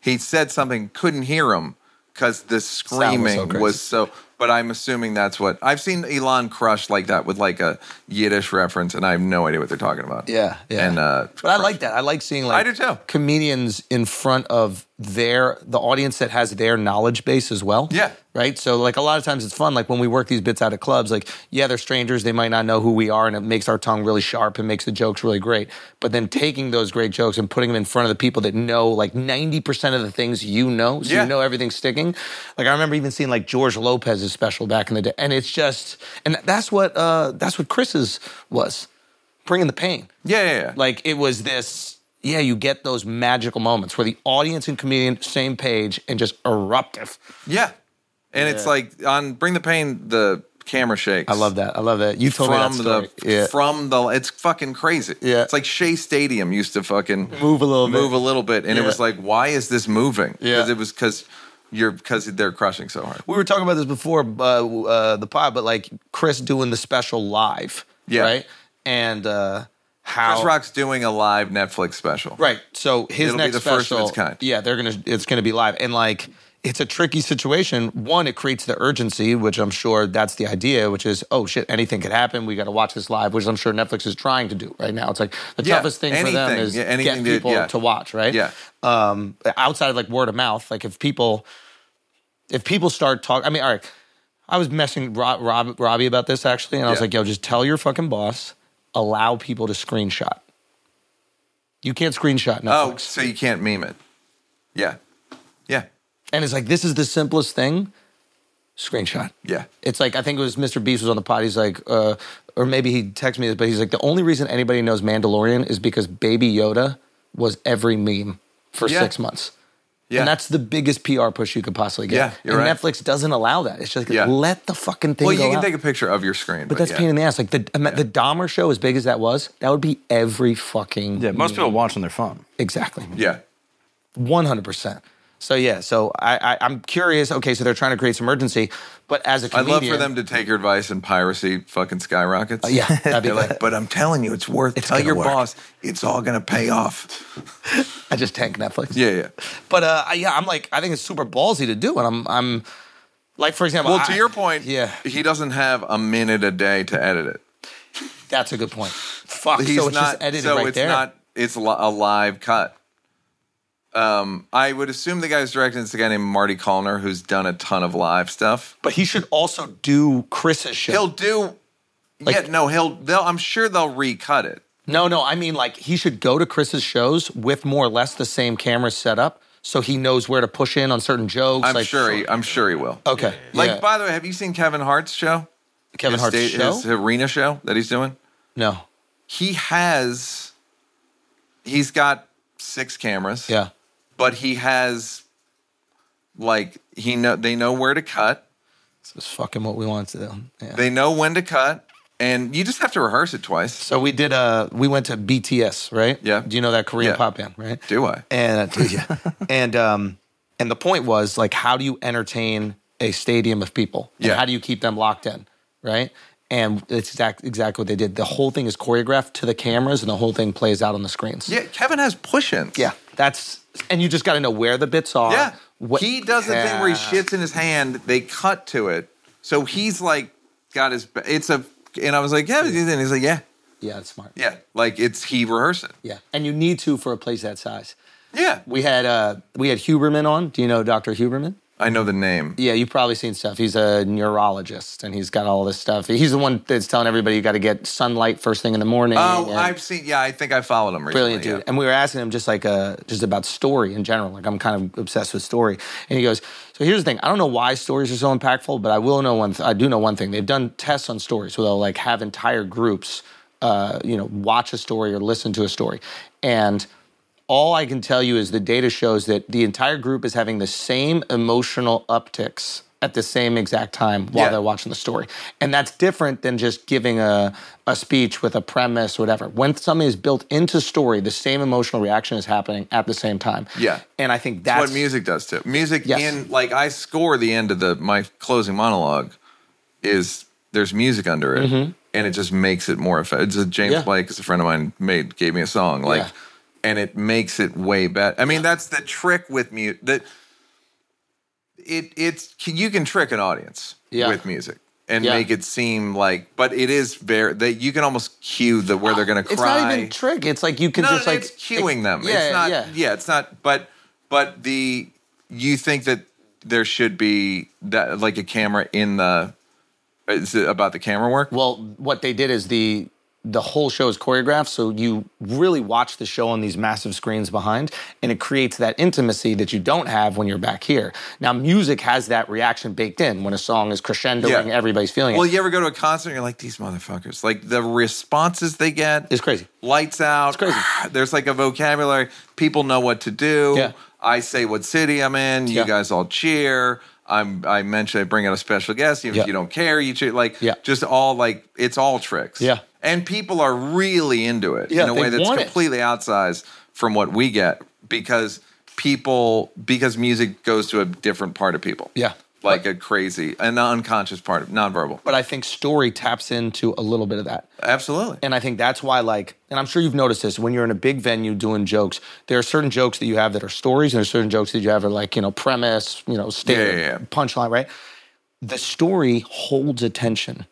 Speaker 2: he said something, couldn't hear him because the screaming
Speaker 1: so
Speaker 2: was so,
Speaker 1: crazy.
Speaker 2: But I'm assuming that's what I've seen Elon crush like that with like a Yiddish reference, and I have no idea what they're talking about.
Speaker 1: yeah. Yeah.
Speaker 2: and uh,
Speaker 1: but I like that. I like seeing like
Speaker 2: I do too.
Speaker 1: comedians in front of their the audience that has their knowledge base as well.
Speaker 2: Yeah.
Speaker 1: Right. So like a lot of times it's fun. Like when we work these bits out at clubs, like yeah, they're strangers. They might not know who we are, and it makes our tongue really sharp and makes the jokes really great. But then taking those great jokes and putting them in front of the people that know like ninety percent of the things you know, so
Speaker 2: Yeah.
Speaker 1: you know everything's sticking. Like I remember even seeing like George Lopez's special back in the day, and it's just and that's what uh that's what Chris's was, bringing the pain
Speaker 2: yeah, yeah, yeah.
Speaker 1: like it was this yeah you get those magical moments where the audience and comedian same page and just eruptive
Speaker 2: Yeah. And it's like on Bring the Pain, the camera shakes.
Speaker 1: i love that i love that you told
Speaker 2: From
Speaker 1: me that story.
Speaker 2: the from the it's fucking crazy.
Speaker 1: Yeah.
Speaker 2: It's like Shea Stadium used to fucking
Speaker 1: Move a little bit.
Speaker 2: Move a little bit. And it
Speaker 1: Yeah.
Speaker 2: was like, why is this moving?
Speaker 1: Yeah.
Speaker 2: Because it was because you're because they're crushing so hard.
Speaker 1: we were talking about this before uh, uh, the pod but like chris doing the special live
Speaker 2: Yeah.
Speaker 1: right and uh how
Speaker 2: Chris Rock's doing a live Netflix special.
Speaker 1: Right. So his
Speaker 2: It'll be
Speaker 1: next
Speaker 2: the
Speaker 1: special,
Speaker 2: first of its kind.
Speaker 1: yeah, they're gonna. It's gonna be live, and like it's a tricky situation. One, it creates the urgency, which I'm sure that's the idea, which is oh shit, anything could happen. We got to watch this live, which I'm sure Netflix is trying to do right now. It's like the
Speaker 2: Yeah,
Speaker 1: toughest thing for them
Speaker 2: anything.
Speaker 1: is
Speaker 2: Yeah, anything
Speaker 1: get
Speaker 2: to-
Speaker 1: people
Speaker 2: yeah.
Speaker 1: to watch, right?
Speaker 2: Yeah.
Speaker 1: Um, outside of like word of mouth, like if people if people start talking, I mean, all right, I was messing Rob, Rob, Robbie about this actually, and I was
Speaker 2: Yeah.
Speaker 1: like, yo, just tell your fucking boss, allow people to screenshot. You can't screenshot
Speaker 2: Oh,
Speaker 1: Netflix.
Speaker 2: so you can't meme it. Yeah. Yeah.
Speaker 1: And it's like, this is the simplest thing. Screenshot.
Speaker 2: Yeah.
Speaker 1: It's like, I think it was Mr. Beast was on the pod. He's like, uh, or maybe he texted me this, but he's like, the only reason anybody knows Mandalorian is because Baby Yoda was every meme for
Speaker 2: Yeah.
Speaker 1: six months.
Speaker 2: Yeah.
Speaker 1: And that's the biggest PR push you could possibly get.
Speaker 2: Yeah, you're
Speaker 1: and
Speaker 2: right.
Speaker 1: Netflix doesn't allow that. It's just like,
Speaker 2: Yeah.
Speaker 1: let the fucking thing
Speaker 2: well, you
Speaker 1: go
Speaker 2: can
Speaker 1: out.
Speaker 2: take a picture of your screen.
Speaker 1: but that's
Speaker 2: yeah.
Speaker 1: pain in the ass. Like the I mean, the Dahmer show, as big as that was, that would be every fucking
Speaker 3: Yeah, most people watch on their phone.
Speaker 1: exactly.
Speaker 2: Yeah.
Speaker 1: One hundred percent. So yeah, so I, I I'm curious. Okay, so they're trying to create some urgency, but as a
Speaker 2: I'd
Speaker 1: comedian,
Speaker 2: love for them to take your advice and piracy fucking skyrockets.
Speaker 1: Uh, Yeah, that'd be
Speaker 2: They're
Speaker 1: great.
Speaker 2: like, but I'm telling you, it's worth. tell
Speaker 1: gonna
Speaker 2: your
Speaker 1: work."
Speaker 2: boss, it's all gonna pay off.
Speaker 1: I just tank Netflix.
Speaker 2: Yeah, yeah.
Speaker 1: But uh, I- yeah, I'm like I think it's super ballsy to do, and I'm I'm like for example.
Speaker 2: Well, to
Speaker 1: I-
Speaker 2: your point,
Speaker 1: yeah,
Speaker 2: he doesn't have a minute a day to edit it.
Speaker 1: that's a good point. Fuck,
Speaker 2: He's
Speaker 1: so it's
Speaker 2: not.
Speaker 1: just edited
Speaker 2: so
Speaker 1: right
Speaker 2: it's
Speaker 1: there.
Speaker 2: not. It's li- a live cut. Um, I would assume the guy who's directing it's a guy named Marty Collner who's done a ton of live stuff.
Speaker 1: but he should also do Chris's show.
Speaker 2: He'll do. yeah, no, he'll. They'll. I'm sure they'll recut it.
Speaker 1: No, no, I mean like he should go to Chris's shows with more or less the same camera setup, so he knows where to push in on certain jokes.
Speaker 2: I'm
Speaker 1: like,
Speaker 2: sure. He, I'm sure he will.
Speaker 1: Okay.
Speaker 2: Like,
Speaker 1: yeah.
Speaker 2: by the way, have you seen Kevin Hart's show?
Speaker 1: Kevin Hart's
Speaker 2: state-
Speaker 1: show?
Speaker 2: his arena show that he's doing.
Speaker 1: no.
Speaker 2: He has, he's got six cameras.
Speaker 1: Yeah.
Speaker 2: but he has, like he know they know where to cut.
Speaker 1: This is fucking what we want to do. Yeah.
Speaker 2: They know when to cut, and you just have to rehearse it twice.
Speaker 1: So we did. Uh, we went to BTS, right?
Speaker 2: Yeah.
Speaker 1: Do you know that Korean
Speaker 2: Yeah.
Speaker 1: pop band, right?
Speaker 2: Do I?
Speaker 1: And uh, yeah. and um, and the point was like, how do you entertain a stadium of people? And
Speaker 2: Yeah.
Speaker 1: How do you keep them locked in, right? And it's exact, exactly what they did. The whole thing is choreographed to the cameras, and the whole thing plays out on the screens.
Speaker 2: Yeah, Kevin has push-ins.
Speaker 1: Yeah. That's and you just got to know where the bits are.
Speaker 2: Yeah.
Speaker 1: what-
Speaker 2: he does a thing where he
Speaker 1: Yeah.
Speaker 2: shits in his hand. They cut to it. So he's like, got his. It's a. And I was like, yeah. And he's like, yeah,
Speaker 1: Yeah, it's smart.
Speaker 2: yeah. Like it's he rehearsing.
Speaker 1: Yeah. And you need to for a place that size.
Speaker 2: Yeah.
Speaker 1: We had uh, we had Huberman on. Do you know Dr. Huberman?
Speaker 2: I know the name.
Speaker 1: Yeah, you've probably seen stuff. He's a neurologist and he's got all this stuff. He's the one that's telling everybody you got to get sunlight first thing in the morning.
Speaker 2: Oh,
Speaker 1: and-
Speaker 2: I've seen. Yeah, I think I followed him recently.
Speaker 1: Brilliant dude.
Speaker 2: yeah.
Speaker 1: And we were asking him just like uh, just about story in general. Like I'm kind of obsessed with story. And he goes, so here's the thing. I don't know why stories are so impactful, but I will know one. Th- I do know one thing. They've done tests on stories where they'll like have entire groups, uh, you know, watch a story or listen to a story, and all I can tell you is the data shows that the entire group is having the same emotional upticks at the same exact time while
Speaker 2: Yeah.
Speaker 1: they're watching the story. And that's different than just giving a, a speech with a premise or whatever. When something is built into story, the same emotional reaction is happening at the same time.
Speaker 2: Yeah.
Speaker 1: And I think
Speaker 2: That's
Speaker 1: that's
Speaker 2: what music does too. Music
Speaker 1: Yes.
Speaker 2: in like I score the end of the my closing monologue is there's music under it, and it just makes it more effective. It's a James
Speaker 1: Mm-hmm. Yeah.
Speaker 2: Blake, is a friend of mine, made gave me a song like,
Speaker 1: Yeah.
Speaker 2: and it makes it way better. I mean, that's the trick with music. That it it's you can trick an audience
Speaker 1: Yeah.
Speaker 2: with music. And
Speaker 1: Yeah.
Speaker 2: make it seem like, but it is very that you can almost cue the where they're going to
Speaker 1: It's
Speaker 2: cry
Speaker 1: not even trick. It's like you can
Speaker 2: no,
Speaker 1: just
Speaker 2: no,
Speaker 1: like
Speaker 2: it's cueing them.
Speaker 1: Yeah,
Speaker 2: it's not.
Speaker 1: yeah.
Speaker 2: Yeah. it's not. But but the you think that there should be that like a camera in the is it about the camera work?
Speaker 1: Well, what they did is the the whole show is choreographed, so you really watch the show on these massive screens behind, and it creates that intimacy that you don't have when you're back here. Now, music has that reaction baked in when a song is crescendoing,
Speaker 2: Yeah.
Speaker 1: everybody's feeling
Speaker 2: Well,
Speaker 1: it.
Speaker 2: you ever go to a concert and you're like these motherfuckers? Like the responses they get
Speaker 1: It's crazy.
Speaker 2: Lights out. It's
Speaker 1: crazy.
Speaker 2: There's like a vocabulary. People know what to do.
Speaker 1: Yeah.
Speaker 2: I say what city I'm in. You
Speaker 1: Yeah.
Speaker 2: guys all cheer. I'm. I mention I bring out a special guest. Even
Speaker 1: Yeah.
Speaker 2: if you don't care, you cheer. Like
Speaker 1: Yeah.
Speaker 2: just all like it's all tricks.
Speaker 1: Yeah.
Speaker 2: And people are really into it
Speaker 1: Yeah,
Speaker 2: in a
Speaker 1: they
Speaker 2: way that's
Speaker 1: want it.
Speaker 2: completely outsized from what we get because people because music goes to a different part of people.
Speaker 1: Yeah.
Speaker 2: Like a crazy, an unconscious part of nonverbal.
Speaker 1: But I think story taps into a little bit of that.
Speaker 2: Absolutely.
Speaker 1: And I think that's why, like, and I'm sure you've noticed this when you're in a big venue doing jokes, there are certain jokes that you have that are stories, and there's certain jokes that you have that are like, you know, premise, you know, statement,
Speaker 2: Yeah, yeah, yeah.
Speaker 1: punchline, right? The story holds attention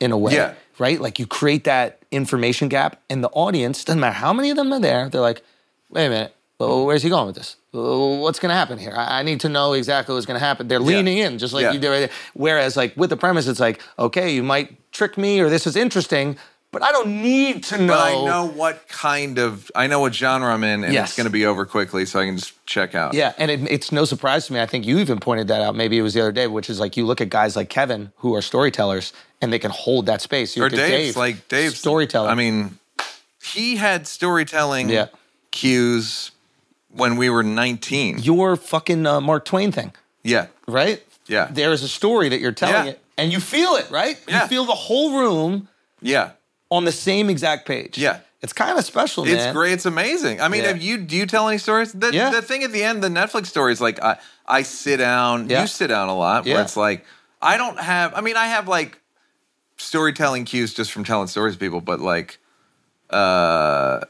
Speaker 1: in a way,
Speaker 2: Yeah.
Speaker 1: right? Like you create that information gap, and the audience, doesn't matter how many of them are there, they're like, wait a minute, well, where's he going with this? Well, What's going to happen here? I I need to know exactly what's going to happen. They're leaning in, just like
Speaker 2: Yeah.
Speaker 1: you did right there. Whereas, like with the premise, it's like, okay, you might trick me, or this is interesting, but I don't need to know.
Speaker 2: But I know what kind of I know what genre I'm in, and
Speaker 1: Yes.
Speaker 2: it's going to be over quickly, so I can just check out.
Speaker 1: Yeah, and it, it's no surprise to me. I think you even pointed that out. Maybe it was the other day, which is like you look at guys like Kevin who are storytellers and they can hold that space. You
Speaker 2: or
Speaker 1: look at
Speaker 2: Dave's like Dave's
Speaker 1: storyteller.
Speaker 2: I mean, he had storytelling
Speaker 1: Yeah.
Speaker 2: cues when we were 19.
Speaker 1: your fucking uh, Mark Twain thing,
Speaker 2: yeah,
Speaker 1: right?
Speaker 2: Yeah.
Speaker 1: There is a story that you're telling
Speaker 2: Yeah.
Speaker 1: it, and you feel it, right?
Speaker 2: Yeah.
Speaker 1: You feel the whole room
Speaker 2: yeah,
Speaker 1: on the same exact page.
Speaker 2: Yeah.
Speaker 1: it's kind of special, man.
Speaker 2: it's great. It's amazing. I mean,
Speaker 1: Yeah.
Speaker 2: have you do you tell any stories? The,
Speaker 1: Yeah.
Speaker 2: the thing at the end, the Netflix story is like I I sit down.
Speaker 1: Yeah.
Speaker 2: You sit down a lot.
Speaker 1: Yeah.
Speaker 2: Where it's like I don't have. I mean, I have like storytelling cues just from telling stories to people, but like uh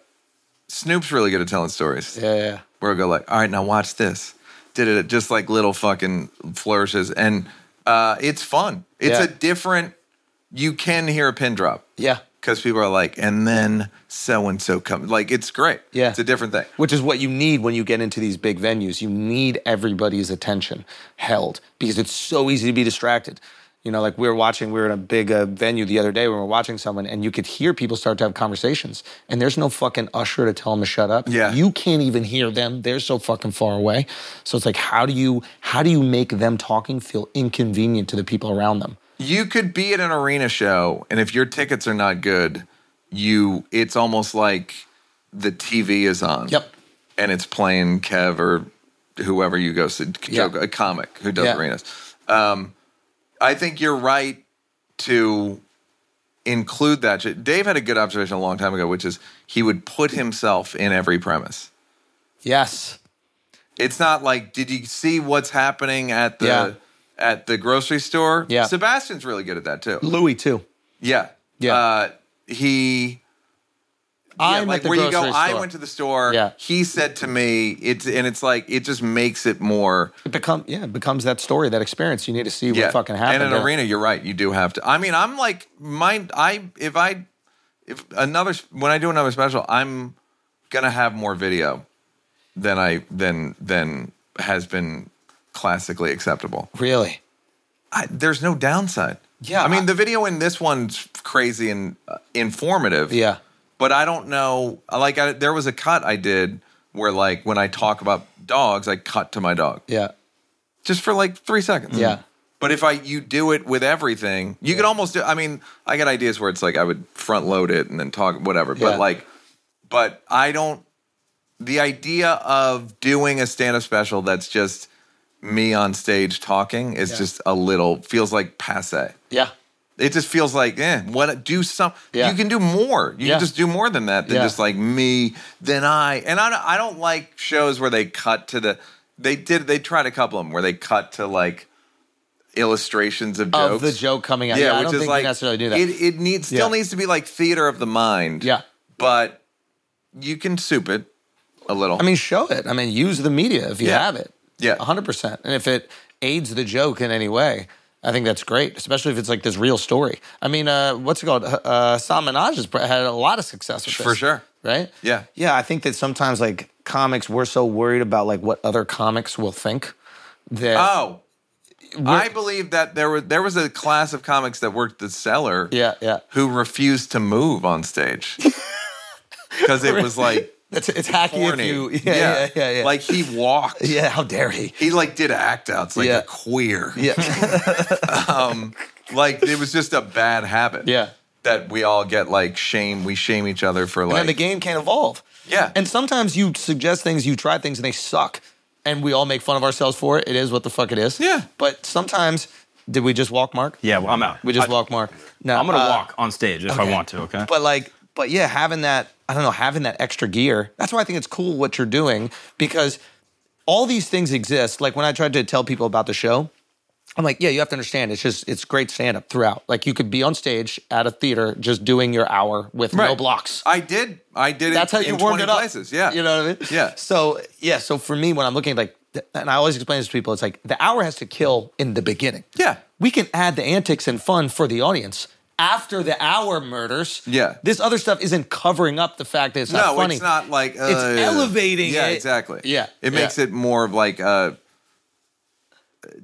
Speaker 2: Snoop's really good at telling stories.
Speaker 1: Yeah, yeah.
Speaker 2: where I go like, all right, now watch this. Did it just like little fucking flourishes, and uh, it's fun. It's
Speaker 1: Yeah.
Speaker 2: a different. You can hear a pin drop
Speaker 1: yeah.
Speaker 2: because people are like, and then so and so comes. Like it's great.
Speaker 1: Yeah.
Speaker 2: it's a different thing.
Speaker 1: Which is what you need when you get into these big venues. You need everybody's attention held because it's so easy to be distracted. You know, like we were watching, we were in a big uh, venue the other day when we were watching someone, and you could hear people start to have conversations, and there's no fucking usher to tell them to shut up.
Speaker 2: Yeah.
Speaker 1: You can't even hear them. They're so fucking far away. So it's like, how do you how do you make them talking feel inconvenient to the people around them?
Speaker 2: you could be at an arena show, and if your tickets are not good, you it's almost like the TV is on.
Speaker 1: Yep.
Speaker 2: And it's playing Kev or whoever you go see,
Speaker 1: Yeah.
Speaker 2: a comic who does
Speaker 1: Yeah.
Speaker 2: arenas. Um, I think you're right to include that. shit. Dave had a good observation a long time ago, which is he would put himself in every premise.
Speaker 1: Yes.
Speaker 2: It's not like, did you see what's happening at the
Speaker 1: Yeah.
Speaker 2: at the grocery store?
Speaker 1: Yeah.
Speaker 2: Sebastian's really good at that too.
Speaker 1: Louis too.
Speaker 2: Yeah.
Speaker 1: Yeah.
Speaker 2: Uh, he.
Speaker 1: I'm
Speaker 2: like
Speaker 1: at the
Speaker 2: where you go.
Speaker 1: grocery
Speaker 2: I
Speaker 1: store."
Speaker 2: went to the store.
Speaker 1: Yeah.
Speaker 2: He said to me, "It's and it's like it just makes it more."
Speaker 1: It become yeah, it becomes that story, that experience. You need to see what fucking happened.
Speaker 2: And an
Speaker 1: yeah.
Speaker 2: arena, you're right. You do have to. I mean, I'm like mine. I if I if another when I do another special, I'm gonna have more video than I than than has been classically acceptable.
Speaker 1: Really?
Speaker 2: I, there's no downside.
Speaker 1: Yeah,
Speaker 2: I mean
Speaker 1: I-
Speaker 2: the video in this one's crazy and uh, informative.
Speaker 1: Yeah.
Speaker 2: but I don't know. Like I, there was a cut I did where like when I talk about dogs, I cut to my dog
Speaker 1: Yeah.
Speaker 2: just for like three seconds.
Speaker 1: Yeah.
Speaker 2: But if I you do it with everything, you could almost do. I mean, I got ideas where it's like I would front load it and then talk whatever.
Speaker 1: Yeah.
Speaker 2: But like, but I don't. The idea of doing a stand up special that's just me on stage talking is just a little feels like passe.
Speaker 1: Yeah.
Speaker 2: It just feels like, eh, what do some
Speaker 1: Yeah.
Speaker 2: you can do more. You
Speaker 1: Yeah.
Speaker 2: can just do more than that than
Speaker 1: Yeah.
Speaker 2: just like me, then I. And I don't, I don't like shows where they cut to the they did they tried a couple of them where they cut to like illustrations of jokes.
Speaker 1: Of the joke coming out. Yeah, I don't think you necessarily do that.
Speaker 2: It it needs still
Speaker 1: Yeah.
Speaker 2: needs to be like theater of the mind.
Speaker 1: Yeah.
Speaker 2: But you can soup it a little.
Speaker 1: I mean, show it. I mean, use the media if you
Speaker 2: Yeah.
Speaker 1: have it.
Speaker 2: Yeah.
Speaker 1: 100%. And if it aids the joke in any way, I think that's great, especially if it's like this real story. I mean, uh, what's it called? Uh, Uh, Sam Minaj has pr- had a lot of success with this.
Speaker 2: For sure.
Speaker 1: Right?
Speaker 2: Yeah.
Speaker 1: Yeah, I think that sometimes like comics, we're so worried about like what other comics will think that.
Speaker 2: oh. I believe that there were there was a class of comics that worked the cellar.
Speaker 1: Yeah, yeah.
Speaker 2: who refused to move on stage because it was like
Speaker 1: It's, it's hacky
Speaker 2: corny.
Speaker 1: if you. Yeah, yeah, yeah. yeah.
Speaker 2: Like he walked.
Speaker 1: yeah, how dare he?
Speaker 2: He like did act outs like
Speaker 1: Yeah.
Speaker 2: a queer.
Speaker 1: Yeah.
Speaker 2: Like it was just a bad habit.
Speaker 1: Yeah.
Speaker 2: That we all get like shame. We shame each other for
Speaker 1: and
Speaker 2: like
Speaker 1: then the game can't evolve.
Speaker 2: Yeah.
Speaker 1: And sometimes you suggest things, you try things, and they suck, and we all make fun of ourselves for it. It is what the fuck it is.
Speaker 2: Yeah.
Speaker 1: But sometimes, did we just walk, Mark?
Speaker 3: Yeah, well, I'm out.
Speaker 1: We just
Speaker 3: I-
Speaker 1: walk, Mark. No,
Speaker 3: I'm gonna
Speaker 1: uh,
Speaker 3: walk on stage if I
Speaker 1: okay.
Speaker 3: want to. Okay.
Speaker 1: But like, but yeah, having that, I don't know, having that extra gear. That's why I think it's cool what you're doing because all these things exist. Like when I tried to tell people about the show, I'm like, yeah, you have to understand. It's just it's great stand up throughout. Like you could be on stage at a theater just doing your hour with no
Speaker 2: Right.
Speaker 1: blocks.
Speaker 2: I did. I did.
Speaker 1: That's
Speaker 2: it
Speaker 1: how you
Speaker 2: in
Speaker 1: warmed
Speaker 2: 20
Speaker 1: it up.
Speaker 2: Places. Yeah.
Speaker 1: You know what I mean?
Speaker 2: Yeah.
Speaker 1: So yeah, so for me, when I'm looking at like, th- and I always explain this to people, it's like the hour has to kill in the beginning.
Speaker 2: Yeah.
Speaker 1: We can add the antics and fun for the audience after the hour murders.
Speaker 2: Yeah.
Speaker 1: This other stuff isn't covering up the fact that it's
Speaker 2: no,
Speaker 1: not funny.
Speaker 2: it's not like uh,
Speaker 1: elevating
Speaker 2: Yeah,
Speaker 1: it.
Speaker 2: exactly.
Speaker 1: Yeah,
Speaker 2: it
Speaker 1: yeah.
Speaker 2: makes it more of like uh,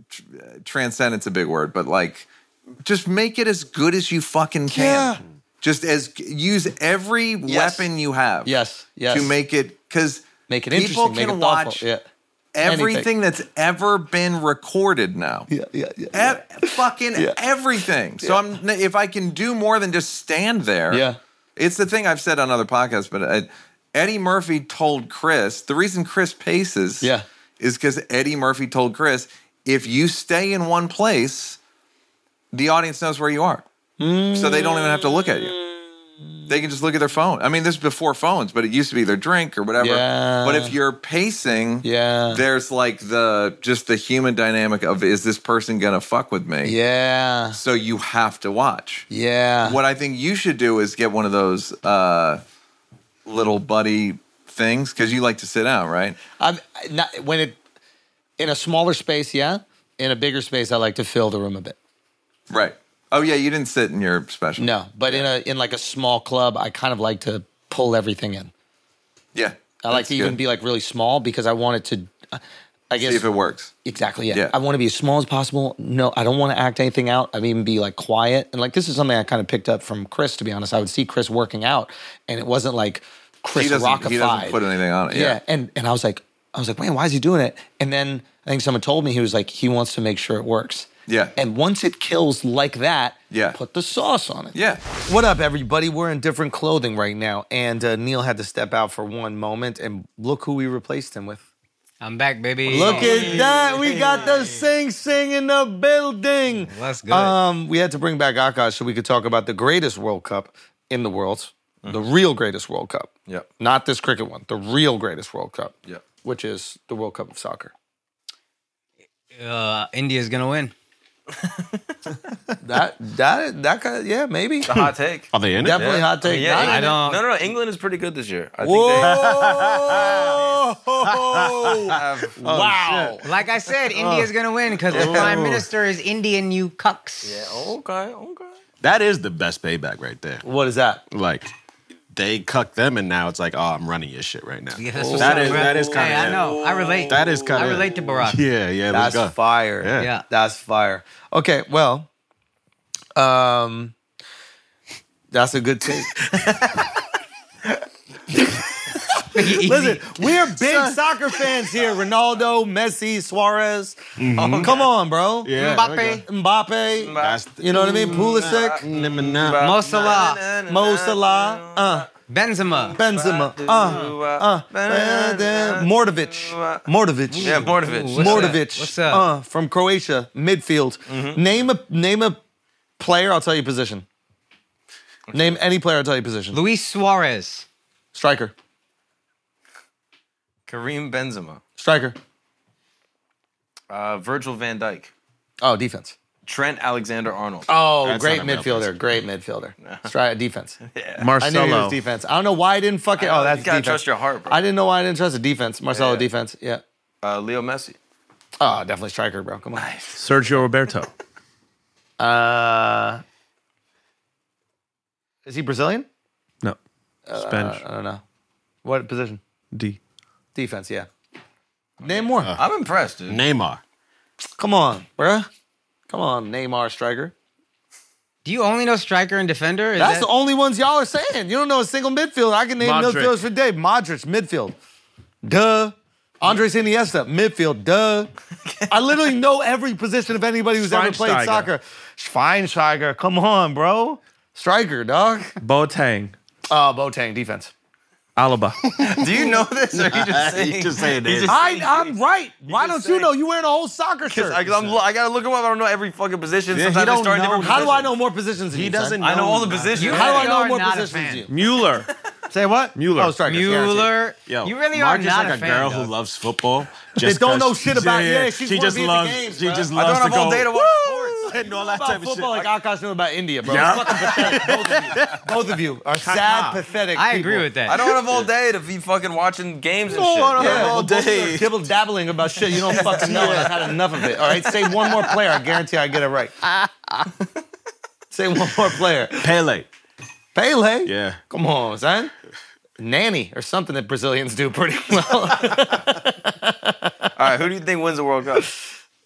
Speaker 2: tr- uh, transcendent's a big word, but like just make it as good as you fucking can.
Speaker 1: Yeah.
Speaker 2: Just as use every
Speaker 1: Yes.
Speaker 2: weapon you have.
Speaker 1: Yes, yes.
Speaker 2: To make it because
Speaker 1: Make it
Speaker 2: people
Speaker 1: interesting.
Speaker 2: can
Speaker 1: make it thoughtful.
Speaker 2: watch
Speaker 1: Yeah.
Speaker 2: everything
Speaker 1: Anything.
Speaker 2: that's ever been recorded now.
Speaker 1: Yeah, yeah, yeah.
Speaker 2: E- fucking everything. So I'm if I can do more than just stand there.
Speaker 1: Yeah.
Speaker 2: It's the thing I've said on other podcasts, but uh, Eddie Murphy told Chris the reason Chris paces
Speaker 1: Yeah.
Speaker 2: is because Eddie Murphy told Chris if you stay in one place, the audience knows where you are, so they don't even have to look at you.
Speaker 1: Mm.
Speaker 2: They can just look at their phone. I mean, this is before phones, but it used to be their drink or whatever.
Speaker 1: Yeah.
Speaker 2: But if you're pacing,
Speaker 1: Yeah.
Speaker 2: there's like the just the human dynamic of is this person gonna fuck with me?
Speaker 1: yeah.
Speaker 2: So you have to watch.
Speaker 1: Yeah.
Speaker 2: What I think you should do is get one of those uh, little buddy things because you like to sit down, right?
Speaker 1: I'm not when it in a smaller space, yeah. In a bigger space, I like to fill the room a bit.
Speaker 2: Right. Oh yeah, you didn't sit in your special.
Speaker 1: No, but in a in like a small club, I kind of like to pull everything in.
Speaker 2: Yeah.
Speaker 1: I like to even be like really small because I want it to. uh, I guess
Speaker 2: see if it works.
Speaker 1: exactly. Yeah.
Speaker 2: Yeah.
Speaker 1: I want to be as small as possible. No, I don't want to act anything out. I even be like quiet and like this is something I kind of picked up from Chris. To be honest, I would see Chris working out, and it wasn't like Chris
Speaker 2: He doesn't,
Speaker 1: rockified.
Speaker 2: he doesn't put anything on it.
Speaker 1: yeah.
Speaker 2: Yeah.
Speaker 1: and and I was like, I was like, man, why is he doing it? And then I think someone told me he was like, he wants to make sure it works.
Speaker 2: Yeah.
Speaker 1: And once it kills like that,
Speaker 2: Yeah.
Speaker 1: put the sauce on it.
Speaker 2: Yeah.
Speaker 1: What up, everybody? We're in different clothing right now, and uh, Neil had to step out for one moment, and look who we replaced him with.
Speaker 8: I'm back, baby.
Speaker 1: Look at that! We got the sing sing in the building.
Speaker 8: That's good.
Speaker 1: Um, we had to bring back Akash so we could talk about the greatest World Cup in the world, the real greatest World Cup.
Speaker 2: Yep.
Speaker 1: Not this cricket one, the real greatest World Cup.
Speaker 2: Yep.
Speaker 1: Which is the World Cup of soccer.
Speaker 8: Uh, India's gonna win.
Speaker 1: That that that kind of, yeah maybe
Speaker 3: Hot take.
Speaker 7: Are they in it?
Speaker 1: definitely hot take.
Speaker 3: Yeah,
Speaker 1: Not
Speaker 3: England-
Speaker 8: I don't-
Speaker 3: No, no, no. England is pretty good this year. I
Speaker 1: Whoa! wow.
Speaker 6: Like I said, India's gonna win because the prime minister is Indian, you cucks.
Speaker 3: think they. Okay, okay.
Speaker 7: That is the best payback right there.
Speaker 1: What is that?
Speaker 7: Like they cucked them, and now it's like, oh, I'm running your shit right now.
Speaker 8: Yeah, that's what's
Speaker 7: that
Speaker 8: up,
Speaker 7: is
Speaker 8: bro.
Speaker 7: that is kind
Speaker 8: Hey,
Speaker 7: of
Speaker 8: I know. I relate.
Speaker 7: That is kind
Speaker 8: I
Speaker 7: of
Speaker 8: relate to Barack.
Speaker 7: Yeah, yeah.
Speaker 1: That's
Speaker 7: let's go.
Speaker 1: fire.
Speaker 7: Yeah.
Speaker 8: Yeah.
Speaker 1: That's fire. Okay, well, um, that's a good take. Listen, we're big soccer fans here. Ronaldo, Messi, Suarez. Oh, come on, bro.
Speaker 7: Yeah, there we
Speaker 8: Mbappe,
Speaker 7: go.
Speaker 1: Mbappe.
Speaker 7: That's
Speaker 1: You know what I mean? Pulisic,
Speaker 8: Mo Salah,
Speaker 1: Mo Salah, uh,
Speaker 8: Benzema.
Speaker 1: Benzema, uh, uh, Mordovic, Mordovic.
Speaker 3: Yeah, Mordovic.
Speaker 8: What's that?
Speaker 1: Mordovic,
Speaker 8: What's that?
Speaker 1: Uh, from Croatia, midfield. Name a name a player. I'll tell you position. Name any player. I'll tell you position.
Speaker 8: Luis Suarez.
Speaker 1: Striker.
Speaker 3: Kareem Benzema.
Speaker 1: Striker.
Speaker 3: Uh, Virgil van Dyke.
Speaker 1: Oh, defense.
Speaker 3: Trent Alexander Arnold.
Speaker 1: Oh,
Speaker 7: That's
Speaker 1: great
Speaker 7: not a male
Speaker 1: midfielder. Great midfielder. Stri- defense. I knew it was
Speaker 7: Marcelo.
Speaker 1: defense. I don't know why I didn't fucking.
Speaker 3: know,
Speaker 1: Oh, that's
Speaker 3: you gotta
Speaker 1: defense.
Speaker 3: trust your heart, bro.
Speaker 1: I didn't know why I didn't trust the defense. Marcelo
Speaker 3: Yeah.
Speaker 1: defense. Yeah.
Speaker 3: Uh, Leo Messi.
Speaker 1: Oh, definitely striker, bro. Come on.
Speaker 7: Sergio Roberto.
Speaker 1: Uh, is he Brazilian? Uh,
Speaker 9: No. Spanish.
Speaker 1: I don't know. What position?
Speaker 9: D. Uh.
Speaker 1: Defense. Yeah. Name more.
Speaker 3: I'm impressed, dude.
Speaker 7: Neymar.
Speaker 1: Come on, bruh. Come on, Neymar striker.
Speaker 8: Do you only know striker and defender? Is
Speaker 1: That's
Speaker 8: that-
Speaker 1: the only ones y'all are saying. You don't know a single midfielder. I can name
Speaker 7: Modric.
Speaker 1: midfielders for day. Modric, midfield. Duh. Andres Iniesta, midfield. Duh. I literally know every position of anybody who's ever played
Speaker 9: Schweinsteiger.
Speaker 1: soccer. Schweinsteiger, come on, bro. Striker, dog.
Speaker 9: Boateng.
Speaker 1: Uh, Boateng, defense.
Speaker 9: Alaba.
Speaker 3: Do you know this? Or are you just saying?
Speaker 7: He's just saying
Speaker 3: He's
Speaker 7: this.
Speaker 3: just-
Speaker 1: I, I'm right. Why
Speaker 3: just
Speaker 1: don't you
Speaker 3: saying-
Speaker 1: know? You wearing a whole soccer
Speaker 3: Cause
Speaker 1: shirt.
Speaker 3: I, I'm, I gotta look him up. I don't know every fucking position.
Speaker 7: he
Speaker 3: Sometimes I
Speaker 7: don't
Speaker 3: start
Speaker 7: know.
Speaker 3: different
Speaker 1: How do
Speaker 3: positions.
Speaker 1: I know more positions than
Speaker 7: He
Speaker 1: you?
Speaker 7: doesn't.
Speaker 1: Son?
Speaker 3: I know all the positions.
Speaker 8: You-
Speaker 1: How do I
Speaker 8: You
Speaker 1: know
Speaker 8: are
Speaker 1: more
Speaker 8: not a
Speaker 1: positions than
Speaker 8: fan.
Speaker 1: you?
Speaker 9: Mueller.
Speaker 1: Say what?
Speaker 9: Mueller.
Speaker 1: Oh, strikers. guaranteed.
Speaker 8: Mueller.
Speaker 7: Yo,
Speaker 8: you really
Speaker 7: Mark
Speaker 8: are
Speaker 7: is
Speaker 8: not
Speaker 7: like a,
Speaker 8: fan,
Speaker 7: girl
Speaker 8: dog.
Speaker 7: who loves football. Just
Speaker 1: don't
Speaker 7: 'cause
Speaker 1: know shit about- yeah, she's
Speaker 7: she
Speaker 1: wanna
Speaker 7: just
Speaker 1: be at the
Speaker 7: loves.
Speaker 1: games,
Speaker 7: she
Speaker 1: bruh.
Speaker 7: just
Speaker 1: I
Speaker 7: loves
Speaker 3: I don't
Speaker 7: to
Speaker 3: have all
Speaker 7: go.
Speaker 3: day to watch sports.
Speaker 7: and all that
Speaker 1: about
Speaker 7: type of shit.
Speaker 1: football like Akash knew about India, bro.
Speaker 7: Yeah.
Speaker 1: It's fucking pathetic. Both of you, both of you are sad, pathetic.
Speaker 8: I agree with that.
Speaker 3: I don't have all day to be fucking watching games and
Speaker 7: No,
Speaker 3: shit.
Speaker 7: I don't have
Speaker 1: Yeah,
Speaker 7: all
Speaker 1: all day.
Speaker 7: day.
Speaker 1: Dibble dabbling about shit you don't fucking know. and I've had enough of it. All right, say one more player. I guarantee I get it right. say one more player.
Speaker 7: Pele.
Speaker 1: Pele.
Speaker 7: Yeah.
Speaker 1: Come on, son. Nanny or something that Brazilians do pretty well.
Speaker 3: All right, who do you think wins the World Cup?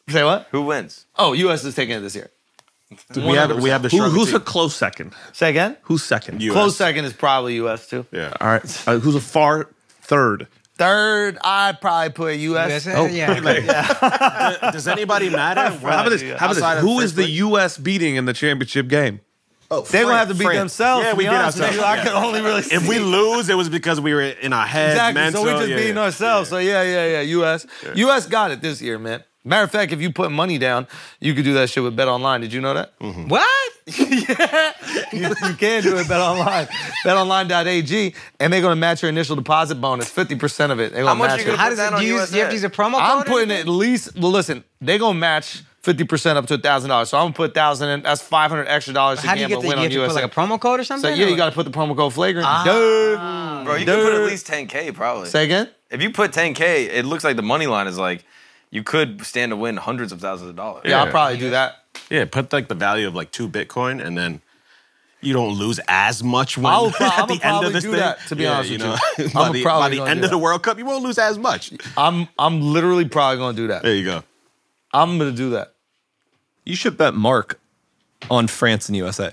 Speaker 1: say what?
Speaker 3: Who wins?
Speaker 1: Oh, U.S. is taking it this year.
Speaker 7: We have we have the
Speaker 9: Who,
Speaker 7: stronger
Speaker 9: who's a
Speaker 7: team.
Speaker 9: close second?
Speaker 1: Say again.
Speaker 9: Who's second?
Speaker 7: US.
Speaker 1: Close second is probably U.S. too.
Speaker 7: Yeah.
Speaker 9: All right. Uh, who's a far third?
Speaker 1: Third, I'd probably put U.S.
Speaker 8: Yes,
Speaker 7: Oh,
Speaker 8: uh, yeah.
Speaker 7: Does anybody matter?
Speaker 9: How about this? How about
Speaker 7: Outside
Speaker 9: this?
Speaker 7: of
Speaker 9: Who is
Speaker 7: first
Speaker 9: the
Speaker 7: place?
Speaker 9: U.S. beating in the championship game?
Speaker 1: They're Oh, gonna have to beat
Speaker 7: France.
Speaker 1: themselves.
Speaker 7: Yeah,
Speaker 1: to
Speaker 7: we
Speaker 1: be
Speaker 7: beat
Speaker 1: honest with
Speaker 7: ourselves.
Speaker 1: you. I
Speaker 7: Yeah.
Speaker 1: could only really. see
Speaker 7: If we lose, it was because we were in our head.
Speaker 1: Exactly.
Speaker 7: Mental,
Speaker 1: so we're just
Speaker 7: yeah,
Speaker 1: beating
Speaker 7: yeah.
Speaker 1: ourselves. So yeah, yeah, yeah. U.S. U.S. got it this year, man. Matter of fact, if you put money down, you could do that shit with Bet Online. Did you know that?
Speaker 8: What?
Speaker 1: you you can do it at Bet Online. BetOnline.ag, and they're gonna match your initial deposit bonus, fifty percent of it. They're gonna
Speaker 3: How much
Speaker 1: match
Speaker 3: you
Speaker 1: it.
Speaker 3: gonna
Speaker 8: How does
Speaker 3: Put
Speaker 8: it?
Speaker 3: that on
Speaker 8: Do you, do you have
Speaker 3: USA.
Speaker 8: to use a promo code?
Speaker 1: I'm
Speaker 8: or
Speaker 1: putting
Speaker 8: anything?
Speaker 1: at least. Well, listen, they're gonna match fifty percent up to thousand dollars. So I'm gonna put thousand, and that's five hundred extra dollars to
Speaker 8: How do you
Speaker 1: gamble
Speaker 8: get
Speaker 1: and
Speaker 8: the? You
Speaker 1: win on
Speaker 8: have to put
Speaker 1: USA.
Speaker 8: like a promo code or
Speaker 1: so
Speaker 8: something?
Speaker 1: yeah,
Speaker 8: or
Speaker 1: you
Speaker 8: what?
Speaker 1: gotta put the promo code flagrant. Duh.
Speaker 3: Bro, you can put at
Speaker 1: Dude.
Speaker 3: least 10K probably.
Speaker 1: Say
Speaker 3: If you put 10K, it looks like the money line is like you could stand to win hundreds of thousands of dollars.
Speaker 1: Yeah, I'll probably do that.
Speaker 7: Yeah, put like the value of like two Bitcoin, and then you don't lose as much when
Speaker 1: I'll pro- I'ma
Speaker 7: at the end
Speaker 1: probably
Speaker 7: of this
Speaker 1: do
Speaker 7: thing.
Speaker 1: that, to be honest with you.
Speaker 7: by
Speaker 1: I'ma probably
Speaker 7: the, by the
Speaker 1: gonna
Speaker 7: end
Speaker 1: do
Speaker 7: of the
Speaker 1: that.
Speaker 7: World Cup, you won't lose as much.
Speaker 1: I'm I'm literally probably gonna do that.
Speaker 7: There you go.
Speaker 1: I'm gonna do that.
Speaker 9: You should bet Mark on France and USA.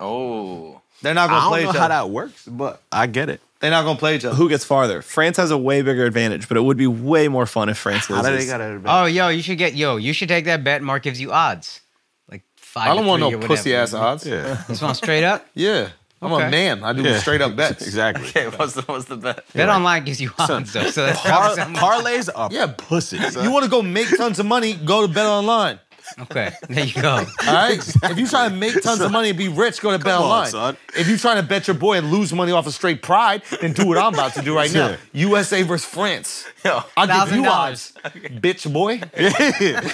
Speaker 3: Oh.
Speaker 1: They're not
Speaker 7: I
Speaker 1: gonna
Speaker 7: don't
Speaker 1: play
Speaker 7: know
Speaker 1: each
Speaker 7: how
Speaker 1: other.
Speaker 7: that works, but I get it.
Speaker 1: They're not gonna play each other.
Speaker 9: Who gets farther? France has a way bigger advantage, but it would be way more fun if France
Speaker 5: How
Speaker 9: loses.
Speaker 5: do they got it?
Speaker 8: Oh, yo, you should get yo. You should take that bet. Mark gives you odds, like five.
Speaker 1: I don't
Speaker 8: to
Speaker 1: want
Speaker 8: three
Speaker 1: no
Speaker 8: or
Speaker 1: pussy ass
Speaker 8: whatever.
Speaker 1: odds.
Speaker 7: Yeah.
Speaker 8: Just want straight up.
Speaker 1: Yeah. I'm a
Speaker 8: Okay.
Speaker 1: man. I do straight up bets.
Speaker 7: Exactly.
Speaker 3: Okay, what's the what's the bet?
Speaker 8: Bet online gives you odds though, so that's probably something.
Speaker 5: parlays are
Speaker 1: Yeah.
Speaker 5: pussy.
Speaker 1: You want to go make tons of money? Go to Bet Online.
Speaker 8: Okay, there you go.
Speaker 1: All right. If you try to make tons of money and be rich, go to Bet
Speaker 5: on,
Speaker 1: Online.
Speaker 5: son.
Speaker 1: If you trying to bet your boy and lose money off of straight pride, then do what I'm about to do right now. USA versus France. I'll give you odds,
Speaker 8: $1,000.
Speaker 1: bitch boy.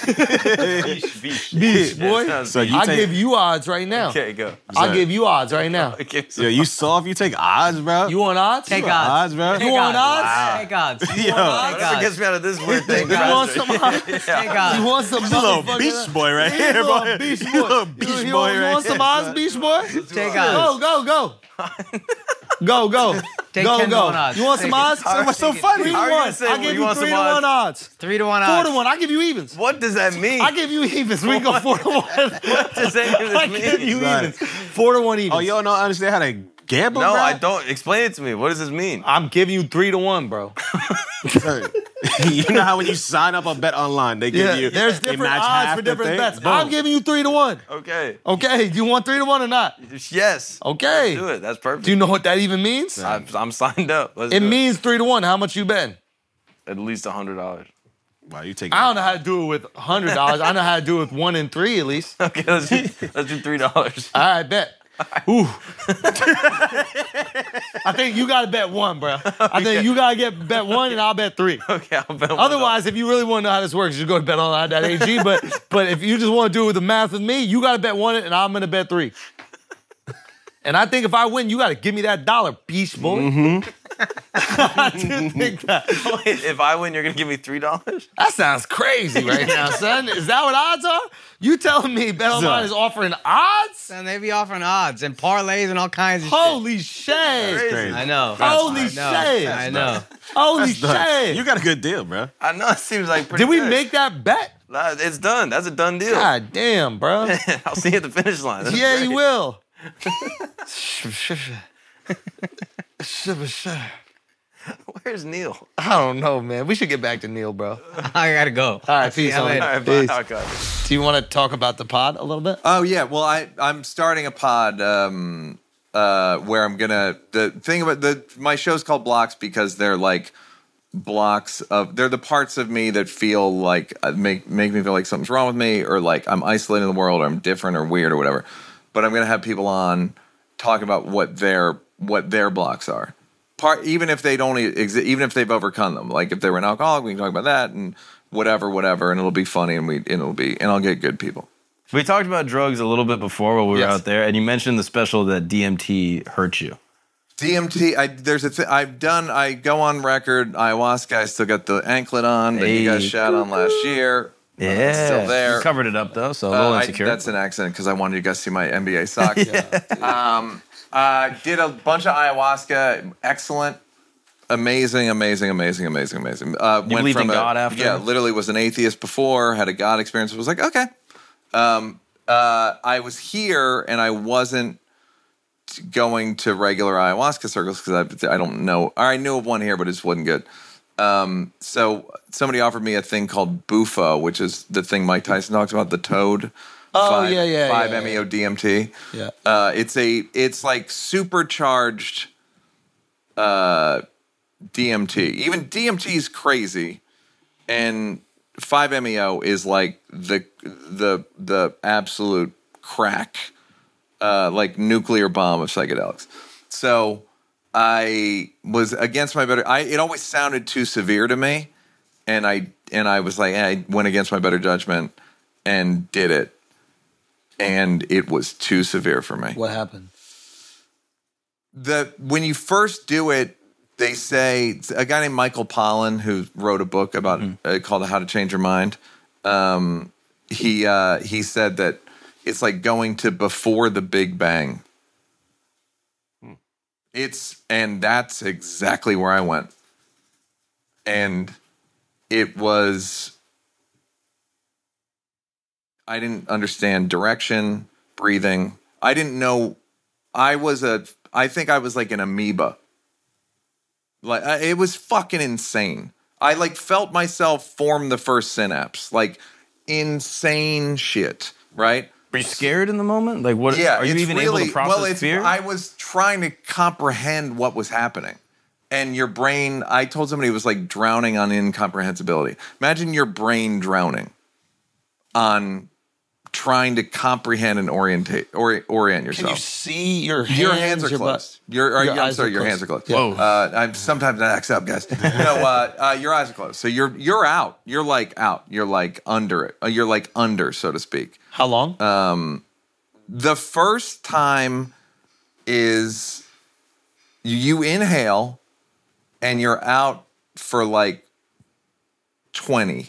Speaker 3: Beach, beach.
Speaker 1: Beach boy.
Speaker 5: So you
Speaker 1: I
Speaker 5: take,
Speaker 1: give you odds right now.
Speaker 3: Okay, go.
Speaker 1: I'll give you odds right now.
Speaker 3: Okay, so
Speaker 5: yeah, you soft. You take odds, bro.
Speaker 1: You want odds?
Speaker 8: Take
Speaker 1: you
Speaker 8: odds.
Speaker 5: odds, bro.
Speaker 1: You want odds?
Speaker 8: Take odds. Take
Speaker 5: Yo,
Speaker 8: odds.
Speaker 3: whatever gets me out of this weird thing.
Speaker 1: You
Speaker 3: guys.
Speaker 1: want some odds?
Speaker 8: Take odds.
Speaker 1: You want some
Speaker 5: little
Speaker 1: motherfucking-
Speaker 5: beach boy right
Speaker 1: He's a
Speaker 5: here,
Speaker 1: little
Speaker 5: boy.
Speaker 1: Beach boy.
Speaker 5: You little
Speaker 1: You-
Speaker 5: beach
Speaker 1: you- you
Speaker 5: boy right
Speaker 1: want some
Speaker 5: here,
Speaker 1: odds, beach boy?
Speaker 8: Take
Speaker 1: Go,
Speaker 8: odds.
Speaker 1: go, go. Go, go.
Speaker 8: Take
Speaker 1: go,
Speaker 8: 10 to
Speaker 1: go.
Speaker 8: one odds.
Speaker 1: You want some
Speaker 8: Take it.
Speaker 1: odds?
Speaker 3: How-
Speaker 1: What's so
Speaker 3: take it.
Speaker 1: funny? Three to
Speaker 3: How are you
Speaker 1: one.
Speaker 3: gonna say
Speaker 1: I
Speaker 3: what
Speaker 1: give
Speaker 3: you
Speaker 1: you
Speaker 3: want
Speaker 1: three to
Speaker 3: some
Speaker 1: one odds.
Speaker 8: Three to one
Speaker 1: Four
Speaker 8: odds.
Speaker 1: to one. I give you evens.
Speaker 3: What does that mean?
Speaker 1: I give you evens. We go four to one.
Speaker 3: what does that
Speaker 1: I
Speaker 3: even
Speaker 1: give
Speaker 3: mean?
Speaker 1: you evens. Four to one evens.
Speaker 5: Oh, y'all don't understand how to gamble,
Speaker 3: no,
Speaker 5: bro?
Speaker 3: I don't. Explain it to me. What does this mean?
Speaker 1: I'm giving you three to one, bro.
Speaker 5: you know how when you sign up on Bet Online, they give
Speaker 1: Yeah,
Speaker 5: you
Speaker 1: there's
Speaker 5: they
Speaker 1: different
Speaker 5: match
Speaker 1: odds
Speaker 5: half
Speaker 1: for
Speaker 5: the
Speaker 1: different
Speaker 5: thing.
Speaker 1: bets.
Speaker 5: Boom.
Speaker 1: I'm giving you three to one.
Speaker 3: Okay.
Speaker 1: Okay, do you want three to one or not?
Speaker 3: Yes.
Speaker 1: Okay.
Speaker 3: Do it. That's perfect.
Speaker 1: Do you know what that even means?
Speaker 3: I'm, I'm signed up. Let's
Speaker 1: It
Speaker 3: do
Speaker 1: means three to one. How much you betting?
Speaker 3: at least a hundred dollars.
Speaker 5: Wow, you take.
Speaker 1: I don't know how to do it with hundred dollars. I know how to do it with one and three at least. All
Speaker 3: Okay, let's do, let's do three dollars.
Speaker 1: right, bet. Ooh. I think you gotta bet one, bro. I think you gotta get bet one, and I'll bet three.
Speaker 3: Okay, I'll bet. one
Speaker 1: Otherwise, if you really want to know how this works, just go to betonline.ag. but but if you just want to do it with the math with me, you gotta bet one, and I'm gonna bet three. And I think if I win, you gotta give me that dollar, beach boy.
Speaker 3: Mm-hmm.
Speaker 1: I do think that.
Speaker 3: dollar. Wait, if I win, you're gonna give me three dollars.
Speaker 1: That sounds crazy right now, son. Is that what odds are? You telling me BetOnline is offering odds?
Speaker 8: And they be offering odds and parlays and all kinds of
Speaker 1: Holy shit!
Speaker 5: crazy.
Speaker 8: shit. I know.
Speaker 1: Holy
Speaker 8: I know.
Speaker 1: shit.
Speaker 8: I know.
Speaker 1: Holy
Speaker 5: Nuts.
Speaker 1: shit!
Speaker 5: You got a good deal, bro.
Speaker 3: I know it seems like pretty.
Speaker 1: Did we
Speaker 3: good.
Speaker 1: make that bet?
Speaker 3: Nah, It's done. That's a done deal.
Speaker 1: God damn, bro.
Speaker 3: I'll see you at the finish line. That's
Speaker 1: yeah, you
Speaker 3: great.
Speaker 1: will.
Speaker 3: Where's Neil?
Speaker 1: I don't know, man. We should get back to Neil, bro. All
Speaker 8: I gotta go.
Speaker 1: right, peace.
Speaker 8: ya
Speaker 1: homie.
Speaker 8: later.
Speaker 3: All right,
Speaker 1: Peace.
Speaker 3: bye. I'll cut.
Speaker 1: Do you want to talk about the pod a little bit?
Speaker 2: Oh yeah, well I I'm starting a pod um uh where I'm gonna the thing about the my show's called Blocks because they're like blocks of they're the parts of me that feel like uh, make make me feel like something's wrong with me or like I'm isolated in the world or I'm different or weird or whatever. But I'm gonna have people on talking about what their what their blocks are. Part even if they don't exist, even if they've overcome them. Like if they were an alcoholic, we can talk about that and whatever, whatever, and it'll be funny and we and it'll be and I'll get good people.
Speaker 3: We talked about drugs a little bit before while we were
Speaker 1: Yes.
Speaker 3: out there, and you mentioned the special that DMT hurt you.
Speaker 2: DMT. I there's a thing I've done. I go on record. Ayahuasca. I still got the anklet on that you guys
Speaker 3: Hey.
Speaker 2: shot on last year. Uh,
Speaker 3: Yeah,
Speaker 2: it's still there.
Speaker 3: You covered it up though, so a
Speaker 2: Uh,
Speaker 3: little
Speaker 2: I-
Speaker 3: insecure.
Speaker 2: that's an accident because I wanted you guys to see my NBA socks. um, uh, did a bunch of ayahuasca. Excellent. Amazing, amazing, amazing, amazing, amazing. Uh,
Speaker 3: You believed in God after?
Speaker 2: Yeah, literally was an atheist before, had a God experience, was like, okay. Um, uh, I was here and I wasn't going to regular ayahuasca circles because I, I don't know. Or I knew of one here, but it just wasn't good. Um, so somebody offered me a thing called Bufo, which is the thing Mike Tyson talks about, the toad.
Speaker 1: Oh, yeah, yeah,
Speaker 2: Five E
Speaker 1: yeah, yeah.
Speaker 2: MEO DMT.
Speaker 1: Yeah.
Speaker 2: Uh, it's a it's like supercharged uh, DMT. Even DMT is crazy, and five MEO is like the the the absolute crack, uh, like nuclear bomb of psychedelics. So I was against my better. I it always sounded too severe to me, and I and I was like eh, I went against my better judgment and did it, and it was too severe for me
Speaker 1: What happened?
Speaker 2: the when you first do it, they say a guy named Michael Pollan who wrote a book about uh, called How to Change Your Mind. Um, he uh, he said that it's like going to before the Big Bang. It's and that's exactly where I went, and it was. I didn't understand direction, breathing. I didn't know I was a I think I was like an amoeba. Like I, it was fucking insane. I like felt myself form the first synapse. Like insane shit, right?
Speaker 3: Are you scared in the moment? Like, what?
Speaker 2: Yeah,
Speaker 3: are you
Speaker 2: it's
Speaker 3: even
Speaker 2: really,
Speaker 3: able to process
Speaker 2: well, it's,
Speaker 3: fear?
Speaker 2: I was trying to comprehend what was happening. And your brain, I told somebody it was like drowning on incomprehensibility. Imagine your brain drowning on trying to comprehend and orientate or orient
Speaker 1: Can you
Speaker 2: yourself.
Speaker 1: see your hands?
Speaker 2: your hands are
Speaker 1: your butt?
Speaker 2: closed. Your, or,
Speaker 1: Your
Speaker 2: I'm
Speaker 1: eyes
Speaker 2: sorry,
Speaker 1: are
Speaker 2: your hands are
Speaker 1: closed. Yeah.
Speaker 2: closed. Uh,
Speaker 3: Whoa.
Speaker 2: I'm sometimes I acts up, guys. no, uh, uh, your eyes are closed. So you're you're out. You're like out. You're like under it. Uh, You're like under, so to speak
Speaker 1: How long?
Speaker 2: the first time is you inhale and you're out for like 20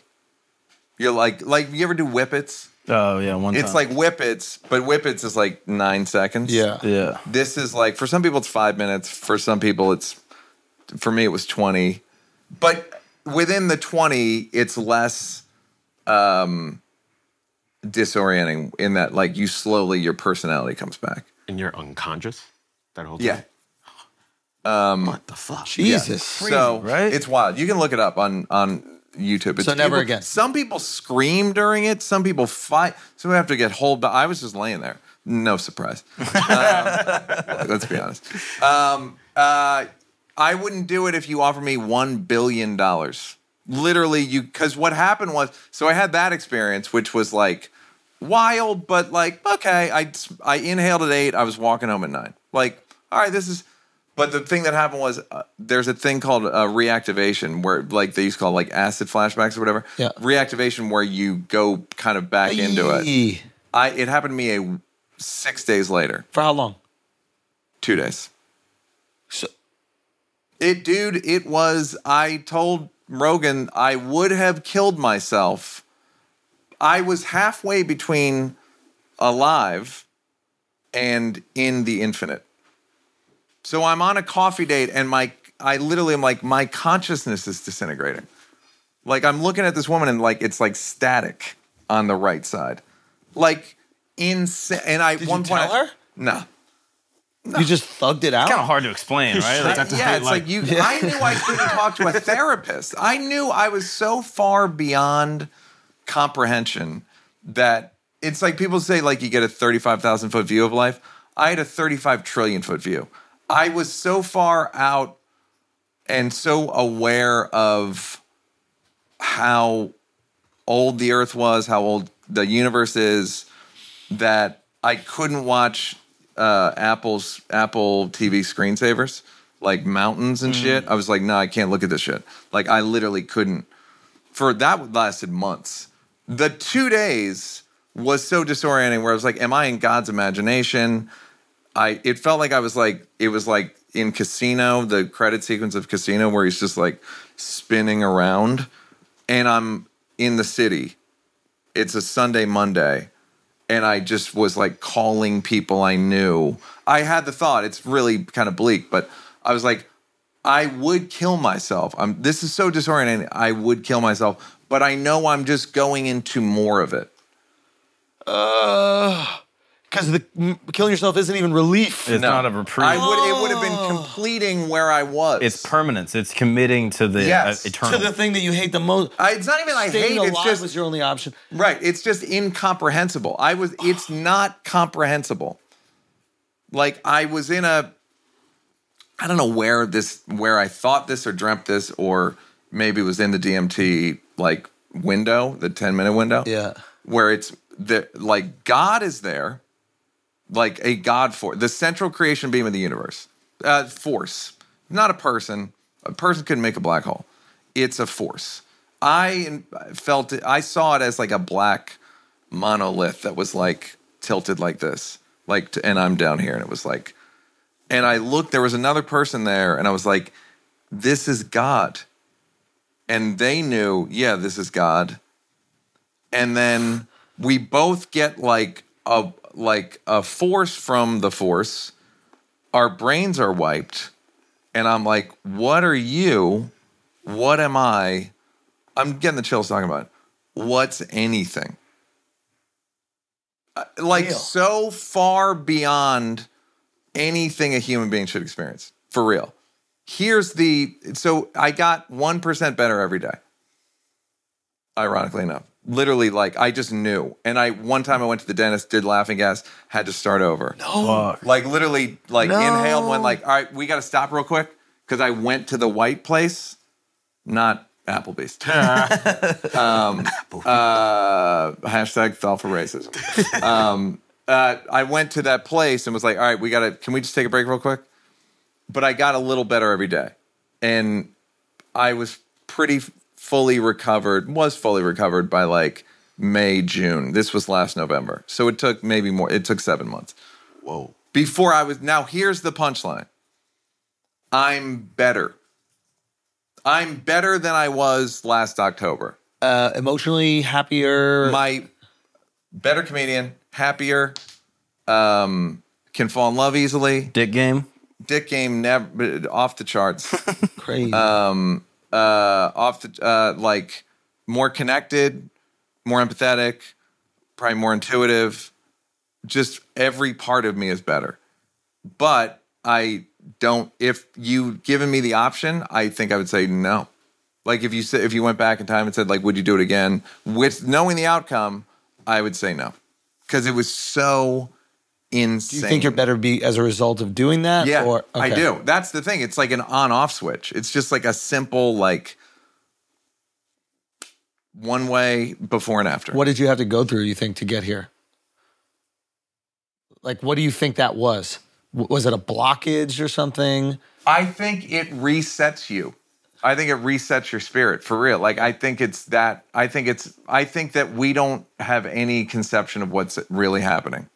Speaker 2: you're like like you ever do whippets
Speaker 3: oh yeah, one time.
Speaker 2: it's like whippets but whippets is like nine seconds
Speaker 1: yeah.
Speaker 3: yeah,
Speaker 2: this is like for some people it's five minutes for some people it's for me it was 20 but within the 20 it's less um disorienting in that like you slowly your personality comes back
Speaker 7: And you're unconscious that whole time?
Speaker 2: yeah
Speaker 7: What the fuck?
Speaker 1: Jesus.
Speaker 2: Um, so
Speaker 3: right?
Speaker 2: it's wild you can look it up on on youtube it's
Speaker 1: So never
Speaker 2: people-
Speaker 1: again.
Speaker 2: some people scream during it some people fight some people have to get hold but i was just laying there no surprise um, let's be honest um, uh, i wouldn't do it if you offered me one billion dollars literally you because what happened was so i had that experience which was like wild but like okay i i inhaled at eight i was walking home at nine like all right this is but the thing that happened was uh, there's a thing called uh, reactivation where like they used to call it, like acid flashbacks or whatever
Speaker 1: Yeah.
Speaker 2: reactivation where you go kind of back into it
Speaker 1: Eee.
Speaker 2: i it happened to me a six days later
Speaker 1: For how long?
Speaker 2: two days
Speaker 1: So,
Speaker 2: It, dude, it was. I told Rogan I would have killed myself. I was halfway between alive and in the infinite. So I'm on a coffee date, and my I literally am like my consciousness is disintegrating. Like I'm looking at this woman, and like it's like static on the right side, like insane. And I
Speaker 1: you
Speaker 2: one point
Speaker 1: tell
Speaker 2: I-
Speaker 1: her?
Speaker 2: no.
Speaker 1: you just thugged it out?
Speaker 3: kind of hard to explain, right? Like,
Speaker 2: I- yeah, it's like, you. I knew I couldn't talk to a therapist. I knew I was so far beyond comprehension that it's like people say, like you get a thirty-five thousand foot view of life. I had a thirty-five trillion foot view. I was so far out and so aware of how old the Earth was, how old the universe is, that I couldn't watch uh, Apple's Apple TV screensavers, like mountains and shit. I was like, no, I can't look at this shit. Like, I literally couldn't. For that lasted months. The two days was so disorienting where I was like, am I in God's imagination? I it felt like I was like it was like in Casino, the credit sequence of Casino where he's just like spinning around and I'm in the city. It's a Sunday Monday and I just was like calling people I knew. I had the thought, it's really kind of bleak, but I was like I would kill myself. I'm this is so disorienting. I would kill myself, but I know I'm just going into more of it.
Speaker 1: Because Uh, the m- killing yourself isn't even relief.
Speaker 3: it's
Speaker 2: No.
Speaker 3: not a reprieve.
Speaker 2: I would it would have
Speaker 1: Oh.
Speaker 2: been completing where I was.
Speaker 3: it's permanence. It's committing to the
Speaker 2: Yes.
Speaker 3: uh,
Speaker 1: to
Speaker 3: eternal.
Speaker 1: the thing that you hate the most.
Speaker 2: I, it's not even I
Speaker 1: Staying
Speaker 2: hate.
Speaker 1: alive
Speaker 2: It's just
Speaker 1: was your only option.
Speaker 2: right. It's just incomprehensible. I was. It's not comprehensible. Like I was in a. I don't know where this, where I thought this or dreamt this, or maybe it was in the DMT like window, the ten minute window.
Speaker 1: Yeah.
Speaker 2: where it's the like God is there, like a God for the central creation beam of the universe, uh, force, not a person. A person couldn't make a black hole. It's a force. I felt it. I saw it as like a black monolith that was like tilted like this, like, to, and I'm down here, and it was like, and I looked. There was another person there, and I was like, "This is God," and they knew, yeah, this is God and then we both get like a like a force from the force. Our brains are wiped, and I'm like, "What are you? What am I?" I'm getting the chills talking about. it. What's anything? Uh, Like so far beyond anything a human being should experience for real. here's the so I got one percent better every day. Ironically enough, literally, like I just knew. And I one time I went to the dentist, did laughing gas, had to start over. No, like literally, like inhaled, went like, all right, we got to stop real quick because I went to the white place, not Applebee's. Um, uh, hashtag thought for racism. um, uh, I went to that place and was like, all right, we got to, can we just take a break real quick? But I got a little better every day. And I was pretty f- fully recovered, was fully recovered by like May, June. This was last November. So it took maybe more, it took seven months. Whoa. Before I was, now here's the punchline I'm better. I'm better than I was last October
Speaker 1: Uh, emotionally happier.
Speaker 2: my better comedian, happier, um, can fall in love easily.
Speaker 3: Dick game.
Speaker 2: Dick game never off the charts.
Speaker 1: crazy.
Speaker 2: uh, off the uh, like more connected, more empathetic, probably more intuitive. Just every part of me is better. But I don't. If you given me the option, I think I would say no. Like if you said if you went back in time and said like, would you do it again? With knowing the outcome, I would say no because it was so
Speaker 1: do
Speaker 2: insane.
Speaker 1: you think you're better be as a result of doing that?
Speaker 2: Yeah,
Speaker 1: or,
Speaker 2: I
Speaker 1: okay.
Speaker 2: do. That's the thing. It's like an on-off switch. It's just like a simple like one way before and after.
Speaker 1: What did you have to go through? You think to get here? Like, what do you think that was? W- Was it a blockage or something?
Speaker 2: I think it resets you. I think it resets your spirit for real. Like I think it's that. I think it's. I think that we don't have any conception of what's really happening.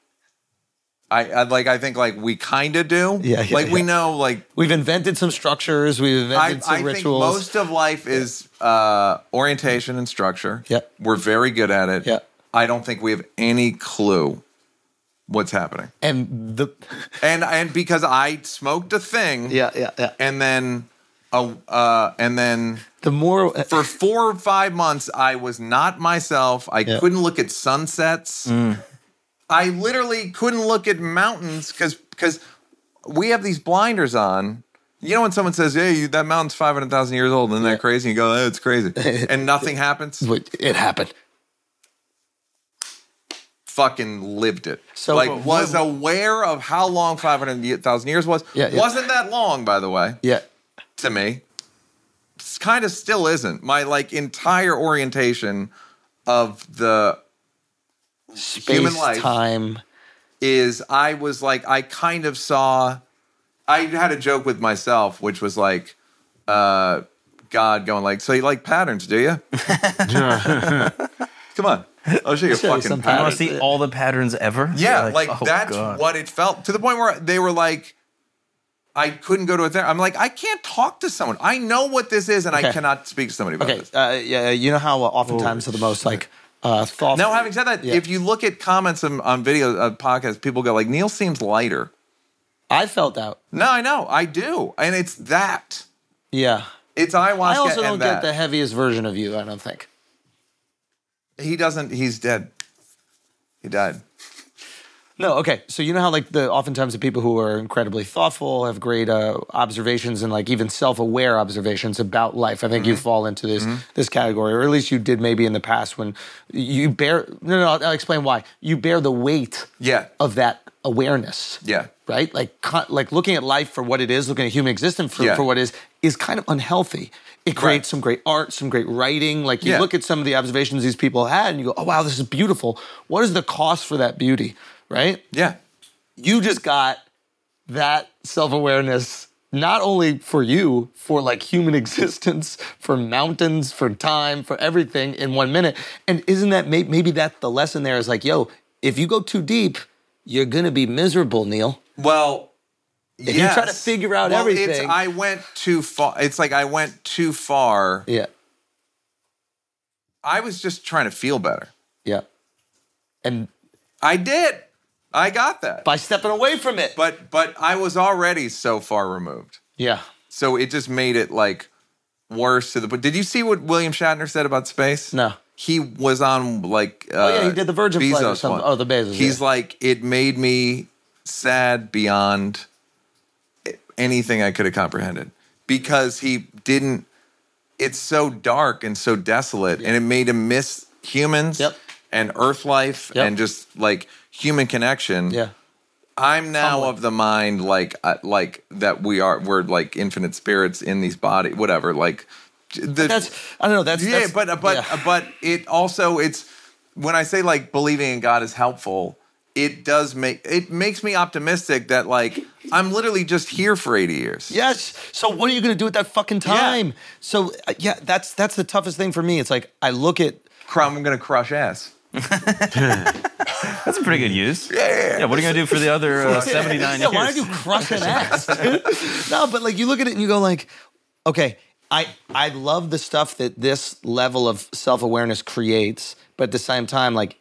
Speaker 2: I, I like. I think like we kind of do.
Speaker 1: Yeah, yeah,
Speaker 2: like we
Speaker 1: yeah.
Speaker 2: know. Like
Speaker 1: We've invented some structures. We've
Speaker 2: I,
Speaker 1: invented some
Speaker 2: I
Speaker 1: rituals.
Speaker 2: think most of life is uh, orientation and structure.
Speaker 1: Yep.
Speaker 2: We're very good at it.
Speaker 1: Yep.
Speaker 2: I don't think we have any clue what's happening.
Speaker 1: and the
Speaker 2: And and because I smoked a thing.
Speaker 1: yeah, yeah.
Speaker 2: And then uh, uh and then
Speaker 1: The more uh,
Speaker 2: for four or five months I was not myself. I
Speaker 1: Yeah. Mm.
Speaker 2: couldn't look at sunsets. I literally couldn't look at mountains because because we have these blinders on. You know when someone says, "Hey, you, that mountain's five hundred thousand years old," and they're crazy, you go, "Oh, it's crazy," and nothing happens.
Speaker 1: it happened.
Speaker 2: Fucking lived it.
Speaker 1: So-
Speaker 2: like, was aware of how long five hundred thousand years was.
Speaker 1: Yeah, yeah.
Speaker 2: Wasn't that long, by the way,
Speaker 1: Yeah.
Speaker 2: to me. Kind of still isn't. My like entire orientation of the
Speaker 1: Space,
Speaker 2: Human life.
Speaker 1: time.
Speaker 2: is I was like, I kind of saw, I had a joke with myself, which was like, uh, God going like, so you like patterns, do you? Come on, I'll show you a
Speaker 1: Show you some
Speaker 2: fucking
Speaker 3: I want
Speaker 2: pattern.
Speaker 1: patterns.
Speaker 3: to see all the patterns ever.
Speaker 2: Yeah, like,
Speaker 3: oh,
Speaker 2: that's
Speaker 3: God.
Speaker 2: what it felt to the point where they were like, I couldn't go to a therapist. I'm like, I can't talk to someone. I know what this is, and I
Speaker 1: Okay.
Speaker 2: cannot speak to somebody about
Speaker 1: Okay.
Speaker 2: this.
Speaker 1: Uh, yeah. You know how uh, oftentimes are the most like uh, thoughtful.
Speaker 2: Now, having said that,
Speaker 1: Yeah.
Speaker 2: if you look at comments on, on video uh, podcasts, people go like, Neil seems lighter.
Speaker 1: I felt that.
Speaker 2: No, I know, I do, and it's that.
Speaker 1: Yeah.
Speaker 2: It's ayahuasca.
Speaker 1: I also
Speaker 2: and
Speaker 1: don't get
Speaker 2: that.
Speaker 1: the heaviest version of you. I don't think.
Speaker 2: He doesn't. He's dead. He died.
Speaker 1: No, okay. So you know how like the oftentimes the people who are incredibly thoughtful have great uh, observations and like even self-aware observations about life. I think you fall into this this category, or at least you did maybe in the past when you bear. No, no, I'll, I'll explain why you bear the weight
Speaker 2: Yeah.
Speaker 1: of that awareness.
Speaker 2: Yeah.
Speaker 1: Right? Like con- like looking at life for what it is, looking at human existence for,
Speaker 2: Yeah.
Speaker 1: for what it is is kind of unhealthy. It creates
Speaker 2: Right.
Speaker 1: some great art, some great writing. Like you
Speaker 2: Yeah.
Speaker 1: look at some of the observations these people had and you go, "Oh wow, this is beautiful." What is the cost for that beauty? Right?
Speaker 2: Yeah.
Speaker 1: You just got that self-awareness not only for you, for like human existence, for mountains, for time, for everything in one minute. And isn't that may- maybe that the lesson there is like, yo, if you go too deep, you're gonna be miserable, Neil.
Speaker 2: Well. If
Speaker 1: you try to figure out
Speaker 2: it's,
Speaker 1: everything-
Speaker 2: I went too far. It's like I went too far.
Speaker 1: Yeah,
Speaker 2: I was just trying to feel better.
Speaker 1: yeah. And
Speaker 2: I did. I got that.
Speaker 1: by stepping away from it,
Speaker 2: but but I was already so far removed.
Speaker 1: yeah,
Speaker 2: So it just made it like worse to the. But did you see what William Shatner said about space?
Speaker 1: No. Oh,
Speaker 2: He was on like. Uh,
Speaker 1: yeah, he did the Virgin flight or
Speaker 2: Bezos
Speaker 1: something.
Speaker 2: one.
Speaker 1: Oh, the Bezos,
Speaker 2: He's
Speaker 1: yeah.
Speaker 2: like, it made me sad beyond anything I could have comprehended. because he didn't. It's so dark and so desolate, and it made him miss humans
Speaker 1: Yep.
Speaker 2: and Earth life
Speaker 1: Yep.
Speaker 2: and just like human connection.
Speaker 1: Yeah.
Speaker 2: I'm now of the mind like uh, like that we are we're like infinite spirits in these body whatever like the,
Speaker 1: That's I don't know. That's
Speaker 2: yeah
Speaker 1: that's-
Speaker 2: but uh, but
Speaker 1: yeah.
Speaker 2: but it also it's when I say like believing in God is helpful it does make it makes me optimistic that like I'm literally just here for 80 years
Speaker 1: Yes. So what are you going to do with that fucking time? So uh, yeah, that's that's the toughest thing for me. It's like I look at
Speaker 2: Cr- I'm gonna crush ass
Speaker 3: That's a pretty good use. Yeah. Yeah. what are you gonna do for the other uh, seventy nine
Speaker 1: yeah,
Speaker 3: years?
Speaker 1: why are you crushing ass? dude? no, but like you look at it and you go like, okay, I I love the stuff that this level of self awareness creates, but at the same time, like,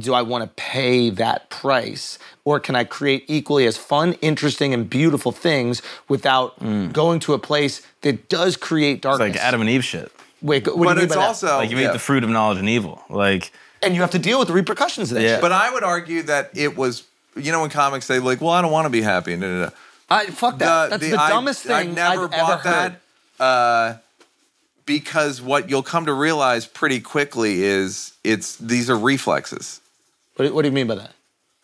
Speaker 1: do I want to pay that price, or can I create equally as fun, interesting, and beautiful things without going to a place that does create darkness?
Speaker 3: like Adam and Eve shit.
Speaker 1: Wait, what do
Speaker 2: but
Speaker 1: you mean
Speaker 2: it's
Speaker 1: by that?
Speaker 2: also
Speaker 3: Like you
Speaker 2: Oh, yeah.
Speaker 3: eat the fruit of knowledge and evil. Like
Speaker 1: and you have to deal with the repercussions of that.
Speaker 3: Yeah.
Speaker 1: shit.
Speaker 2: but I would argue that it was you know in comics they like well I don't want to be happy no no no
Speaker 1: I fuck that. That's the,
Speaker 2: I-
Speaker 1: dumbest thing
Speaker 2: I never
Speaker 1: have
Speaker 2: bought
Speaker 1: ever
Speaker 2: that
Speaker 1: heard.
Speaker 2: uh, because what you'll come to realize pretty quickly is it's these are reflexes.
Speaker 1: What, do- what do you mean by that?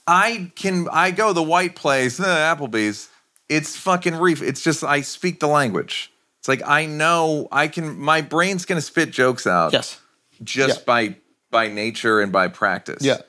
Speaker 2: I can I go the white place, the Applebee's. It's fucking reef. It's just I speak the language. It's like I know I can. My brain's gonna spit jokes out.
Speaker 1: Yes.
Speaker 2: just
Speaker 1: Yeah.
Speaker 2: by by nature and by practice.
Speaker 1: Yeah.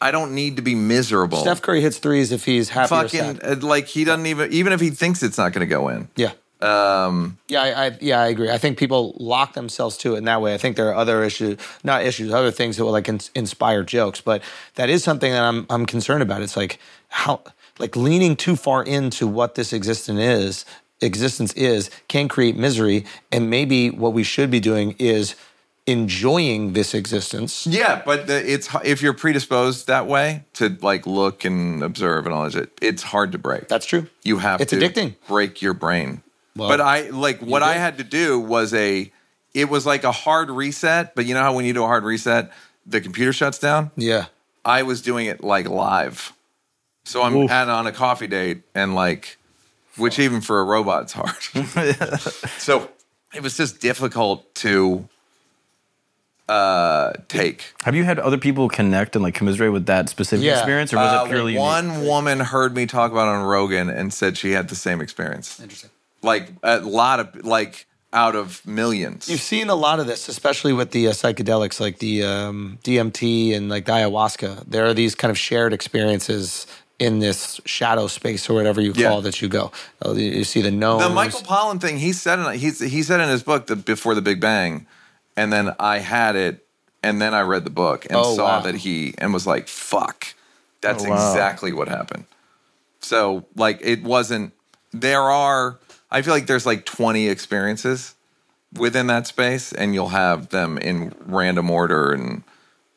Speaker 2: I don't need to be miserable.
Speaker 1: Steph Curry hits threes if he's happy or
Speaker 2: fucking
Speaker 1: sad.
Speaker 2: uh, like he doesn't even even if he thinks it's not gonna go in.
Speaker 1: Yeah.
Speaker 2: Um,
Speaker 1: Yeah, I, I yeah, I agree. I think people lock themselves to it in that way. I think there are other issues, not issues, other things that will like in, inspire jokes, but that is something that I'm I'm concerned about. It's like how like leaning too far into what this existence is, existence is can create misery and maybe what we should be doing is enjoying this existence.
Speaker 2: Yeah, but the, it's if you're predisposed that way to like look and observe and all that shit, it's hard to break.
Speaker 1: That's true.
Speaker 2: you have
Speaker 1: It's
Speaker 2: to
Speaker 1: addicting.
Speaker 2: break your brain. but I like what I had to do was a it was like a hard reset, but you know how when you do a hard reset, the computer shuts down?
Speaker 1: Yeah.
Speaker 2: I was doing it like live. So I'm at on a coffee date and like which even for a robot's hard. so it was just difficult to uh take.
Speaker 3: have you had other people connect and like commiserate with that specific
Speaker 1: Yeah.
Speaker 3: experience, or was
Speaker 2: Uh,
Speaker 3: it purely
Speaker 2: one
Speaker 3: unique?
Speaker 2: woman heard me talk about it on Rogan and said she had the same experience. Interesting. Like a lot of like out of millions.
Speaker 1: You've seen a lot of this, especially with the uh, psychedelics, like the um, DMT and like the ayahuasca. There are these kind of shared experiences in this shadow space or whatever you
Speaker 2: Yeah.
Speaker 1: call that you go. Uh, You you see the gnomes.
Speaker 2: the Michael Pollan thing, he said in he's, he said in his book the before the Big Bang, and then I had it, and then I read the book and
Speaker 1: Oh,
Speaker 2: saw
Speaker 1: wow.
Speaker 2: that he and was like, fuck. That's
Speaker 3: Oh, wow.
Speaker 2: exactly what happened. So like it wasn't there are I feel like there's like 20 experiences within that space and you'll have them in random order and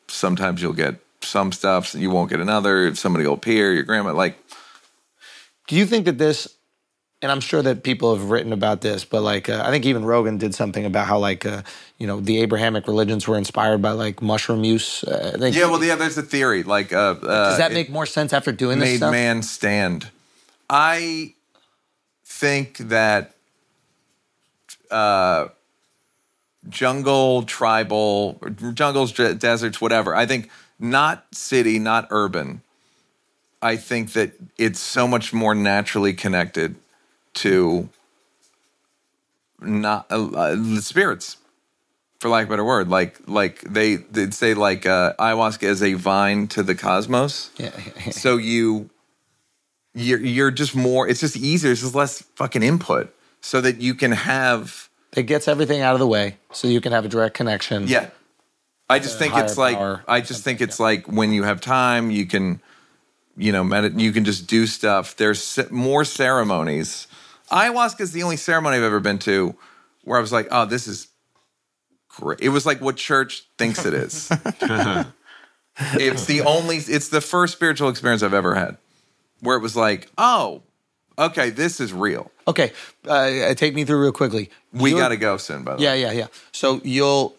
Speaker 2: sometimes you'll get some stuff you won't get another somebody will appear your grandma like
Speaker 1: Do you think that this, and I'm sure that people have written about this, but like uh, I think even Rogan did something about how like uh, you know the Abrahamic religions were inspired by like mushroom use. Uh, I think,
Speaker 2: yeah well yeah there's a theory like uh, uh
Speaker 1: does that
Speaker 2: it-
Speaker 1: make more sense after doing this
Speaker 2: made
Speaker 1: stuff?
Speaker 2: man stand. I think that uh, jungle, tribal, jungles, d- deserts, whatever. I think not city, not urban. I think that it's so much more naturally connected to not uh, uh, the spirits for lack of a better word like like they they'd say like uh, ayahuasca is a vine to the cosmos
Speaker 1: Yeah.
Speaker 2: so you you're you're just more it's just easier it's just less fucking input so that you can have
Speaker 1: it gets everything out of the way so you can have a direct connection.
Speaker 2: yeah i just think it's
Speaker 1: higher
Speaker 2: like
Speaker 1: power
Speaker 2: i just think it's like when you have time you can you know medit- you can just do stuff there's se- more ceremonies ayahuasca is the only ceremony i've ever been to where i was like oh this is great it was like what church thinks it is it's the only it's the first spiritual experience i've ever had where it was like oh okay this is real
Speaker 1: Okay, uh, take me through real quickly.
Speaker 2: we
Speaker 1: You're-
Speaker 2: got to go soon by the
Speaker 1: Yeah,
Speaker 2: way
Speaker 1: yeah, yeah. So you'll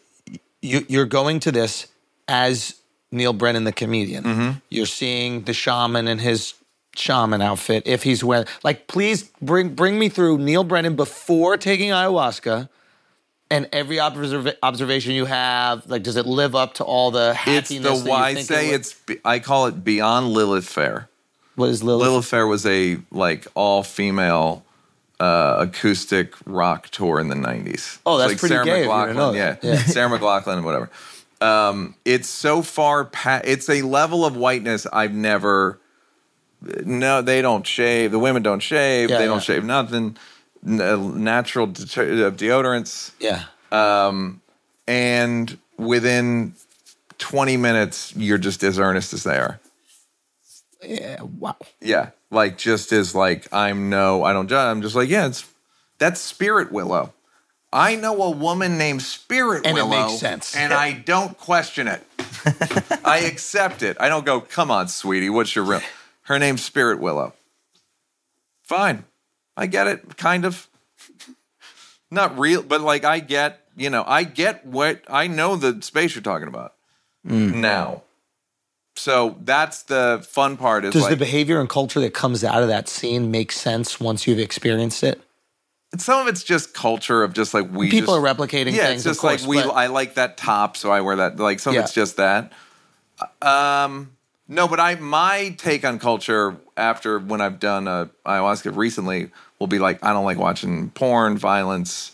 Speaker 1: you, you're going to this
Speaker 2: Mm-hmm.
Speaker 1: as Neil Brennan, the comedian. You're seeing the shaman and his shaman outfit if he's wearing. Like, please bring bring me through Neil Brennan before taking ayahuasca. And every observ- observation you have, like, does it live up to all the
Speaker 2: It's
Speaker 1: hackiness?
Speaker 2: the
Speaker 1: that you
Speaker 2: why I
Speaker 1: think it
Speaker 2: say
Speaker 1: would?
Speaker 2: it's be- I call it Beyond Lilith Fair.
Speaker 1: what is Lilith?
Speaker 2: Lilith Fair was a like all female uh, acoustic rock tour in the nineties.
Speaker 1: Oh, that's
Speaker 2: like
Speaker 1: pretty
Speaker 2: Sarah
Speaker 1: gay if you didn't
Speaker 2: McLaughlin,
Speaker 1: know
Speaker 2: yeah.
Speaker 1: that. Yeah.
Speaker 2: Sarah McLaughlin and whatever. Um, it's so far past. It's a level of whiteness I've never. No, they don't shave. The women don't shave.
Speaker 1: Yeah,
Speaker 2: they
Speaker 1: yeah.
Speaker 2: don't shave nothing. N- uh, natural deter- uh, deodorants
Speaker 1: yeah.
Speaker 2: and within 20 minutes you're just as earnest as they are
Speaker 1: yeah. Wow.
Speaker 2: yeah like just as like i'm no i don't judge i'm just like yeah it's that's spirit willow i know a woman named spirit
Speaker 1: And it
Speaker 2: willow
Speaker 1: makes sense.
Speaker 2: and i don't question it i accept it i don't go come on sweetie what's your real her name's spirit willow fine i get it kind of not real but like i get you know i get what i know the space you're talking about
Speaker 1: Mm.
Speaker 2: now so that's the fun part is
Speaker 1: Does
Speaker 2: like,
Speaker 1: the behavior and culture that comes out of that scene make sense once you've experienced it?
Speaker 2: some of it's just culture of just like we
Speaker 1: People
Speaker 2: just-
Speaker 1: are replicating
Speaker 2: yeah
Speaker 1: things.
Speaker 2: it's just
Speaker 1: of course,
Speaker 2: like we
Speaker 1: but-
Speaker 2: i like that top so i wear that like some
Speaker 1: Yeah.
Speaker 2: of it's just that um no but i my take on culture after when i've done a ayahuasca recently will be like i don't like watching porn violence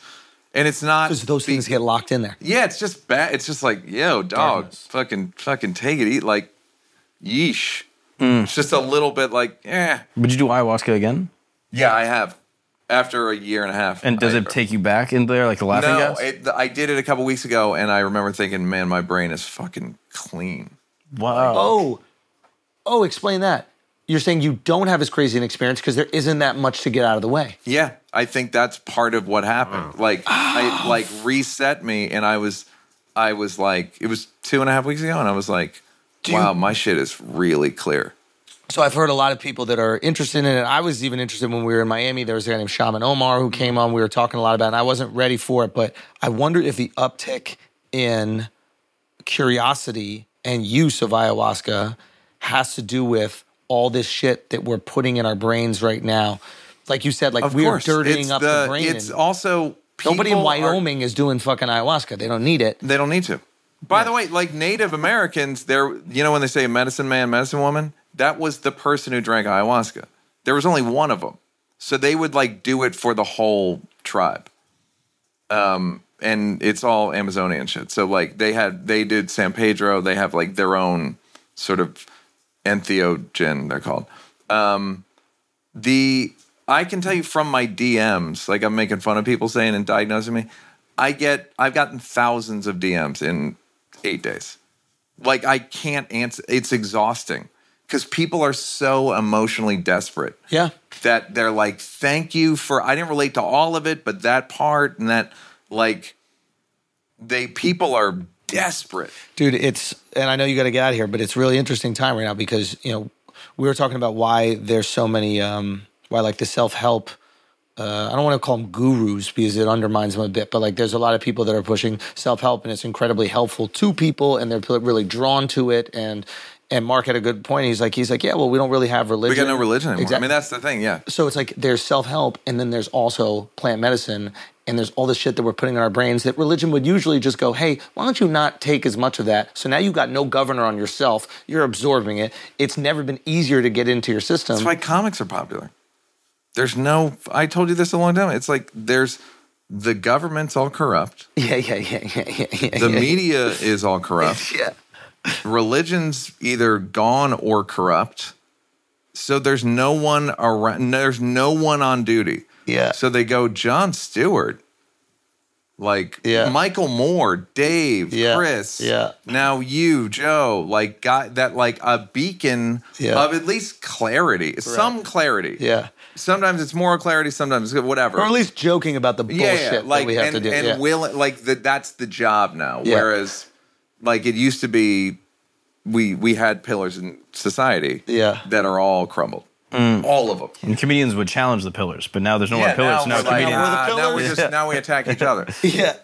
Speaker 2: and it's not
Speaker 1: because those things get locked in there.
Speaker 2: yeah it's just bad it's just like yo dog fucking fucking take it eat like yeesh
Speaker 1: Mm.
Speaker 2: it's just a little bit like eh.
Speaker 3: Would you do ayahuasca again?
Speaker 2: yeah i have after a year and a half
Speaker 3: And does
Speaker 2: I-
Speaker 3: it take you back in there like the laughing
Speaker 2: No,
Speaker 3: gas?
Speaker 2: it, I did it a couple weeks ago, and I remember thinking, "Man, my brain is fucking clean."
Speaker 3: wow.
Speaker 1: Oh, oh, explain that. You're saying you don't have as crazy an experience because there isn't that much to get out of the way.
Speaker 2: Yeah, I think that's part of what happened. Like, I like reset me, and I was, I was like, it was two and a half weeks ago, and I was like, "Wow, my shit is really clear."
Speaker 1: So I've heard a lot of people that are interested in it. I was even interested when we were in Miami. There was a guy named Shaman Omar who came on. We were talking a lot about it, and I wasn't ready for it, but I wondered if the uptick in curiosity and use of ayahuasca has to do with all this shit that we're putting in our brains right now. Like you said, like
Speaker 2: Of
Speaker 1: we're
Speaker 2: course,
Speaker 1: dirtying
Speaker 2: it's
Speaker 1: up the, brain.
Speaker 2: It's
Speaker 1: and
Speaker 2: also
Speaker 1: nobody in
Speaker 2: people are-
Speaker 1: Wyoming is doing fucking ayahuasca. They don't need it.
Speaker 2: They don't need to. By the way, like Native Americans, they're you know when they say medicine man, medicine woman, that was the person who drank ayahuasca. There was only one of them, so they would like do it for the whole tribe. Um, and it's all Amazonian shit. So like they had they did San Pedro. They have like their own sort of entheogen. They're called. Um, the I can tell you from my DMs, like I'm making fun of people saying and diagnosing me. I get I've gotten thousands of DMs in eight days. Like I can't answer. It's exhausting because people are so emotionally desperate
Speaker 1: Yeah.
Speaker 2: that they're like, "Thank you for." I didn't relate to all of it, but that part and that like they people are desperate.
Speaker 1: dude it's and i know you got to get out of here but it's really interesting time right now because you know we were talking about why there's so many um why like the self-help uh, I don't want to call them gurus because it undermines them a bit, but like there's a lot of people that are pushing self help and it's incredibly helpful to people and they're p- really drawn to it. And and Mark had a good point. He's like he's like yeah, well we don't really have religion.
Speaker 2: We got no religion anymore.
Speaker 1: Exact-
Speaker 2: I mean, that's the thing. Yeah,
Speaker 1: so it's like there's self help, and then there's also plant medicine, and there's all this shit that we're putting in our brains that religion would usually just go, hey, why don't you not take as much of that? So now you've got no governor on yourself. You're absorbing it. It's never been easier to get into your system.
Speaker 2: That's why comics are popular. There's no. I told you this a long time. It's like there's the government's all corrupt.
Speaker 1: yeah, yeah, yeah, yeah, yeah, yeah.
Speaker 2: The
Speaker 1: yeah.
Speaker 2: media is all corrupt.
Speaker 1: Yeah.
Speaker 2: Religion's either gone or corrupt. So there's no one around. There's no one on duty.
Speaker 1: Yeah.
Speaker 2: So they go John Stewart, like
Speaker 1: Yeah.
Speaker 2: Michael Moore, Dave,
Speaker 1: Yeah.
Speaker 2: Chris.
Speaker 1: Yeah.
Speaker 2: Now you, Joe, like got that like a beacon
Speaker 1: Yeah.
Speaker 2: of at least clarity, some clarity.
Speaker 1: Yeah.
Speaker 2: Sometimes it's moral clarity. Sometimes it's whatever.
Speaker 1: Or at least joking about the bullshit
Speaker 2: yeah, yeah,
Speaker 1: that
Speaker 2: like
Speaker 1: we have
Speaker 2: and,
Speaker 1: to do.
Speaker 2: and
Speaker 1: yeah.
Speaker 2: will like the, that's the job now.
Speaker 1: Yeah.
Speaker 2: Whereas, like it used to be, we we had pillars in society.
Speaker 1: Yeah. Mm.
Speaker 2: that are all crumbled, all of them.
Speaker 3: And comedians would challenge the pillars, but now there's no more pillars. Now,
Speaker 2: we're like,
Speaker 3: comedians.
Speaker 2: ah, now we just now we attack each other.
Speaker 1: yeah.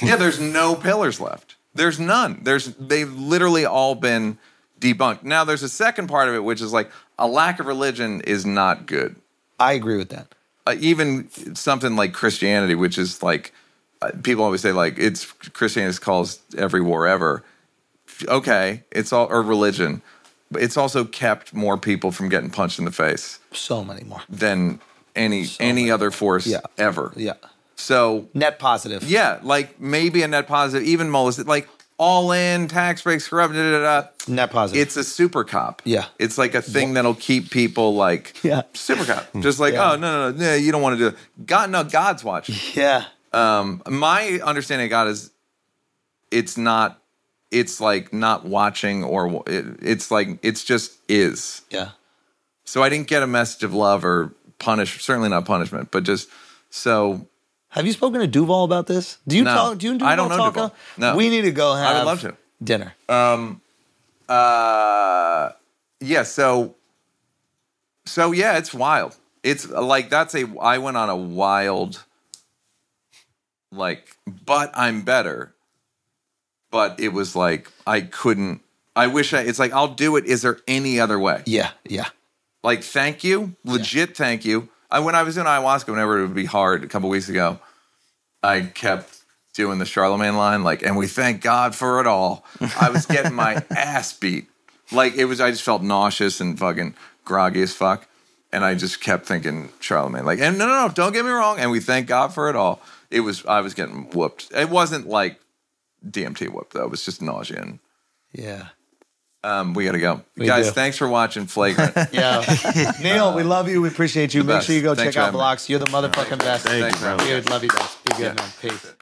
Speaker 2: yeah, there's no pillars left. There's none. There's they've literally all been debunked. Now there's a second part of it, which is like, a lack of religion is not good.
Speaker 1: I agree with that.
Speaker 2: Uh, even something like Christianity, which is like uh, people always say, like it's Christianity calls every war ever. Okay, it's all or religion, but it's also kept more people from getting punched in the face
Speaker 1: So many more.
Speaker 2: than any any other force
Speaker 1: Yeah.
Speaker 2: ever.
Speaker 1: Yeah.
Speaker 2: So
Speaker 1: Net positive.
Speaker 2: yeah, like maybe a net positive, even molested, like all in tax breaks, corrupt, da, da, da, da.
Speaker 1: Net positive.
Speaker 2: It's a super cop.
Speaker 1: Yeah.
Speaker 2: It's like a thing that'll keep people like
Speaker 1: Yeah. Hmm.
Speaker 2: super cop. Just like,
Speaker 1: Yeah.
Speaker 2: oh no, no, no, no, you don't want to do it. God no, God's watching.
Speaker 1: yeah.
Speaker 2: Um my understanding of God is it's not it's like not watching or wa- it, it's like it's just is.
Speaker 1: Yeah.
Speaker 2: So I didn't get a message of love or punish certainly not punishment, but just so
Speaker 1: Have you spoken to Duval about this? Do you
Speaker 2: No.
Speaker 1: talk? Do you and Duval
Speaker 2: I don't know
Speaker 1: talk?
Speaker 2: Duval.
Speaker 1: at all?
Speaker 2: No.
Speaker 1: We need to go have
Speaker 2: would love to.
Speaker 1: dinner.
Speaker 2: Um, uh yeah so so yeah it's wild it's like that's a i went on a wild like but i'm better but it was like i couldn't i wish i it's like i'll do it is there any other way
Speaker 1: yeah. Yeah.
Speaker 2: like thank you legit thank you I, when i was doing ayahuasca whenever it would be hard a couple weeks ago i kept doing the charlemagne line like and we thank god for it all i was getting my ass beat like it was i just felt nauseous and fucking groggy as fuck and i just kept thinking charlemagne like and no no no don't get me wrong and we thank god for it all it was i was getting whooped it wasn't like dmt whooped though it was just nausea and
Speaker 1: Yeah.
Speaker 2: um, we gotta go guys
Speaker 1: do.
Speaker 2: thanks for watching flagrant
Speaker 1: Yeah. Neil, we love you. We appreciate you. Make
Speaker 2: best.
Speaker 1: sure you go check
Speaker 2: Thanks for
Speaker 1: out
Speaker 2: having me.
Speaker 1: Blocks. You're the motherfucking best.
Speaker 2: Thanks, you, bro.
Speaker 1: Dude, love you guys. Be good,
Speaker 2: Yeah.
Speaker 1: man. Peace.